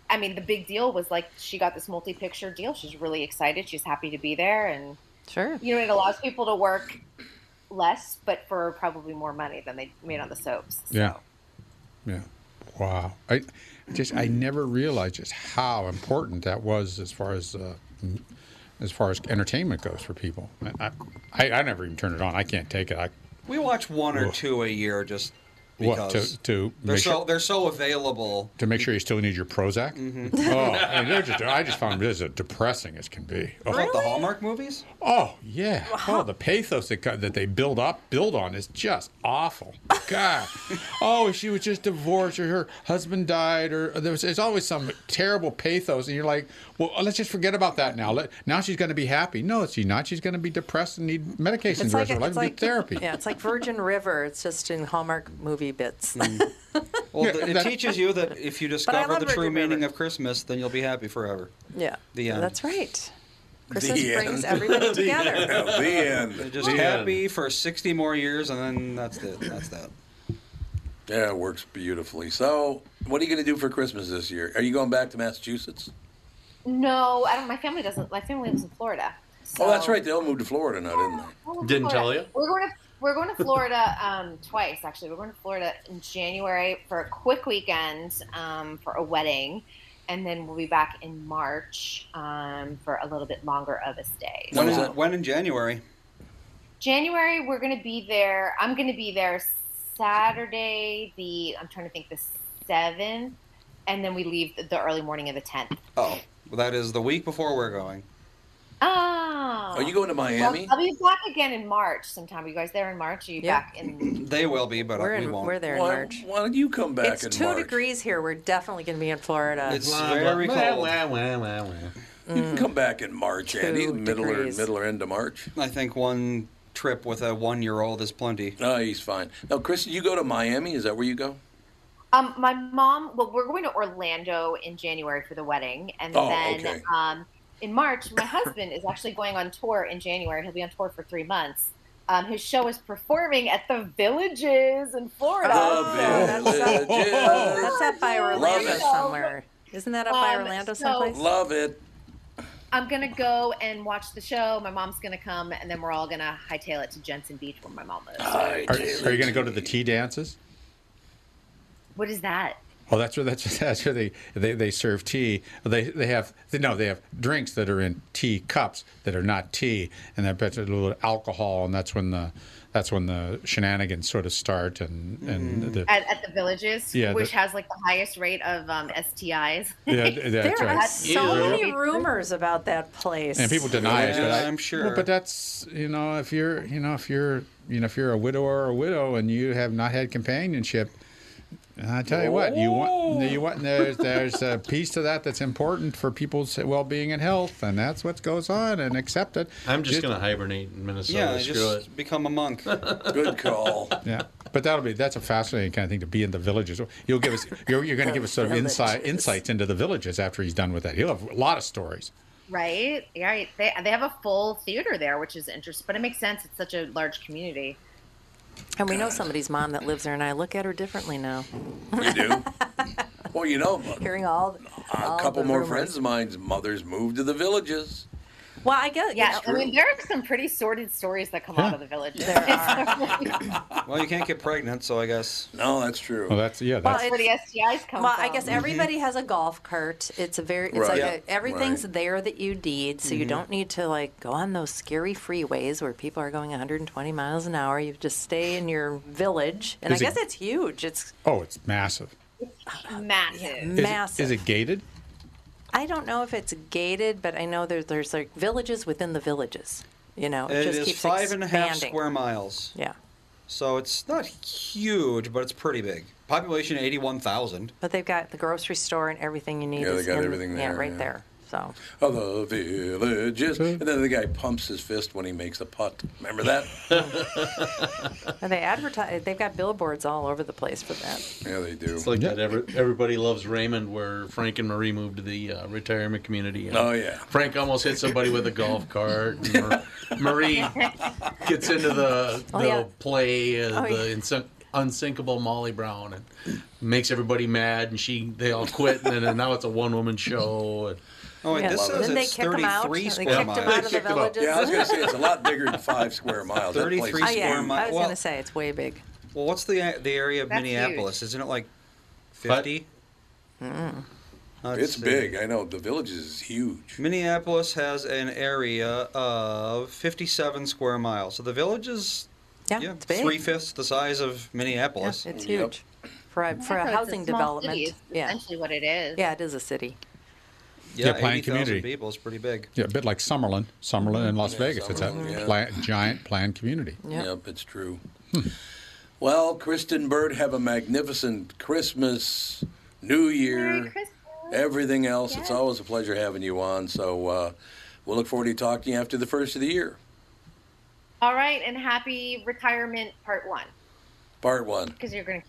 Speaker 13: I mean, the big deal was like she got this multi picture deal. She's really excited. She's happy to be there. And
Speaker 6: sure.
Speaker 13: you know, it allows people to work less, but for probably more money than they made on the soaps.
Speaker 3: Yeah. Yeah. Wow. I just I never realized just how important that was as far as uh, m- as far as entertainment goes for people. I, I I never even turn it on. I can't take it. I
Speaker 4: We watch one or
Speaker 3: Whoa.
Speaker 4: two a year just
Speaker 3: What,
Speaker 4: because
Speaker 3: to- to
Speaker 4: they're
Speaker 3: make
Speaker 4: so
Speaker 3: sure-
Speaker 4: they're so available.
Speaker 3: to make sure you still need your Prozac.
Speaker 4: Mhm.
Speaker 3: Oh, and they're just, I just found this as depressing as can be. Oh,
Speaker 4: What, the Hallmark movies?
Speaker 3: Oh yeah. Oh, the pathos that co- that they build up, build on is just awful.
Speaker 6: *laughs*
Speaker 3: God. oh, if she was just divorced, or her husband died, or or there was, there's always some terrible pathos, and you're like, well, uh, let's just forget about that now. Let, now she's going to be happy. No, she's not. She's going to be depressed and need medication the rest of her life. and need therapy.
Speaker 6: Yeah, it's like Virgin River. It's just in Hallmark movie bits.
Speaker 4: Mm. Well, th- it teaches you that if you discover
Speaker 6: love
Speaker 4: the true
Speaker 6: Virgin
Speaker 4: meaning of Christmas, then you'll be happy forever.
Speaker 6: *laughs* Yeah.
Speaker 4: The end.
Speaker 6: That's right. Christmas
Speaker 4: *laughs* The end.
Speaker 6: brings
Speaker 4: *laughs*
Speaker 6: everybody
Speaker 4: The
Speaker 6: together.
Speaker 4: end.
Speaker 1: The end.
Speaker 4: They're just
Speaker 1: The
Speaker 4: happy for 60 more years, and then that's it. That's that.
Speaker 1: Yeah, it works beautifully. So, what are you going to do for Christmas this year? Are you going back to Massachusetts?
Speaker 13: No, I don't. My family doesn't. My family lives in Florida. So
Speaker 1: oh, that's right. They all moved to Florida now, didn't
Speaker 13: Oh,
Speaker 1: they?
Speaker 13: Florida. We're going to we're going to Florida um, twice actually. We're going to Florida in January for a quick weekend um, for a wedding, and then we'll be back in March um, for a little bit longer of a stay.
Speaker 4: When, is it, when in January?
Speaker 13: January we're going to be there. I'm going to be there Saturday the I'm trying to think the seventh, and then we leave the, the early morning of the tenth.
Speaker 4: Oh, well, that is the week before we're going.
Speaker 13: Oh,
Speaker 4: Are you going to Miami?
Speaker 13: I'll be back again in March sometime. Are you guys there in March? Are you
Speaker 6: Yeah.
Speaker 13: back in?
Speaker 4: They will be, but
Speaker 6: We're
Speaker 4: we
Speaker 6: in-
Speaker 4: won't.
Speaker 6: we're there in Why- March.
Speaker 1: Why don't you come
Speaker 6: it's two degrees here. We're definitely going to be in Florida.
Speaker 4: It's very cold.
Speaker 6: Mm-hmm.
Speaker 1: You can come back in March, Andy. the Middle or middle or end of March.
Speaker 4: I think one trip with a one-year-old is plenty.
Speaker 1: No, Oh, he's fine. Now, Chris, you go to Miami. Is that where you go?
Speaker 13: Um, my mom. Well, we're going to Orlando in January for the wedding, and
Speaker 1: Oh,
Speaker 13: then
Speaker 1: okay.
Speaker 13: um, in March, my husband is actually going on tour in January. He'll be on tour for three months. Um, his show is performing at the Villages in Florida.
Speaker 1: Uh.
Speaker 6: Oh, that's, up, that's up by Orlando
Speaker 1: it.
Speaker 6: somewhere. Isn't that up by
Speaker 13: Um,
Speaker 6: Orlando
Speaker 13: so-
Speaker 6: someplace?
Speaker 1: Love it.
Speaker 13: I'm gonna go and watch the show. My mom's gonna come, and then we're all gonna hightail it to Jensen Beach where my mom lives.
Speaker 3: Are, are you going to go to the tea dances?
Speaker 13: What is that?
Speaker 3: Oh, that's where that's *laughs* that's where they, they, they serve tea. They they have they, no, they have drinks that are in tea cups that are not tea, and they're put a little alcohol, and that's when the that's when the shenanigans sort of start and and the
Speaker 13: at, at the villages,
Speaker 3: Yeah,
Speaker 13: which
Speaker 3: the-
Speaker 13: has like the highest rate of um, STIs.
Speaker 3: Yeah,
Speaker 13: *laughs*
Speaker 3: th- that's
Speaker 6: there are
Speaker 3: right.
Speaker 6: so
Speaker 3: Yeah.
Speaker 6: many rumors about that place.
Speaker 3: and people deny it. But
Speaker 4: Yeah,
Speaker 3: I,
Speaker 4: I'm sure.
Speaker 3: Well, but that's you know if you're you know if you're you know if you're a widower or a widow and you have not had companionship, I tell you what you want you want there's there's a piece to that that's important for people's well being and health, and that's what goes on and accept it.
Speaker 2: I'm just gonna hibernate in Minnesota.
Speaker 4: yeah,
Speaker 2: Screw
Speaker 4: just
Speaker 2: it.
Speaker 4: become a monk.
Speaker 1: *laughs* Good call.
Speaker 3: Yeah, but that'll be that's a fascinating kind of thing to be in the villages. You'll give us you're, you're going to give us some insight insights into the villages after he's done with that. He'll have a lot of stories.
Speaker 13: Right? Right. They, they have a full theater there, which is interesting, but it makes sense. It's such a large community.
Speaker 6: And we know somebody's mom that lives there, and I look at her differently now.
Speaker 1: You
Speaker 6: *laughs*
Speaker 1: do. well, you know,
Speaker 6: Hearing all,
Speaker 1: a
Speaker 6: all
Speaker 1: couple
Speaker 6: the
Speaker 1: more
Speaker 6: rumors.
Speaker 1: friends of minene's mothers moved to the villages.
Speaker 6: Well, I guess.
Speaker 13: Yeah,
Speaker 1: True.
Speaker 13: I mean, there are some pretty sordid stories that come out of the village.
Speaker 4: well, you can't get pregnant, so I guess.
Speaker 1: No, that's true.
Speaker 3: Well, that's yeah.
Speaker 6: Well,
Speaker 4: That's
Speaker 6: it's-
Speaker 13: Where the STIs come
Speaker 6: Well,
Speaker 13: from.
Speaker 6: I guess everybody has a golf cart. It's a very, it's
Speaker 13: Right.
Speaker 6: like
Speaker 13: Yeah.
Speaker 6: a, everything's
Speaker 13: Right.
Speaker 6: there that you need, so
Speaker 4: Mm-hmm.
Speaker 6: you
Speaker 13: Mhm.
Speaker 6: don't need to like go on those scary freeways where people are going 120 miles an hour. You just stay in your village, and
Speaker 3: Is
Speaker 6: I
Speaker 3: it-
Speaker 6: guess it's huge. It's
Speaker 3: Oh, it's massive.
Speaker 13: massive.
Speaker 3: Is it-
Speaker 6: massive.
Speaker 3: is it gated?
Speaker 6: I don't know if it's gated, but I know there, there's like villages within the villages. You know, it,
Speaker 4: It
Speaker 6: just
Speaker 4: is
Speaker 6: keeps
Speaker 4: five and a
Speaker 6: expanding.
Speaker 4: half square miles.
Speaker 6: Yeah.
Speaker 4: So it's not huge, but it's pretty big. Population 81,000.
Speaker 6: But they've got the grocery store and everything you need.
Speaker 1: Yeah, they
Speaker 6: is
Speaker 1: got
Speaker 6: in-
Speaker 1: everything
Speaker 6: Yeah,
Speaker 1: there,
Speaker 6: right
Speaker 1: yeah.
Speaker 6: there. So.
Speaker 1: Oh, the villages. And then the guy pumps his fist when he makes a putt. Remember
Speaker 6: *laughs*
Speaker 1: that?
Speaker 6: And they advertise. They've got billboards all over the place for that.
Speaker 1: yeah, they do.
Speaker 2: It's like that. Every, everybody loves Raymond, where Frank and Marie moved to the uh, retirement community. and
Speaker 1: Oh, yeah.
Speaker 2: Frank almost hit somebody with a golf cart. and Mar- Marie gets into the, the
Speaker 6: Oh, yeah.
Speaker 2: play, uh,
Speaker 6: Oh,
Speaker 2: the
Speaker 6: yeah.
Speaker 2: insin- unsinkable Molly Brown, and makes everybody mad, and she they all quit, and then now it's a one woman show. And,
Speaker 4: Oh,
Speaker 6: wait, Yeah. this Didn't says they it's kick 'em out? 33 They square kicked 'em miles. out of the
Speaker 2: Kicked 'em out.
Speaker 6: villages?
Speaker 1: Yeah, I was going to say it's a lot bigger than five square miles. That place
Speaker 4: 33
Speaker 1: is
Speaker 6: oh, yeah.
Speaker 4: square mi-
Speaker 6: I was
Speaker 4: well-
Speaker 6: gonna say it's way big.
Speaker 4: Well, what's the the area of
Speaker 6: That's
Speaker 4: Minneapolis? Isn't it like 50?
Speaker 1: It's big. I know the villages is huge.
Speaker 4: Minneapolis has an area of 57 square miles. So the village is
Speaker 6: yeah,
Speaker 4: it's three fifths the size of Minneapolis.
Speaker 6: It's huge for a, for
Speaker 13: Yeah, so
Speaker 6: a
Speaker 13: it's
Speaker 6: housing
Speaker 13: small
Speaker 6: development.
Speaker 13: city is
Speaker 6: yeah,
Speaker 13: Essentially what it is.
Speaker 6: yeah, it is a city.
Speaker 4: Yeah,
Speaker 3: Yeah, planned
Speaker 4: 80,000
Speaker 3: community.
Speaker 4: people is pretty big.
Speaker 3: Yeah, a bit like Summerlin, Summerlin in Las
Speaker 4: Yeah,
Speaker 3: Vegas. It's a
Speaker 4: Summerlin, yeah.
Speaker 3: pla- giant planned community.
Speaker 1: Yep, it's true. Hmm. Well, Kristen Bird, have a magnificent Christmas, New Year, everything else. It's always a pleasure having you on. So uh, we'll look forward to talking to you after the first of the year,
Speaker 13: All right, and happy retirement part one
Speaker 1: part one.
Speaker 13: because you're going to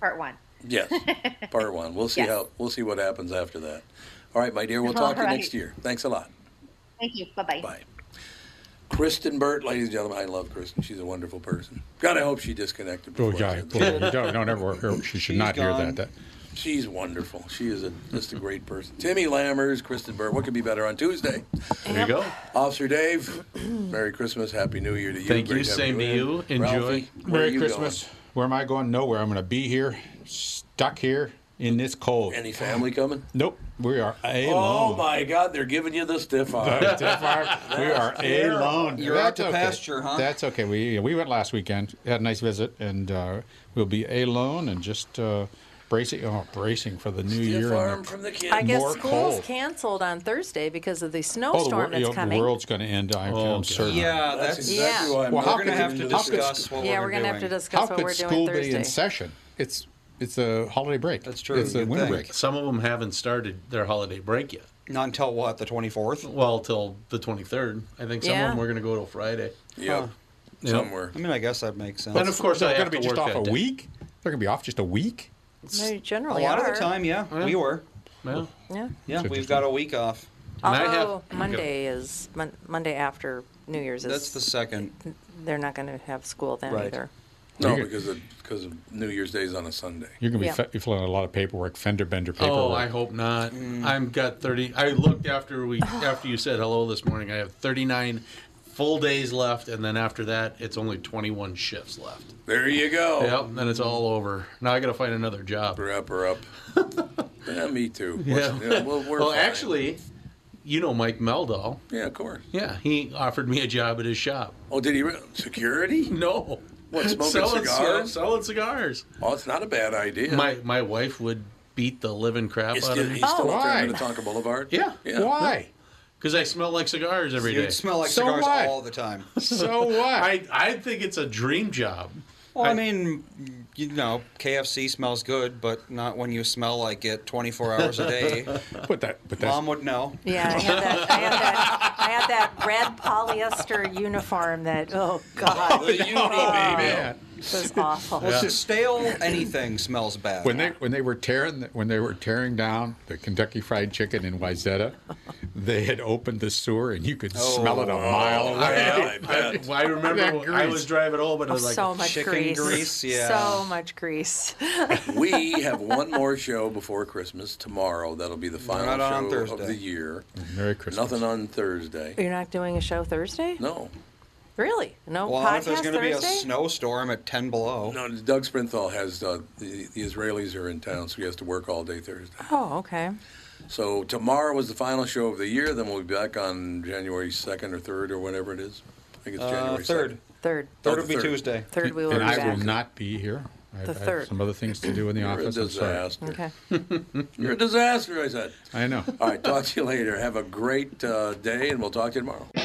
Speaker 13: part one. *laughs*
Speaker 1: Yes, part one. We'll see
Speaker 13: Yes.
Speaker 1: how we'll see what happens after that. All right, my dear. We'll
Speaker 13: All
Speaker 1: talk to you
Speaker 13: right.
Speaker 1: next year. Thanks a lot.
Speaker 13: Thank you. Bye-bye.
Speaker 1: Bye. Kristen Burt, ladies and gentlemen, I love Kristen. She's a wonderful person. God, I hope she disconnected.
Speaker 3: Oh,
Speaker 1: before
Speaker 3: yeah.
Speaker 1: she- *laughs*
Speaker 3: Well, you don't, don't ever hear, she should not hear that. that.
Speaker 1: She's wonderful. She is a, just a great person. Timmy Lammers, Kristen Burt. What could be better on Tuesday?
Speaker 2: There you go.
Speaker 1: Officer Dave, Merry Christmas, Happy New Year to you.
Speaker 2: Thank you.
Speaker 1: Great having
Speaker 2: Same to
Speaker 1: in.
Speaker 2: you. Enjoy.
Speaker 1: Ralphie, where are
Speaker 3: Merry
Speaker 1: you
Speaker 3: Christmas. Where am I going? Nowhere. I'm going to be here, stuck here in this cold.
Speaker 1: Any family coming?
Speaker 3: Nope. We are
Speaker 1: going? Oh
Speaker 3: alone.
Speaker 1: my God, they're giving you the stiff arm.
Speaker 4: *laughs*
Speaker 3: The
Speaker 1: *laughs*
Speaker 3: stiff arm. we are alone.
Speaker 4: You're out to
Speaker 3: okay.
Speaker 4: pasture, huh?
Speaker 3: That's okay. We we went last weekend. Had a nice visit, and uh, we'll be alone and just uh, bracing. Oh, bracing for the new year. and the-
Speaker 6: I guess
Speaker 3: More
Speaker 6: school's
Speaker 3: cold.
Speaker 6: canceled on Thursday because of the
Speaker 3: Oh, the, wor-
Speaker 6: snowstorm
Speaker 3: you know,
Speaker 6: that's
Speaker 3: the
Speaker 6: coming.
Speaker 3: world's going to end. I'm, I'm certain.
Speaker 4: Yeah, that's,
Speaker 6: exactly Yeah. why I'm
Speaker 3: Well, how
Speaker 4: we're going to
Speaker 3: could-
Speaker 4: have to
Speaker 3: how could-
Speaker 4: discuss what
Speaker 6: yeah,
Speaker 4: we're,
Speaker 6: we're gonna have to
Speaker 4: doing.
Speaker 6: discuss
Speaker 3: how
Speaker 6: what
Speaker 3: could
Speaker 6: we're
Speaker 3: school
Speaker 6: doing
Speaker 3: be in
Speaker 6: Thursday.
Speaker 3: session? It's it's a holiday break. That's
Speaker 4: true.
Speaker 3: It's a
Speaker 4: You'd
Speaker 3: winter
Speaker 4: think.
Speaker 3: break.
Speaker 2: Some of them haven't started their holiday break yet.
Speaker 4: Not until what, the 24th?
Speaker 2: Well, till the 23rd. I think some
Speaker 4: Yeah.
Speaker 2: of them were going to go till Friday.
Speaker 4: Huh.
Speaker 2: Yep.
Speaker 4: I mean, I guess that makes sense.
Speaker 2: And of course,
Speaker 3: they're
Speaker 2: I
Speaker 3: gonna
Speaker 2: have
Speaker 3: be
Speaker 2: to
Speaker 3: just
Speaker 2: work
Speaker 3: off
Speaker 2: that
Speaker 3: a
Speaker 2: day.
Speaker 3: week. They're going to be off just a week.
Speaker 6: They generally
Speaker 4: a lot of
Speaker 6: are.
Speaker 4: the time, yeah, we were.
Speaker 2: Well,
Speaker 6: Yeah.
Speaker 3: So
Speaker 4: yeah, we've
Speaker 3: just-
Speaker 4: got a week off.
Speaker 6: Although Monday is mon- Monday after New Year's
Speaker 4: That's
Speaker 6: is
Speaker 4: the second.
Speaker 6: they're not going to have school then
Speaker 4: Right.
Speaker 6: either.
Speaker 1: No, because of, because of New Year's Day is on a Sunday.
Speaker 3: You're going to be
Speaker 6: Yeah.
Speaker 3: fe- you're filling out a lot of paperwork, fender bender paperwork.
Speaker 2: Oh, I hope not.
Speaker 4: Mm.
Speaker 2: I'm got 30. I looked after we after you said hello this morning. I have 39 full days left, and then after that, it's only 21 shifts left.
Speaker 1: There you go.
Speaker 2: Yep. Then it's all over. Now I got to find another job. *laughs*
Speaker 1: Her up, her up. yeah, me too.
Speaker 2: Yeah.
Speaker 1: What's- yeah, well, we're
Speaker 2: Well,
Speaker 1: fine.
Speaker 2: actually, you know Mike Meldahl.
Speaker 1: Yeah, of course.
Speaker 2: Yeah, he offered me a job at his shop.
Speaker 1: Oh, did he? Re- security?
Speaker 2: No.
Speaker 1: What, smoking
Speaker 2: Selling-
Speaker 1: cigars?
Speaker 2: Selling cigars.
Speaker 1: Oh, it's not a bad idea.
Speaker 2: My my wife would beat the living crap
Speaker 1: He's
Speaker 2: out
Speaker 1: still,
Speaker 2: of me.
Speaker 1: he's still up there in Minnetonka Boulevard.
Speaker 2: Yeah.
Speaker 3: Why?
Speaker 2: Because I smell like cigars every day.
Speaker 4: You'd smell like So cigars what? all the time. *laughs* So what?
Speaker 2: I, I think it's a dream job.
Speaker 4: Well, I mean, you know, KFC smells good, but not when you smell like it 24 hours a day.
Speaker 3: *laughs* but that, but
Speaker 6: that's-
Speaker 4: mom
Speaker 3: *laughs*
Speaker 4: would know.
Speaker 6: Yeah, I had that. I had that. I had that red polyester uniform. That oh god,
Speaker 4: The uni,
Speaker 2: Oh,
Speaker 4: baby.
Speaker 6: It was awful.
Speaker 4: Well, s- stale anything smells bad.
Speaker 3: Oh, When they when they were tearing when they were tearing down the Kentucky Fried Chicken in Wayzata, they had opened the sewer and you could smell it a mile
Speaker 2: Oh,
Speaker 3: away.
Speaker 2: yeah, I, I- I remember when I was driving home and I
Speaker 6: Oh,
Speaker 2: was like,
Speaker 6: so much grease. So much grease.
Speaker 1: we have one more show before Christmas tomorrow. That'll be the final
Speaker 4: Not on
Speaker 1: show of
Speaker 4: Thursday.
Speaker 1: the year.
Speaker 3: Merry Christmas.
Speaker 1: Nothing on Thursday.
Speaker 6: You're not doing a show Thursday?
Speaker 1: No.
Speaker 6: Really? No
Speaker 4: well, if there's
Speaker 6: Oh, podcast
Speaker 4: going to be a
Speaker 6: Thursday?
Speaker 4: snowstorm at 10 below.
Speaker 1: No, Doug Sprinthal has uh, the, the Israelis are in town, so he has to work all day Thursday.
Speaker 6: Oh, okay.
Speaker 1: So tomorrow is the final show of the year. Then we'll be back on January second or third or whatever it is. I think it's
Speaker 4: Uh,
Speaker 1: January Oh,
Speaker 4: third.
Speaker 6: Third.
Speaker 4: Third will be Tuesday.
Speaker 6: Third we will
Speaker 3: and
Speaker 6: be
Speaker 3: I
Speaker 6: back.
Speaker 3: will not be here. I have,
Speaker 6: The
Speaker 3: I have
Speaker 6: third.
Speaker 3: some other things to do in the
Speaker 1: You're a
Speaker 3: office. I'm sorry.
Speaker 1: disaster.
Speaker 6: Okay.
Speaker 1: You're a disaster, I said.
Speaker 3: I know.
Speaker 1: All right, talk to you later. Have a great uh, day, and we'll talk to you tomorrow.